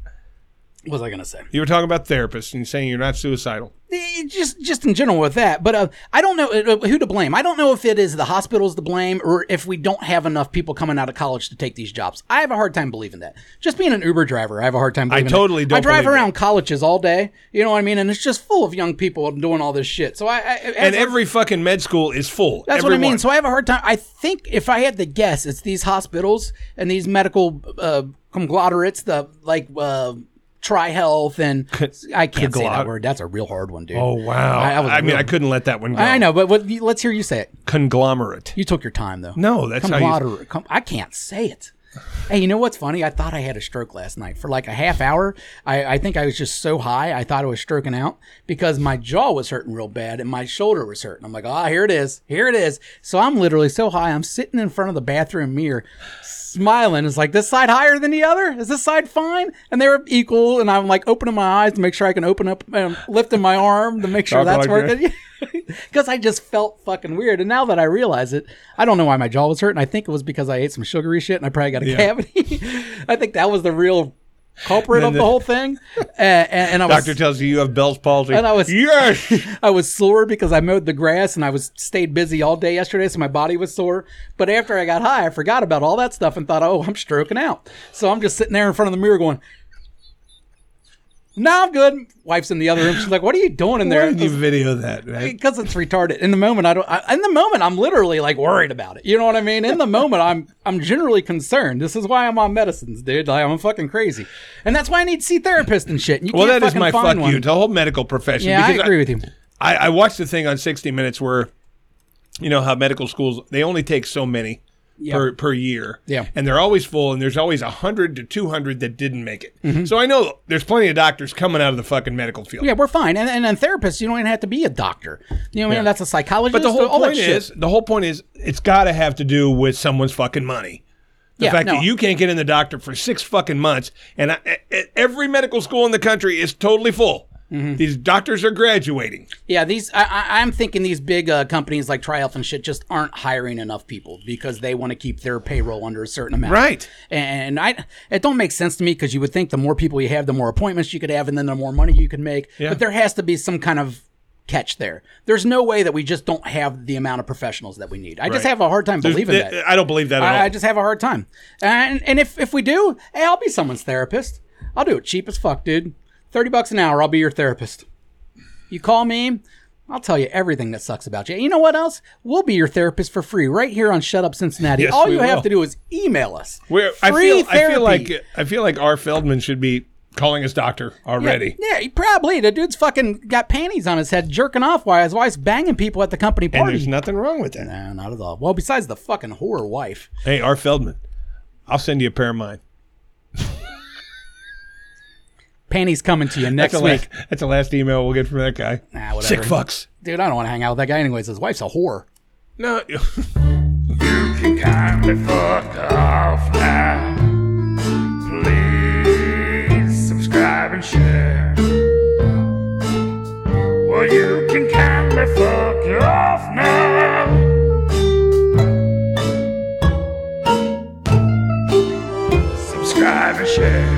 Speaker 1: what was I gonna say?
Speaker 2: You were talking about therapists and saying you're not suicidal.
Speaker 1: Eh, just just in general with that but uh, i don't know uh, who to blame i don't know if it is the hospitals to blame or if we don't have enough people coming out of college to take these jobs i have a hard time believing that just being an uber driver i have a hard time believing that.
Speaker 2: totally don't
Speaker 1: i drive
Speaker 2: believe
Speaker 1: around colleges all day you know what i mean and it's just full of young people doing all this shit so i, I
Speaker 2: And
Speaker 1: as a-
Speaker 2: every fucking med school is full.
Speaker 1: that's what I mean.
Speaker 2: Everyone.
Speaker 1: So I have a hard time. I think if I had to guess, it's these hospitals and these medical uh, conglomerates, the like uh, TriHealth and I can't say
Speaker 2: conglot-
Speaker 1: that word. That's a real hard one, dude.
Speaker 2: oh, wow.
Speaker 1: I,
Speaker 2: I,
Speaker 1: was
Speaker 2: mean,
Speaker 1: real-
Speaker 2: I couldn't let that one go.
Speaker 1: I know, but what, let's hear you say it.
Speaker 2: Conglomerate.
Speaker 1: You took your time though.
Speaker 2: No, that's how you-
Speaker 1: Camaraderie. Com- I can't say it. Hey, you know what's funny? I thought I had a stroke last night for like a half hour. I, I think I was just so high, I thought I was stroking out because my jaw was hurting real bad and my shoulder was hurting. I'm like, ah, here it is, here it is. So I'm literally so high, I'm sitting in front of the bathroom mirror, smiling. It's like this side higher than the other. Is this side fine? And they were equal. And I'm like opening my eyes to make sure I can open up, um, lifting my arm to make sure that's
Speaker 4: Talking like that.
Speaker 1: working. because I just felt fucking weird. And now that I realize it, I don't know why my jaw was hurting. I think it was because I ate some sugary shit and I probably got a cavity. I think that was the real culprit
Speaker 2: Then
Speaker 1: of the,
Speaker 2: the-
Speaker 1: whole thing. And, and, and I was
Speaker 2: Doctor tells you you have Bell's palsy.
Speaker 1: And I was-
Speaker 2: yes.
Speaker 1: I was sore because I mowed the grass and I was stayed busy all day yesterday, so my body was sore. But after I got high, I forgot about all that stuff and thought, oh, I'm stroking out. So I'm just sitting there in front of the mirror going. No, I'm good. Wife's in the other room. She's like, "What are you doing in
Speaker 2: Why
Speaker 1: there?"
Speaker 2: did you video that, man?
Speaker 1: because it's retarded. In the moment, I don't. I, in the moment, I'm literally like worried about it. You know what I mean? In the moment, I'm I'm generally concerned. This is why I'm on medicines, dude. Like I'm fucking crazy, and that's why I need to see therapists and shit. And you
Speaker 2: Well,
Speaker 1: can't
Speaker 2: that is
Speaker 1: fucking
Speaker 2: my
Speaker 1: find
Speaker 2: fuck
Speaker 1: one.
Speaker 2: you to the whole medical profession.
Speaker 1: Yeah, I
Speaker 2: because
Speaker 1: agree with you.
Speaker 2: I, I watched the thing on 60 Minutes where, you know, how medical schools, they only take so many per, per year.
Speaker 1: Yeah.
Speaker 2: And they're always full, and there's always 100 to 200 that didn't make it. So I know there's plenty of doctors coming out of the fucking medical field.
Speaker 1: Mm-hmm. Yeah, we're fine. And and, and therapists, you don't even have to be a doctor. You know what I mean?
Speaker 2: Yeah.
Speaker 1: That's a psychologist.
Speaker 2: But the whole
Speaker 1: all that
Speaker 2: point
Speaker 1: shit.
Speaker 2: is, the whole point is, it's got to have to do with someone's fucking money. The
Speaker 1: Yeah,
Speaker 2: fact
Speaker 1: no.
Speaker 2: that you can't get in the doctor for six fucking months, and I, e- e- every medical school in the country is totally full.
Speaker 1: Mm-hmm.
Speaker 2: These doctors are graduating.
Speaker 1: Yeah, these I, I, I'm thinking these big uh, companies like Triumph and shit just aren't hiring enough people because they want to keep their payroll under a certain amount.
Speaker 2: Right.
Speaker 1: And I it don't make sense to me because you would think the more people you have, the more appointments you could have, and then the more money you can make.
Speaker 2: Yeah.
Speaker 1: But there has to be some kind of catch there. There's no way that we just don't have the amount of professionals that we need. I just
Speaker 2: Right.
Speaker 1: have a hard time
Speaker 2: There's-
Speaker 1: believing
Speaker 2: th-
Speaker 1: that.
Speaker 2: I don't believe that at
Speaker 1: I,
Speaker 2: all.
Speaker 1: I just have a hard time. And and if if we do, hey, I'll be someone's therapist. I'll do it cheap as fuck, dude. Thirty bucks an hour. I'll be your therapist. You call me. I'll tell you everything that sucks about you. And You know what else? We'll be your therapist for free right here on Shut Up Cincinnati.
Speaker 2: Yes,
Speaker 1: All
Speaker 2: we
Speaker 1: you have
Speaker 2: will.
Speaker 1: to do is email us.
Speaker 2: Where I
Speaker 1: Free
Speaker 2: feel, I feel
Speaker 1: therapy.
Speaker 2: like I feel like R. Feldman should be calling his doctor already.
Speaker 1: Yeah, yeah, he probably. The dude's fucking got panties on his head, jerking off while his wife's banging people at the company
Speaker 2: And there's
Speaker 1: party.
Speaker 2: nothing wrong with that.
Speaker 1: Nah, not at all. Well, besides the fucking whore wife.
Speaker 2: Hey, R. Feldman, I'll send you a pair of mine.
Speaker 1: Panties coming to you next
Speaker 2: that's the
Speaker 1: week.
Speaker 2: Last, that's the last email we'll get from that guy.
Speaker 1: Nah, whatever.
Speaker 2: Sick fucks.
Speaker 1: Dude, I don't want to hang out with that guy anyways. His wife's a whore.
Speaker 2: No.
Speaker 10: You can kindly fuck off now. Please subscribe and share. Well, you can kindly fuck off now. Subscribe and share.